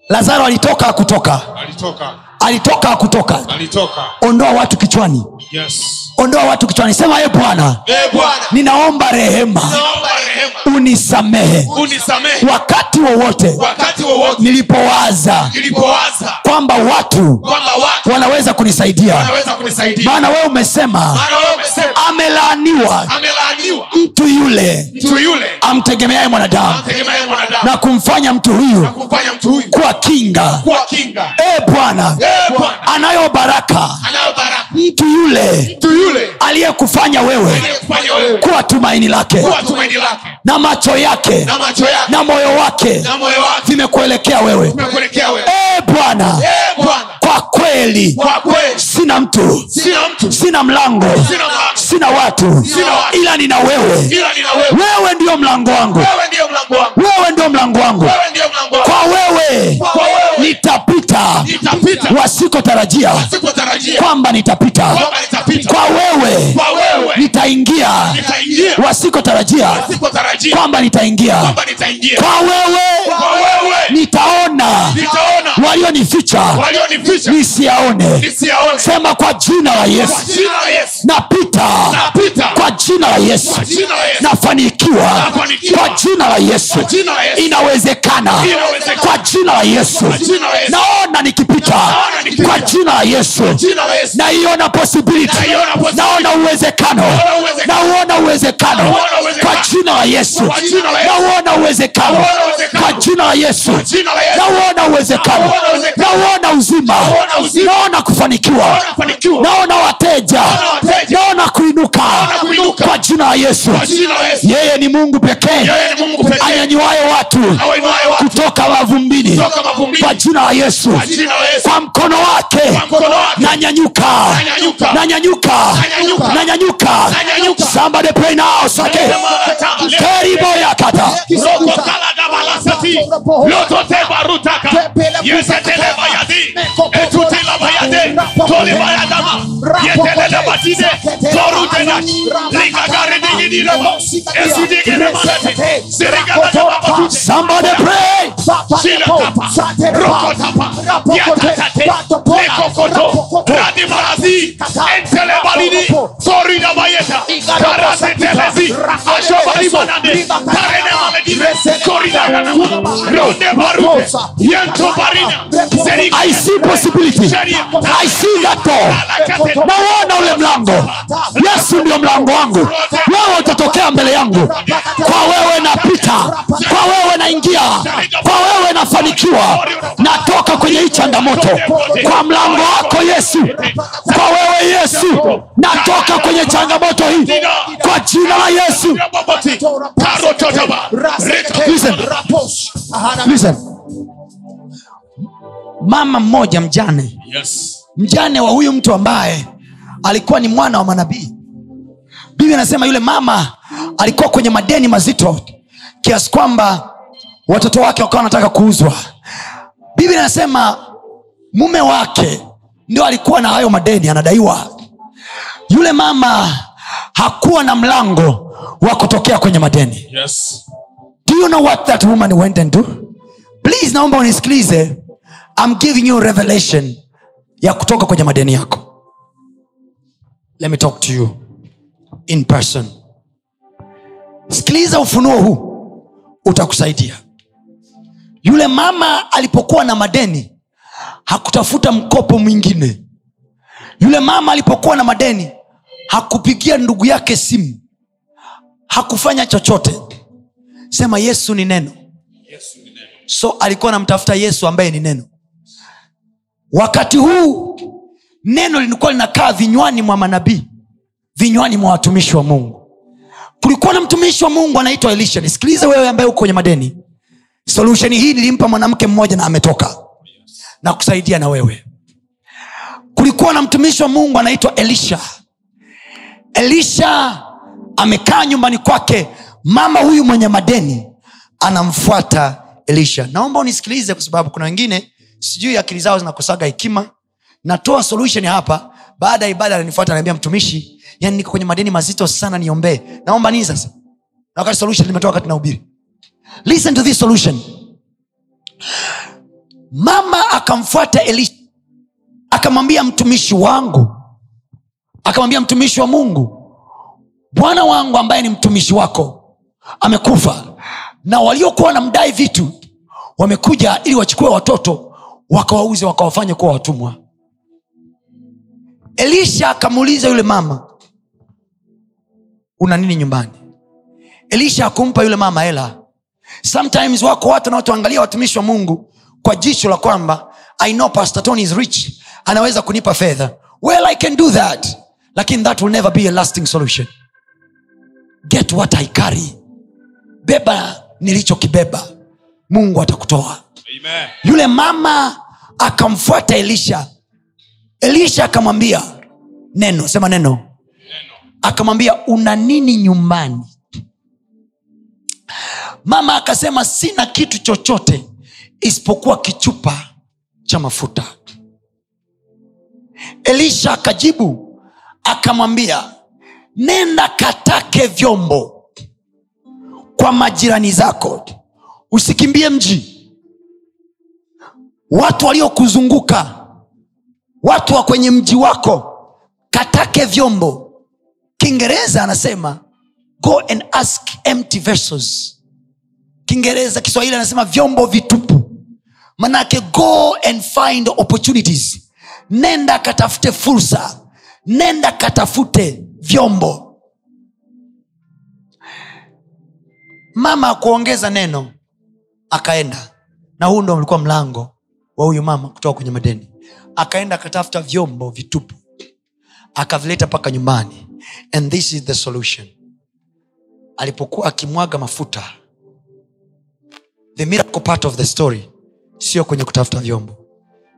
B: Lazaro alitoka hakutoka
F: alitoka
B: alitoka hakutoka
F: alitoka
B: ondoa watu kichwani
F: yes.
B: ondoa watu kichwani sema e bwana
C: Ee Bwana,
B: ninaomba rehema
C: naomba rehema
B: unisamehe
C: unisamehe
B: wakati wowote
C: wakati wowote
B: nilipowaza
C: nilipowaza
B: kwamba watu
C: kwamba watu
B: wanaweza kunisaidia
C: wanaweza kunisaidia
B: maana wewe umesema
C: maana wewe umesema
B: amelaaniwa
C: amelaaniwa
B: mtu yule
C: mtu yule
B: amtegemeaye mwanadamu
C: tegemea mwanadamu
B: na kumfanya mtu huyu
C: kufanya mtu huyu
B: kuwa kinga
C: kuwa kinga
B: e bwana
C: Ee Bwana,
B: anayo baraka
C: anayo baraka
B: mtu yule
C: mtu yule
B: aliyekufanya wewe
C: aliyekufanya wewe
B: kuwa tumaini lake
C: kuwa tumaini lake
B: na macho yake
C: na macho yake
B: na moyo wake
C: na moyo wake
B: vimekuelekea wewe
C: umekuelekea wewe
B: e bwana
C: Ee Bwana,
B: kwa kweli
C: kwa kweli
B: sina mtu
C: sina mtu
B: sina mlango
C: sina mlango
B: sina watu
C: Sina watu.
B: ila nina wewe
C: ila nina wewe
B: wewe ndio mlango wangu
C: wewe ndiyo mlango wangu
B: wewe ndio mlango wangu
C: wewe ndiyo mlango wangu
B: kwa wewe
C: kwa wewe
B: nitapita
C: nitapita
B: wasikotarajia
C: sikutarajia
B: kwamba nitapita
C: kwamba nitapita
B: kwa wewe
C: kwa wewe
B: nitaingia
C: nitaingia
B: wasikotarajia
C: sikutarajia
B: kwamba nitaingia
C: kwamba nitaingia
B: kwa wewe
C: kwa wewe
B: nitaona
C: nitaona
B: walionificha
C: walionificha
B: nisiaone
C: nisiaone
B: sema kwa jina la
C: kwa
B: yesu
C: jina la Yesu
B: napita
C: napita
B: kwa jina la yesu
C: kwa jina la Yesu
B: nafanikiwa
C: Nafanikiwa.
B: kwa jina la yesu
C: kwa jina la Yesu
B: inawezekana
C: Inawezekana.
B: kwa jina la yesu
C: jina la Yesu.
B: naona nikipita
C: Naona nikipita.
B: kwa jina la yesu
C: jina la Yesu
B: naiona possibility
C: Naiona possibility.
B: naona uwezekano
C: Naona uwezekano.
B: nauona uwezekano
C: Naona uwezekano.
B: kwa jina la yesu
C: Kwa jina la Yesu.
B: nauona uwezekano
C: Naona uwezekano.
B: kwa jina la yesu
C: jina la Yesu
B: nauona uwezekano
C: Naona uwezekano.
B: nauona uzima
C: Naona uzima.
B: naona kufanikiwa
C: naona kufanikiwa
B: naona wateja
C: wateja.
B: naona kuinuka
C: kuinuka.
B: kwa jina la yesu
C: kwa jina la Yesu
B: yeye ni mungu pekee
C: yeye ni Mungu pekee
B: anyanyuaye watu
C: awainuaye watu
B: kutoka mavumbini
C: kutoka mavumbini
B: kwa jina la yesu
C: kwa jina la Yesu
B: kwa mkono wake
C: kwa mkono wake
B: nanyanyuka
C: Nanyanyuka.
B: nanyanyuka
C: Nanyanyuka.
B: nanyanyuka
C: Nanyanyuka.
B: somebody pray now sake
C: Sema, tama, leo.
B: keribo yaka kupata
E: Kisikuta.
C: lokokalabalasati
E: Unapohoa.
C: lototebarutaka
E: Tepele
C: yesetelema
E: kusakataba.
C: yadi
E: Mekokotolo.
C: etutilama yade
E: Rapokote.
C: tolibayadama
E: Rapokote.
C: yetelenematide
E: Sakete.
C: torutenak
E: Rapakata.
C: ligagaridigidirama
E: Sikatia.
C: esudigiremasati
E: Resete.
C: zirigadadababatute
B: somebody pray
C: Shilakapa, Rokotapa, Yatatate, Lekokoto, Radimarazi, Entelebalini, Florida Bayeta, Karate Telezi, Ashobali Banade, Karene Maledine, Corina Yanama, Ronde Barute, Yanto Barina, Zerika,
B: i see possibility
C: Sheria,
B: i see that door
C: Alakate,
B: nauona ule mlango yesu ndio mlango wangu wewe utatokea mbele yangu kwa wewe napita kwa wewe naingia kwa wewe nafanikiwa natoka kwenye hii changamoto kwa mlango wako yesu kwa wewe yesu natoka kwenye changamoto hii kwa jina la yesu
C: Yababati, Karototaba, Reta,
B: Listen. Listen. mama mmoja mjane
C: Yes,
B: mjane wa huyu mtu ambaye alikuwa ni mwana wa manabii bibi anasema yule mama alikuwa kwenye madeni mazito kiasi kwamba watoto wake wakawa wanataka kuuzwa bibi anasema mume wake ndio alikuwa na hayo madeni anadaiwa yule mama hakuwa na mlango wa kutokea kwenye madeni
C: yes,
B: do you know what that woman went and do please naomba unisikilize i'm giving you revelation ya kutoka kwenye madeni yako let me talk to you in person sikiliza ufunuo huu utakusaidia yule mama alipokuwa na madeni hakutafuta mkopo mwingine yule mama alipokuwa na madeni hakupigia ndugu yake simu hakufanya chochote sema yesu ni neno so alikuwa anamtafuta yesu ambaye ni neno wakati huu neno lilikuwa linakaa vinywani mwa manabii vinywani mwa watumishi wa mungu kulikuwa na mtumishi wa mungu anaitwa elisha nisikilize wewe ambaye uko kwenye madeni solusheni hii nilimpa mwanamke mmoja na ametoka na kusaidia na wewe kulikuwa na mtumishi wa mungu anaitwa elisha elisha amekaa nyumbani kwake mama huyu mwenye madeni anamfuata elisha naomba unisikilize kwa sababu kuna wengine sijui akili zao zinakosaga hekima natoa solution hapa baada ya ibada ananifuata anaambia mtumishi yani niko kwenye madeni mazito sana niombee naomba nini sasa na wakati solution limetoa wakati nahubiri listen to this solution mama akamfuata elisha akamwambia mtumishi wangu akamwambia mtumishi wa mungu bwana wangu ambaye ni mtumishi wako amekufa na waliokuwa wanamdai vitu wamekuja ili wachukue watoto wakawauze wakawafanye kuwa watumwa elisha akamuuliza yule mama una nini nyumbani elisha akumpa yule mama hela sometimes wako watu wanaotuangalia watumishi wa mungu kwa jicho la kwamba i know pastor Tony is rich anaweza kunipa fedha well i can do that lakini that will never be a lasting solution get what i carry beba nilichokibeba mungu atakutoa
G: Amen.
B: yule mama akamfuata elisha elisha akamwambia neno sema neno akamwambia una nini nyumbani mama akasema sina kitu chochote isipokuwa kichupa cha mafuta elisha akajibu akamwambia nenda katake vyombo kwa majirani zako usikimbie mji watu waliokuzunguka watu wa kwenye mji wako katake vyombo kiingereza anasema go and ask empty vessels kiingereza kiswahili anasema vyombo vitupu manake go and find opportunities nenda katafute fursa nenda katafute vyombo mama akuongeza neno akaenda na huu ndo ulikuwa mlango wa huyu mama kutoka kwenye madeni akaenda akatafuta vyombo vitupu akavileta mpaka nyumbani and this is the solution alipokuwa akimwaga mafuta the miracle part of the story sio kwenye kutafuta vyombo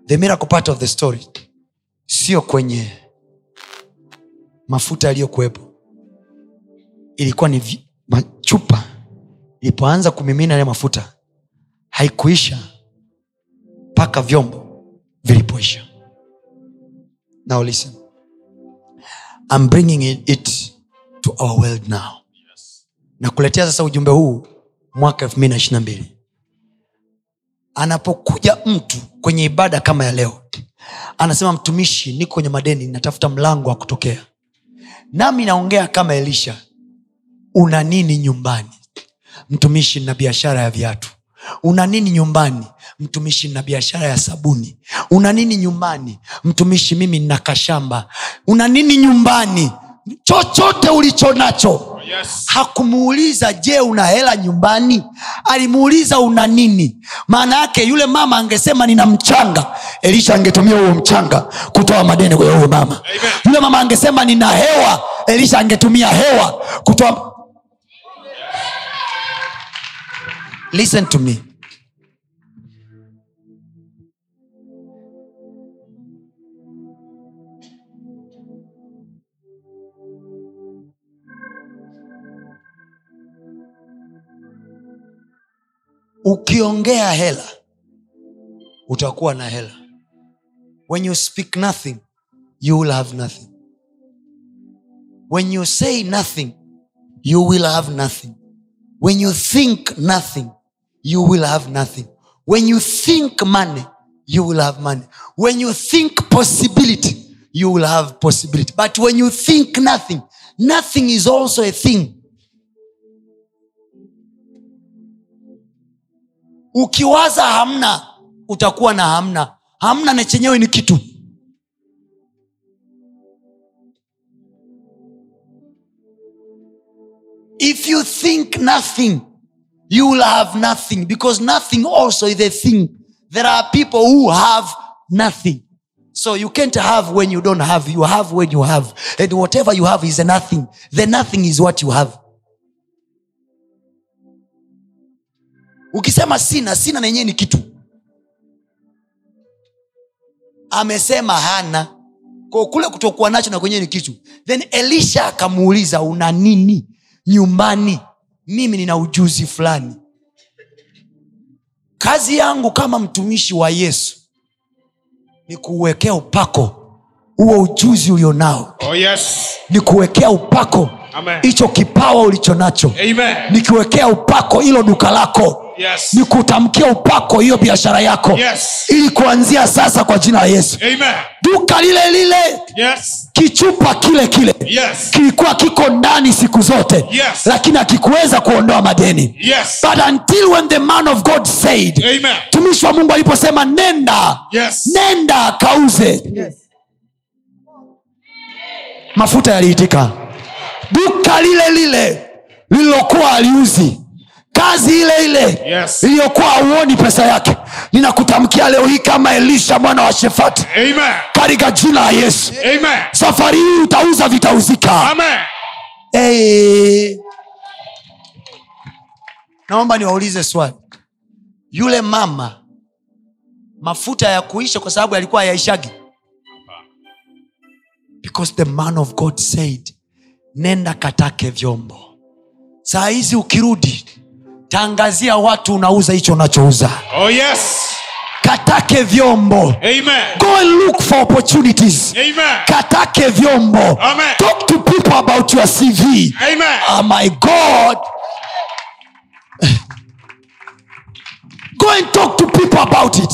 B: the miracle part of the story sio kwenye mafuta yaliyokuwepo ilikuwa ni vi- machupa ilipoanza kumimina yale mafuta haikuisha mpaka vyombo vilipoisha now listen I'm bringing it- it to our world now nakuletea sasa ujumbe huu mwaka 222 anapokuja mtu kwenye ibada kama ya leo anasema mtumishi niko kwenye madeni natafuta mlango wa kutokea nami naongea kama elisha una nini nyumbani mtumishi na biashara ya viatu una nini nyumbani mtumishi na biashara ya sabuni una nini nyumbani mtumishi mimi nina kashamba una nini nyumbani chochote ulicho nacho
C: Oh, Yes.
B: hakumuuliza je una hela nyumbani alimuuliza una nini maana yake yule mama angesema nina mchanga elisha angetumia huo mchanga kutoa madeni kwa huyo mama
C: Amen.
B: yule mama angesema nina hewa elisha angetumia hewa kutoa listen to me ukiongea hela utakuwa na hela when you speak nothing you will have nothing when you say nothing you will have nothing when you think nothing you will have nothing when you think money you will have money when you think possibility you will have possibility but when you think nothing nothing is also a thing ukiwaza hamna utakuwa na hamna hamna na chenyewe ni kitu if you think nothing you will have nothing because nothing also is a thing there are people who have nothing so you can't have when you don't have you have when you have and whatever you have is a nothing the nothing is what you have ukisema sina sina na yenyewe ni kitu amesema hana kwa kule kutokuwa nacho na kwenyewe ni kitu then elisha akamuuliza una nini nyumbani mimi nina ujuzi fulani kazi yangu kama mtumishi wa yesu ni kuuwekea upako huo ujuzi ulionao
C: Oh, yes.
B: ni kuwekea upako
C: Amen.
B: hicho kipawa ulicho nacho
C: Amen.
B: nikiwekea upako hilo duka lako
C: Yes.
B: nikutamkia upako hiyo biashara yako
C: Yes.
B: ili kuanzia sasa kwa jina la yesu
C: Amen.
B: duka lile lile
C: Yes.
B: kichupa kile kile
C: Yes.
B: kilikuwa kiko ndani siku zote
C: Yes.
B: lakini hakikuweza kuondoa madeni
C: Yes.
B: but until when the man of god said
C: Amen.
B: mtumishi wa mungu aliposema nenda
C: Yes.
B: nenda kauze mafuta yaliitika duka lile lile lililokuwa aliuzi kazi ile ile
C: Yes.
B: iliyokuwa auoni pesa yake ninakutamkia leo hii kama elisha mwana wa shefati
C: Amen.
B: katika jina la yesu
C: Amen.
B: safari hii utauza vitauzika
C: Amen.
B: hey. naomba niwaulize swali yule mama mafuta ya kuisha kwa sababu yalikuwa yaishagi because the man of god said nenda katake vyombo saa hizi ukirudi tangazia watu unauza hicho unachouza
C: Oh, yes.
B: katake vyombo
C: Amen.
B: go and look for opportunities
C: Amen.
B: katake vyombo
C: Amen.
B: talk to people about your cv
C: Amen.
B: oh my god [LAUGHS] go and talk to people about it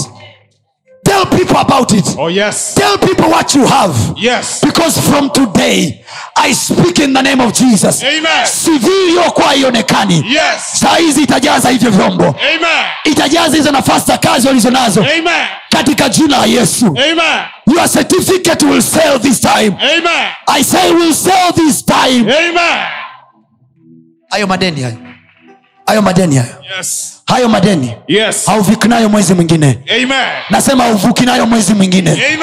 B: tell people about it
C: Oh, yes.
B: tell people what you have
C: Yes.
B: because from today i speak in the name of jesus
C: Amen.
B: cv iliyokuwa ionekani
C: Yes.
B: saa hizi itajaza hivyo vyombo
C: Amen.
B: itajaza hizo nafasi za kazi walizonazo
C: Amen.
B: katika jina la yesu
C: Amen.
B: your certificate will sell this time
C: Amen.
B: i say will sell this time
C: Amen.
B: hayo madeni hayo hayo madeni hayo
C: Yes.
B: hayo madeni
C: Yes.
B: hauviki nayo mwezi mwingine
C: Amen.
B: nasema hauvuki nayo mwezi mwingine
C: Amen.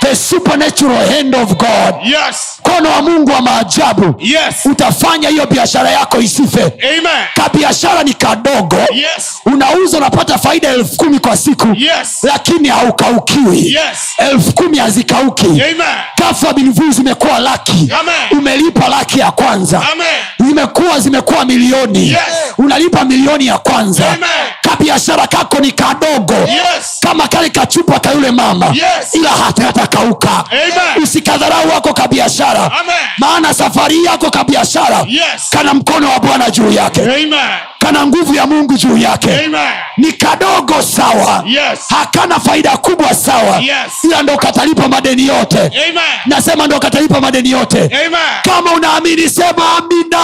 B: the supernatural hand of god
C: Yes.
B: mkono wa mungu wa maajabu
C: Yes.
B: utafanya hiyo biashara yako isife
C: Amen.
B: kabiashara ni kadogo
C: Yes.
B: unauza unapata faida elfu kumi kwa siku
C: Yes.
B: lakini haukaukiwi
C: Yes.
B: elfu kumi hazikauki
C: Amen.
B: ghafla binivuu zimekuwa laki
C: Amen.
B: umelipa laki ya kwanza
C: Amen.
B: zimekuwa zimekuwa milioni
C: Yes.
B: unalipa milioni ya kwanza
C: Amen.
B: kabiashara kako ni kadogo
C: Yes.
B: kama kale kachupa ka yule mama
C: Yes.
B: ila hata hatakauka
C: Amen.
B: usikadharau wako kabiashara
C: Amen.
B: maana safari yako kabiashara
C: Yes.
B: kana mkono wa bwana juu yake
C: Amen.
B: kana nguvu ya mungu juu yake
C: Amen.
B: ni kadogo sawa
C: Yes.
B: hakana faida kubwa sawa
C: Yes.
B: ila ndo katalipa madeni yote
C: Amen.
B: nasema ndo katalipa madeni yote
C: Amen.
B: kama unaamini sema amina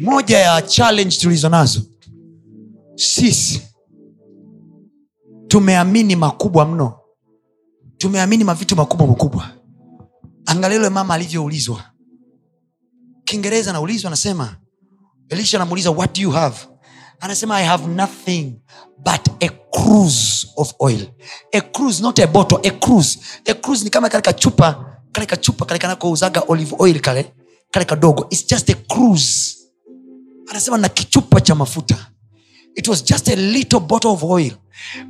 A: moja ya challenge tulizo nazo sisi tumeamini makubwa mno tumeamini mavitu makubwa makubwa angalia yule mama alivyoulizwa kiingereza anaulizwa anasema elisha anamuuliza what do you have anasema i have nothing but a cruise of oil a cruise not a bottle a cruise a cruise ni kama kale kachupa kale kachupa kale kanakouzaga olive oil kale kale kadogo its just a cruise anasema na kichupa cha mafuta it was just a little bottle of oil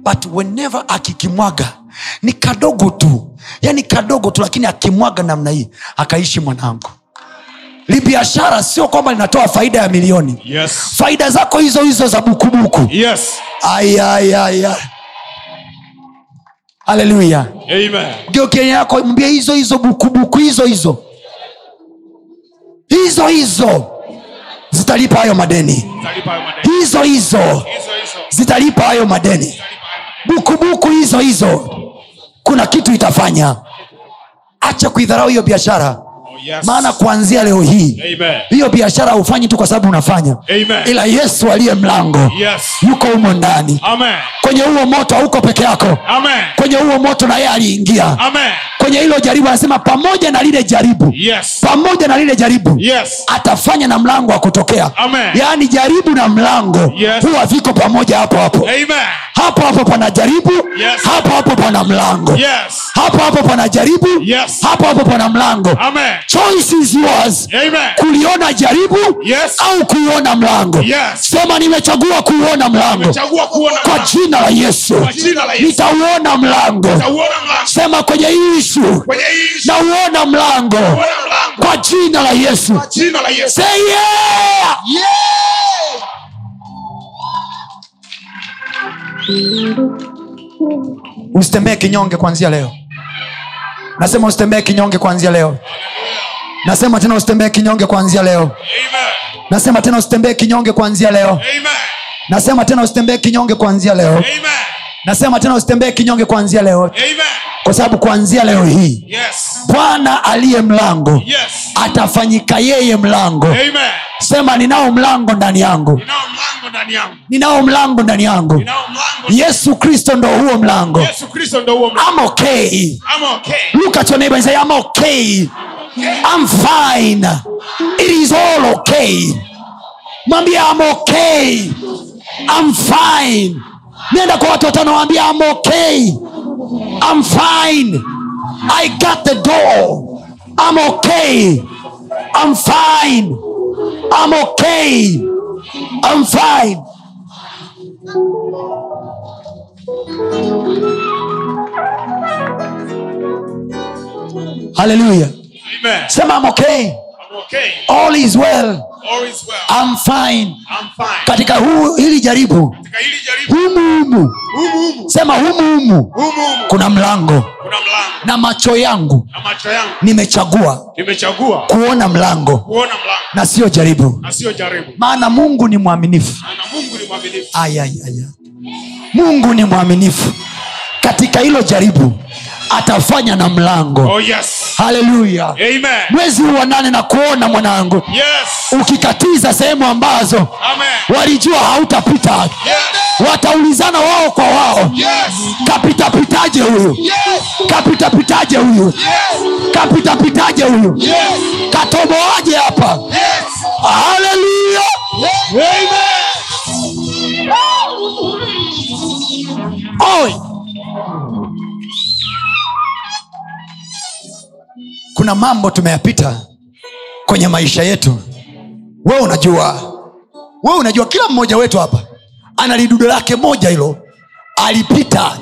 A: but whenever akikimwaga ni kadogo tu yani kadogo tu lakini akimwaga namna hii akaishi mwanangu libiashara sio kwamba linatoa faida ya milioni
C: Yes.
A: faida zako hizo hizo za bukubuku
C: Yes.
A: haleluya
C: Amen.
A: geukia yako mbie hizo hizo bukubuku hizo hizo hizo hizo zitalipa hayo madeni
C: Talipa hayo madeni.
A: hizo hizo
C: Hizo hizo.
A: zitalipa hayo madeni
C: Talipa hayo madeni.
A: bukubuku hizo hizo kuna kitu itafanya acha kuidharau hiyo biashara
C: Oh, yes.
A: maana kuanzia leo hii
C: Amen.
A: hiyo biashara haufanyi tu kwa sababu unafanya
C: Amen.
A: ila yesu aliye mlango
C: Yes.
A: yuko humo ndani
C: Amen.
B: kwenye huo moto hauko peke yako
C: Amen.
B: kwenye huo moto na yeye aliingia
C: Amen.
B: kwenye hilo jaribu anasema pamoja na lile jaribu
C: Yes.
B: pamoja na lile jaribu
C: Yes.
B: atafanya na mlango wa kutokea
C: Amen.
B: yaani jaribu na mlango
C: Yes.
B: huwa viko pamoja hapo hapo
C: Amen.
B: hapo hapo pana jaribu
C: Yes.
B: hapo hapo pana mlango
C: Yes.
B: hapo hapo pana jaribu
C: Yes. Ah.
B: hapo hapo pana mlango
C: Amen.
B: choice is yours
C: Amen.
B: kuliona jaribu
C: Yes.
B: au kuiona mlango
C: Yes.
B: sema nimechagua kuuona mlango
C: Chagua kuona
B: kwa jina la yesu
C: kwa jina la Yesu.
B: nitauona mlango
C: Tauona mlango.
B: sema kwenye hii ishu
C: Kwenye hii nchi
B: nauona mlango
C: uona mlango.
B: kwa jina la yesu
C: Jina la Yesu.
B: Say yeah!
A: usitembee kinyonge kuanzia leo nasema usitembee kinyonge kuanzia leo nasema tena usitembee kinyonge kuanzia leo
C: Amen.
A: nasema tena usitembee kinyonge kuanzia leo
C: Amen.
A: nasema tena usitembee kinyonge kuanzia leo
C: Amen.
A: nasema tena usitembee kinyonge kuanzia leo
C: Amen.
A: kwa sababu kuanzia leo hii
C: Yes.
A: bwana aliye mlango
C: Yes.
A: atafanyika yeye mlango
C: Amen.
A: sema ninao mlango ndani yangu
C: Ninao mlango ndani yangu.
A: ninao mlango ndani yangu
C: Ninao mlango.
A: yesu kristo ndo huo mlango
C: Yesu Kristo ndio huo mlango.
B: I'm okay.
C: I'm okay.
B: Look at your neighbor and say, I'm okay. I'm fine. It is all okay. Mwambie I'm okay. I'm fine. Nenda kwa watu watano waambie I'm okay. I'm fine. I got the door. I'm okay. I'm fine. I'm okay. I'm fine. Hallelujah.
C: Amen.
B: Sema I'm okay.
C: I'm okay.
B: All is well.
C: All is well.
B: I'm fine.
C: I'm fine.
B: Katika huu hili jaribu
C: Katika hili jaribu
B: humu humu
C: humu humu
B: sema humu humu
C: humu humu
B: kuna mlango
C: kuna mlango
B: na macho yangu
C: na macho yangu
B: nimechagua
C: nimechagua
B: kuona mlango
C: kuona mlango
B: na siyo jaribu
C: na sio jaribu.
B: maana mungu ni mwaminifu
C: Maana Mungu ni mwaminifu.
B: Aya, aya, aya. mungu ni mwaminifu katika hilo jaribu atafanya na mlango
C: Oh yes.
B: haleluya
C: Amen.
B: mwezi huu wa nane na kuona mwanangu
C: Yes.
B: ukikatiza sehemu ambazo
C: Amen.
B: walijua hautapita
C: Yes.
B: wataulizana wao kwa wao
C: Yes.
B: kapitapitaje huyu kapitapitaje huyu kapitapitaje huyu katoboaje hapa haleluya
C: Amen.
B: hoi
A: kuna mambo tumeyapita kwenye maisha yetu we unajua we unajua kila mmoja wetu hapa ana lidudo lake moja hilo alipita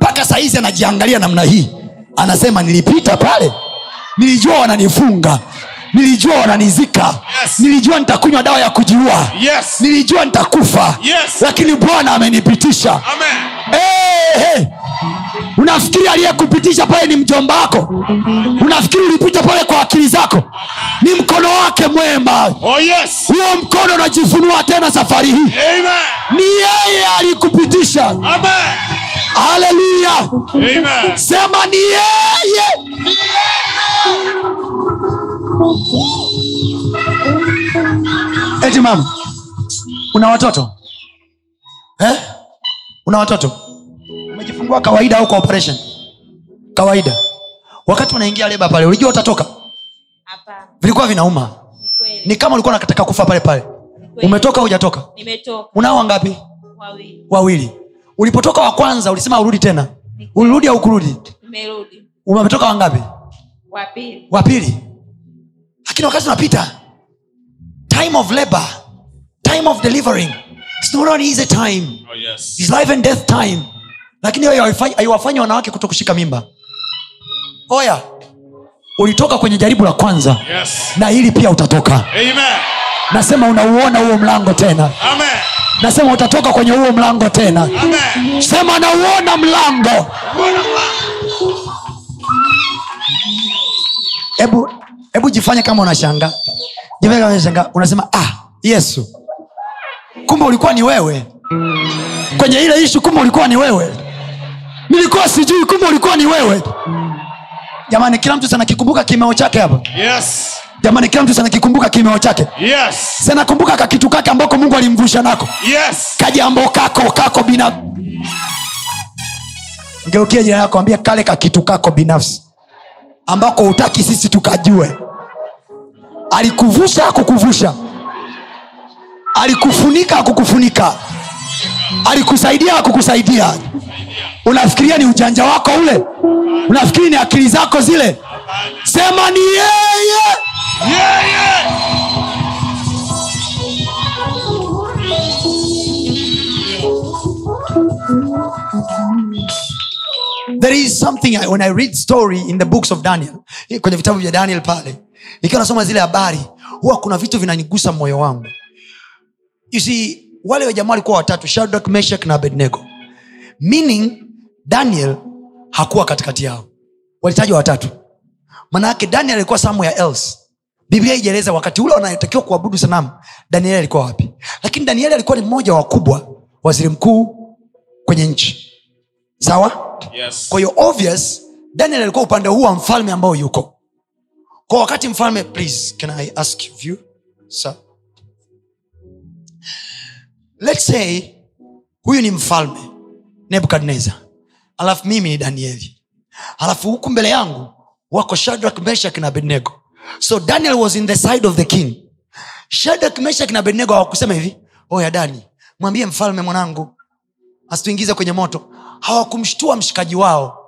A: mpaka sahizi anajiangalia namna hii anasema nilipita pale nilijua wananifunga nilijua wananizika
D: Yes.
A: nilijua nitakunywa dawa ya kujiua
D: Yes.
A: nilijua nitakufa
D: Yes.
A: lakini bwana amenipitisha
D: Amen.
A: hey, hey. unafikiri aliyekupitisha pale ni mjomba wako unafikiri ulipita pale kwa akili zako ni mkono wake mwema
D: Oh yes.
A: huo mkono unajifunua tena safari hii
D: Amen.
A: ni yeye alikupitisha
D: Amen.
A: haleluya
D: Amen.
A: sema ni yeye eti mama una watoto eh? una watoto umejifungua kawaida au kwa operation kawaida wakati unaingia leba pale ulijua utatoka
H: Hapana,
A: vilikuwa vinauma
H: ni kweli.
A: ni kama ulikuwa unataka kufa pale pale
H: Kweli.
A: umetoka hujatoka
H: Nimetoka
A: unao wangapi
E: é
H: wawili,
A: wawili ulipotoka wa kwanza ulisema urudi tena ulirudi au kurudi
H: nimerudi
A: umetoka wangapi
H: wa pili.
A: wa pili lakini wakati unapita time of labor time of delivering it's not an easy time
D: Oh yes.
A: It's life and death time lakini hiyo haiwafanyi- haiwafanyi wanawake kuto kushika mimba oya ulitoka kwenye jaribu la kwanza
D: Yes.
A: na hili pia utatoka
D: Amen.
A: nasema unauona huo mlango tena
D: Amen.
A: nasema utatoka kwenye huo mlango tena
D: Amen.
A: sema nauona mlango
D: Bwana Mungu.
A: hebu hebu jifanye kama unashanga jifanye kama unashanga unasema ah yesu kumbe ulikuwa ni wewe kwenye ile ishu kumbe ulikuwa ni wewe nilikuwa sijui kumbe ulikuwa ni wewe jamani kila mtu sanakikumbuka kimeo chake hapa
D: Yes.
A: jamani kila mtu sanakikumbuka kimeo chake
D: Yes.
A: sanakumbuka kakitu kake ambako mungu alimvusha nako
D: Yes.
A: kajambo kako kako binafsi geukie jina yako ambia kale kakitu kako binafsi ambako hutaki sisi tukajue alikuvusha akukuvusha alikufunika akukufunika alikusaidia akukusaidia unafikiria ni ujanja wako ule unafikiri ni akili zako zile sema ni yeye
D: Yeye.
A: there is something I, when i read story in the books of daniel kwenye vitabu vya daniel pale nikiwa nasoma zile habari huwa kuna vitu vinanigusa moyo wangu you see wale jamaa walikuwa watatu shadrak meshak na abednego meaning daniel hakuwa katikati yao walitajwa watatu maanaake daniel alikuwa somewhere else biblia ijaeleza wakati ule wanatakiwa kuabudu sanamu danieli alikuwa wapi lakini danieli alikuwa ni mmoja wa wakubwa waziri mkuu kwenye nchi sawa
D: Yes.
A: kwa hiyo obvious daniel alikuwa upande huu wa mfalme ambao yuko kwa wakati mfalme please can i ask of you sir let's say huyu ni mfalme nebukadnezar alafu mimi ni danieli alafu huku mbele yangu wako shadrak meshak na abednego so daniel was in the side of the king shadrak meshak na abednego hawakusema hivi oya dani mwambie mfalme mwanangu asituingize kwenye moto hawakumshtua mshikaji wao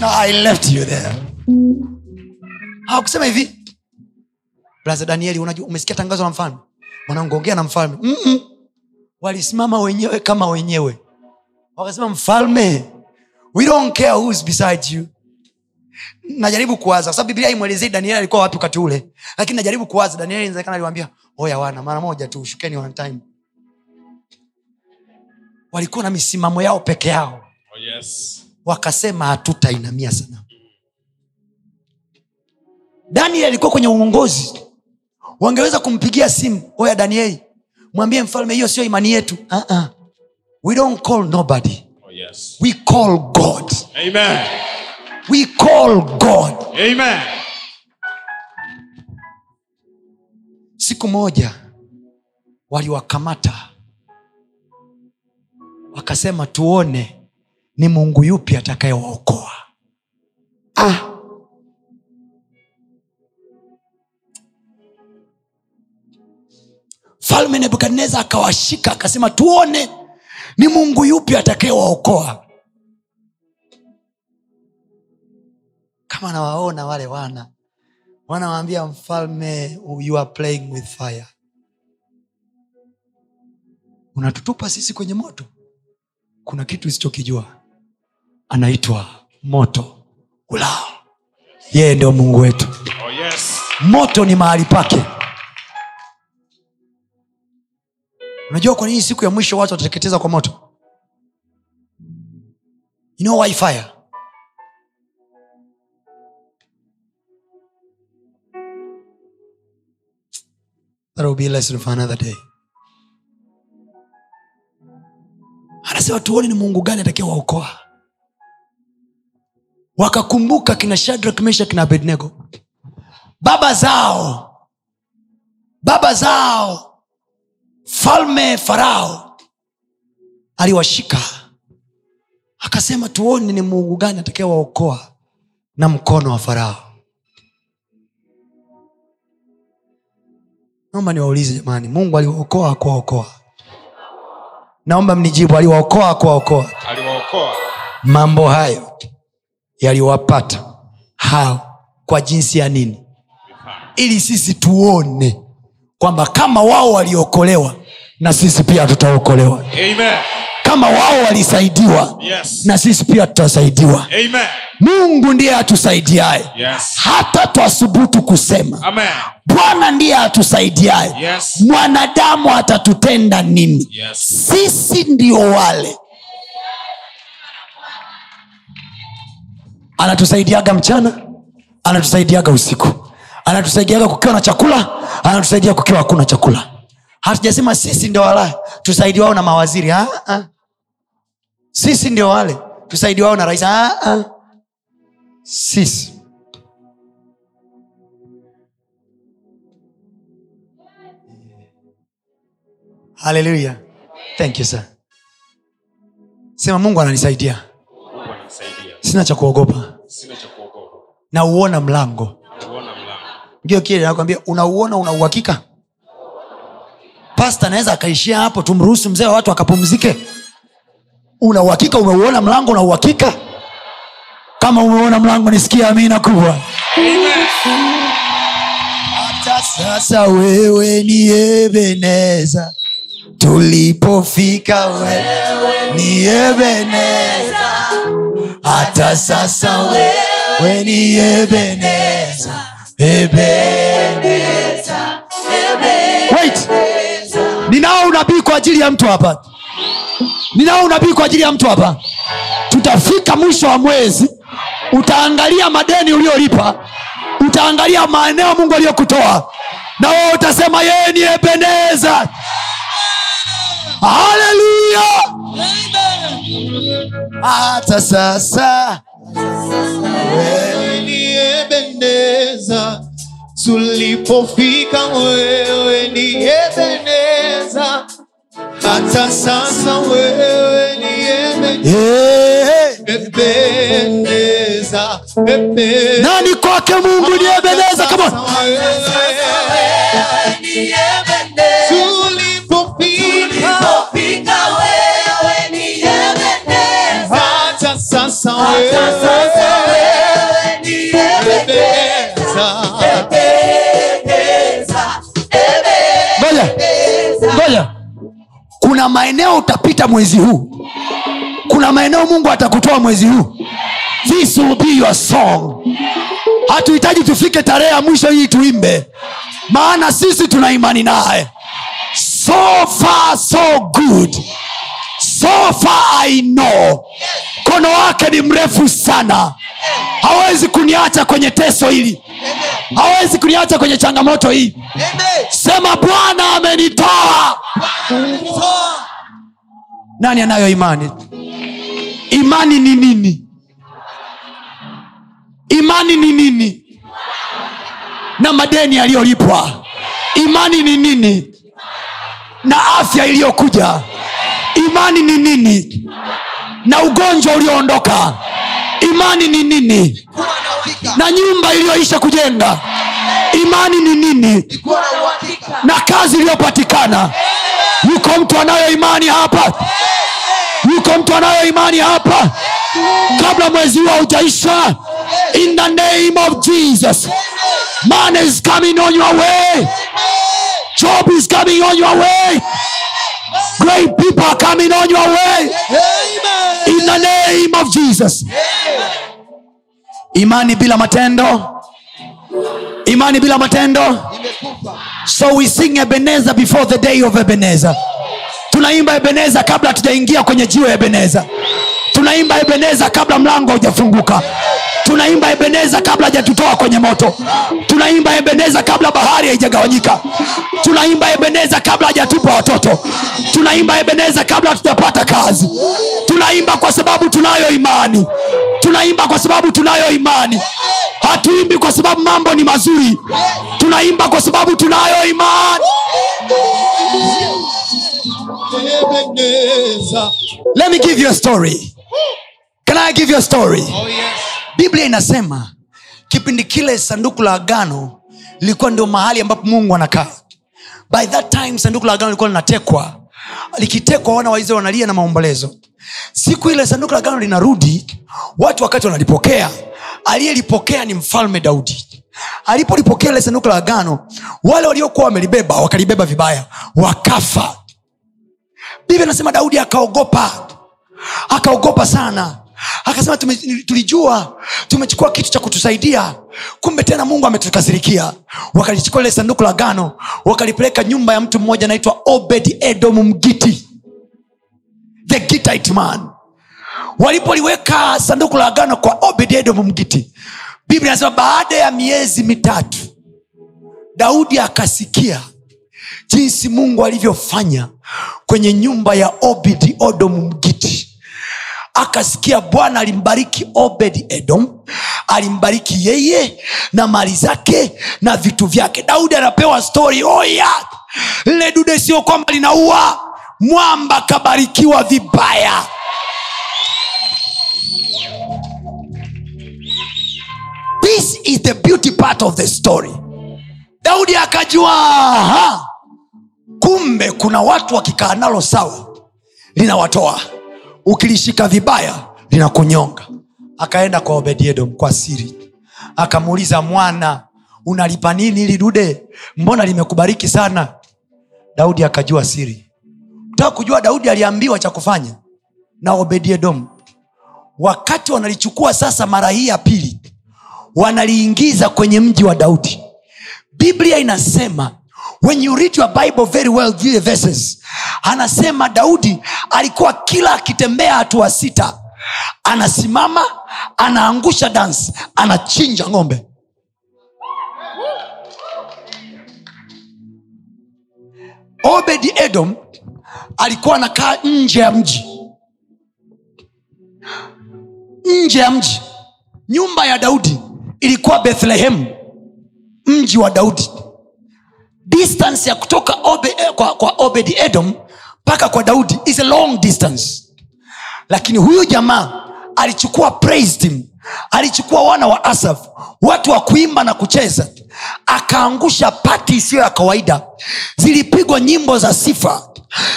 A: no, I left you there. hawakusema hivi braza danieli unajua umesikia tangazo la mfalme mwanangu ongea na mfalme Mm-mm. walisimama wenyewe kama wenyewe wakasema mfalme we don't care who's beside you najaribu kuwaza kwa sababu biblia imwelezei danieli alikuwa wapi wakati ule lakini najaribu kuwaza danieli inawezekana aliwambia oya wana mara moja tu shukeni one time walikuwa na misimamo yao peke yao
D: Oh yes.
A: wakasema hatutainamia sana daniel alikuwa kwenye uongozi wangeweza kumpigia simu oya danieli mwambie mfalme hiyo sio imani yetu uh-uh. we don't call nobody
D: Oh yes.
A: we call god
D: Amen.
A: we call god
D: Amen.
A: siku moja waliwakamata wakasema tuone ni mungu yupi atakayewaokoa ah.
B: mfalme nebukadnezar akawashika akasema tuone ni mungu yupi atakayewaokoa kama nawaona wale wana wanawaambia mfalme you are playing with fire unatutupa sisi kwenye moto kuna kitu isichokijua anaitwa moto ulao yeye ndio mungu wetu
A: Oh, yes.
B: moto ni mahali pake unajua kwa nini siku ya mwisho watu watateketeza kwa moto you know why fire That will be a lesson for another day anasema tuone ni mungu gani atakayewaokoa wakakumbuka kina shadrak meshak na abednego baba zao baba zao falme farao aliwashika akasema tuone ni mungu gani atakayewaokoa na mkono wa farao naomba niwaulize jamani mungu aliwaokoa akuwaokoa naomba mnijibu aliwaokoa akuwaokoa
A: aliwaokoa
B: mambo hayo yaliwapata hao kwa jinsi ya nini ili sisi tuone kwamba kama wao waliokolewa na sisi pia tutaokolewa
C: Amen.
B: kama wao walisaidiwa
C: Yes.
B: na sisi pia tutasaidiwa
C: Amen.
B: mungu ndiye atusaidiaye
C: Yes.
B: hata twasubutu kusema
C: Amen.
B: bwana ndiye atusaidiaye
C: Yes.
B: mwanadamu atatutenda nini
C: Yes.
B: sisi ndio wale anatusaidiaga mchana anatusaidiaga usiku anatusaidiaga kukiwa na chakula anatusaidia kukiwa hakuna chakula hatujasema sisi ndio wala tusaidiwao na mawaziri ah, ah. sisi ndio wale tusaidiwao na rais ah, ah. sisi haleluya thank you sir sema mungu ananisaidia
A: mungu ananisaidia
B: sina cha kuogopa
A: sina cha kuogopa
B: nauona mlango
A: uona mlango
B: ndio kile nakwambia unauona una uhakika pasta anaweza akaishia hapo tumruhusu mzee wa watu akapumzike una uhakika umeuona mlango una uhakika kama umeona mlango nisikia amina kubwa
E: é?
B: hata sasa wewe ni ebeneza tulipofika wewe ni ebeneza hata sasa wewe ni ebeneza ebeneza wait ninao unabii kwa ajili ya mtu hapa ninao unabii kwa ajili ya mtu hapa tutafika mwisho wa mwezi utaangalia madeni uliolipa utaangalia maeneo mungu aliyokutoa na wewe utasema yeye ni ebeneza haleluya hata sasa
D: niyebendeza tulipofika wewe niyebendeza hata sasa wewe
B: eh,
D: niyebendeza
B: hey.
D: Ebendeza, ebendeza.
B: nani kwake mungu ni ebeneza kama
D: Tulipofika hata sasa wewe ni Ebeneza.
B: ngoja ngoja kuna maeneo utapita mwezi huu kuna maeneo mungu atakutoa mwezi huu this will be your song hatuhitaji tufike tarehe ya mwisho hii tuimbe maana sisi tuna imani naye so far so good so far i know mkono wake ni mrefu sana hawezi kuniacha kwenye teso hili hawezi kuniacha kwenye changamoto hii sema bwana amenitoa nani anayo imani imani ni nini imani ni nini na madeni yaliyolipwa imani ni nini na afya iliyokuja imani ni nini na ugonjwa ulioondoka imani ni nini na nyumba iliyoisha kujenga imani ni nini
I: kuwa na uhakika
B: na kazi iliyopatikana yuko mtu anayo imani hapa yuko mtu anayo imani hapa kabla mwezi huo haujaisha in the name of jesus man is coming on your way job is coming on your way great people are coming on your way in the name of jesus imani bila matendo imani bila matendo so we sing ebeneza before the day of ebeneza tunaimba ebeneza kabla tujaingia kwenye jiwe ebeneza tunaimba ebeneza kabla mlango haujafunguka tunaimba ebeneza kabla hajatutoa kwenye moto tunaimba ebeneza kabla bahari haijagawanyika tunaimba ebeneza kabla hajatupa watoto tunaimba ebeneza kabla hatujapata kazi tunaimba kwa sababu tunayo imani tunaimba kwa sababu tunayo imani hatuimbi kwa sababu mambo ni mazuri tunaimba kwa sababu tunayo imani let me give you a story can i give you a story
D: Oh,
B: biblia inasema kipindi kile sanduku la agano lilikuwa ndio mahali ambapo mungu anakaa by that time sanduku la agano lilikuwa linatekwa likitekwa wana waisraeli wanalia na maombolezo siku ile sanduku la agano linarudi watu wakati wanalipokea aliyelipokea ni mfalme daudi alipolipokea ile sanduku la agano wale waliokuwa wamelibeba wakalibeba vibaya wakafa biblia inasema daudi akaogopa akaogopa sana akasema tume, tulijua tumechukua kitu cha kutusaidia kumbe tena mungu ametukasirikia wakalichukua lile sanduku la gano wakalipeleka nyumba ya mtu mmoja anaitwa obed edom mgiti the Gittite man walipoliweka sanduku la agano kwa obed edom mgiti biblia inasema baada ya miezi mitatu daudi akasikia jinsi mungu alivyofanya kwenye nyumba ya obed edom mgiti akasikia bwana alimbariki obed edom alimbariki yeye na mali zake na vitu vyake daudi anapewa stori oya lile dude sio kwamba linaua mwamba kabarikiwa vibaya this is the beauty part of the story daudi akajua aha, kumbe kuna watu wakikaa nalo sawa linawatoa ukilishika vibaya linakunyonga akaenda kwa obediedom kwa siri akamuuliza mwana unalipa nini ili dude mbona limekubariki sana daudi akajua siri taka kujua daudi aliambiwa cha kufanya na obediedom wakati wanalichukua sasa mara hii ya pili wanaliingiza kwenye mji wa daudi biblia inasema when you read your bible very well zile verses anasema daudi alikuwa kila akitembea hatua sita anasimama anaangusha dansi anachinja ng'ombe obed edom alikuwa anakaa nje ya mji nje ya mji nyumba ya daudi ilikuwa bethlehemu mji wa daudi distance ya kutoka obe, eh, kwa, kwa obed edom mpaka kwa daudi is a long distance lakini huyu jamaa alichukua praise team alichukua wana wa asaf watu wa kuimba na kucheza akaangusha pati isiyo ya kawaida zilipigwa nyimbo za sifa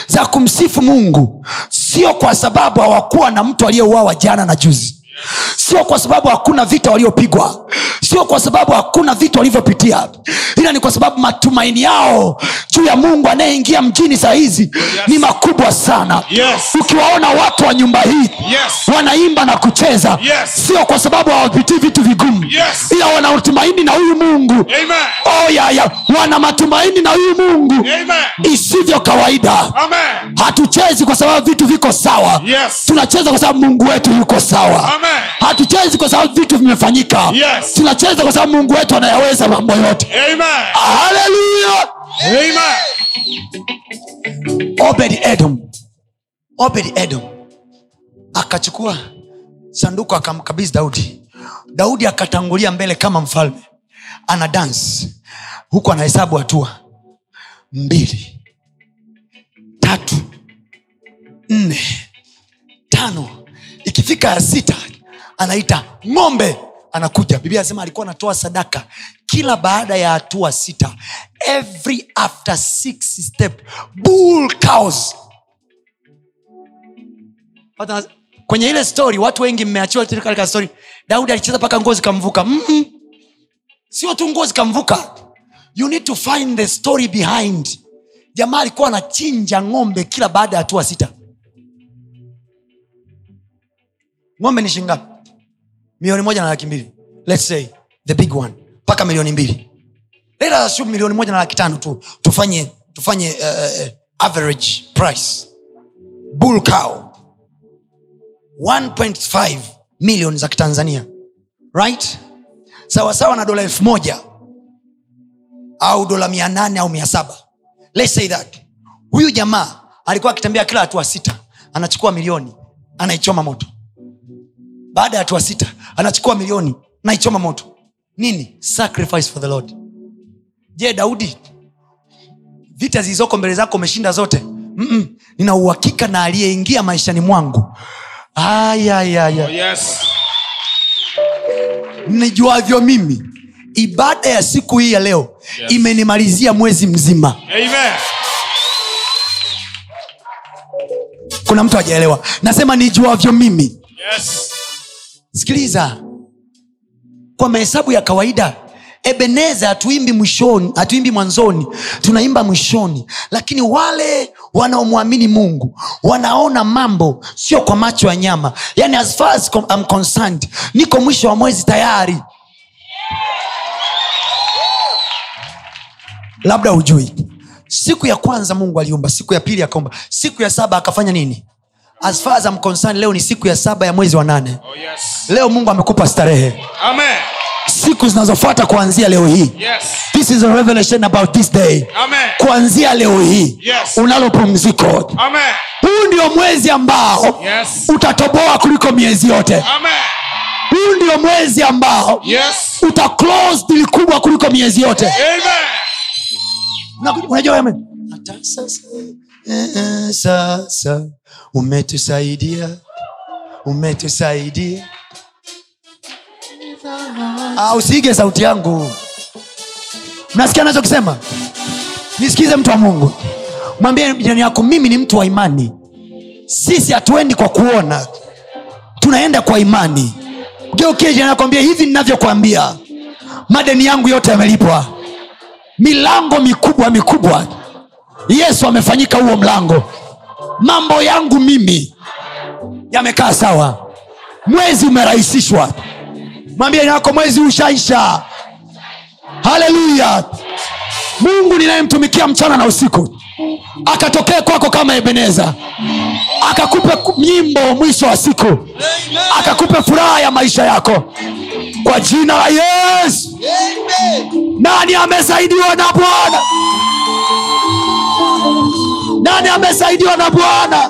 B: za kumsifu mungu sio kwa sababu hawakuwa na mtu aliyeuawa jana na juzi sio kwa sababu hakuna vita waliopigwa sio kwa sababu hakuna vitu walivyopitia ila ni kwa sababu matumaini yao juu ya mungu anayeingia mjini saa hizi ni makubwa sana
C: Yes.
B: ukiwaona watu wa nyumba hii
C: Yes.
B: wanaimba na kucheza
C: Yes.
B: sio kwa sababu hawapitii vitu vigumu
C: Yes.
B: ila wanatumaini na huyu mungu
C: Amen.
B: oh, ya, ya. wana matumaini na huyu mungu
C: Amen.
B: isivyo kawaida
C: Amen.
B: hatuchezi kwa sababu vitu viko sawa
C: Yes.
B: tunacheza kwa sababu mungu wetu yuko sawa
C: Amen.
B: hatuchezi kwa sababu vitu vimefanyika
C: Yes.
B: tunacheza kwa sababu mungu wetu anayaweza mambo yote
C: Amen.
B: haleluya
C: Amen.
B: obed edom obed edom akachukua sanduku akamkabidhi daudi daudi akatangulia mbele kama mfalme ana dansi huku anahesabu hatua mbili tatu nne tano ikifika ya sita anaita ng'ombe
A: anakuja biblia anasema alikuwa anatoa sadaka kila baada ya hatua sita every after six step bull cows Pata- kwenye ile story watu wengi mmeachiwa tu katika story daudi alicheza mpaka nguo zikamvuka Mm-mm. sio tu nguo zikamvuka you need to find the story behind jamaa alikuwa anachinja ng'ombe kila baada ya hatua sita ng'ombe ni shingapi milioni moja na laki mbili let's say the big one mpaka milioni mbili Let us assume milioni moja na laki tano tu tufanye tufanye uh, average price bull cow 1.5 milioni za kitanzania right sawasawa na dola elfu moja au dola mia nane au mia saba Let's say that huyu jamaa alikuwa akitembea kila hatua sita anachukua milioni anaichoma moto baada ya hatua sita anachukua milioni naichoma moto nini sacrifice for the lord je daudi vita zilizoko mbele zako umeshinda zote Mm-mm. nina uhakika na aliyeingia maishani mwangu ayayaya
C: Oh, yes.
A: nijuavyo mimi ibada ya siku hii ya leo yes. imenimalizia mwezi mzima
J: Amen.
A: kuna mtu hajaelewa nasema nijuavyo mimi
J: Yes.
A: sikiliza kwa mahesabu ya kawaida ebeneza hatuimbi mwishoni hatuimbi mwanzoni tunaimba mwishoni lakini wale wanaomwamini mungu wanaona mambo sio kwa macho ya nyama yani as far as com- I'm concerned niko mwisho wa mwezi tayari labda hujui siku ya kwanza mungu aliumba siku ya pili akaumba siku ya saba akafanya nini as far as I'm concerned leo ni siku ya saba ya mwezi wa nane
C: Oh, yes.
A: leo mungu amekupa starehe
C: Amen.
A: siku zinazofuata kuanzia leo hii
C: Yes.
A: this is a revelation about this day
C: Amen.
A: kuanzia leo hii
C: Yes.
A: unalo pumziko
C: Amen.
A: huu ndio mwezi ambao
C: Yes.
A: utatoboa kuliko miezi yote
C: Amen.
A: huu ndio mwezi ambao
C: Yes.
A: uta close dili kubwa kuliko miezi yote
C: Amen.
A: Na- unajua wewe, hata sasa eh, eh, sasa umetusaidia umetusaidia Ah, usiige sauti yangu mnasikia anachokisema nisikize mtu wa mungu mwambie jirani yako mimi ni mtu wa imani sisi hatuendi kwa kuona tunaenda kwa imani geukie jirani yako ambie hivi ninavyokwambia madeni yangu yote yamelipwa milango mikubwa mikubwa yesu amefanyika huo mlango mambo yangu mimi yamekaa sawa mwezi umerahisishwa mwambie nako mwezi ushaisha haleluya mungu ninayemtumikia mchana na usiku akatokee kwako kama ebeneza akakupe ku- nyimbo mwisho wa siku akakupe furaha ya maisha yako kwa jina la yesu nani amesaidiwa na bwana nani amesaidiwa na bwana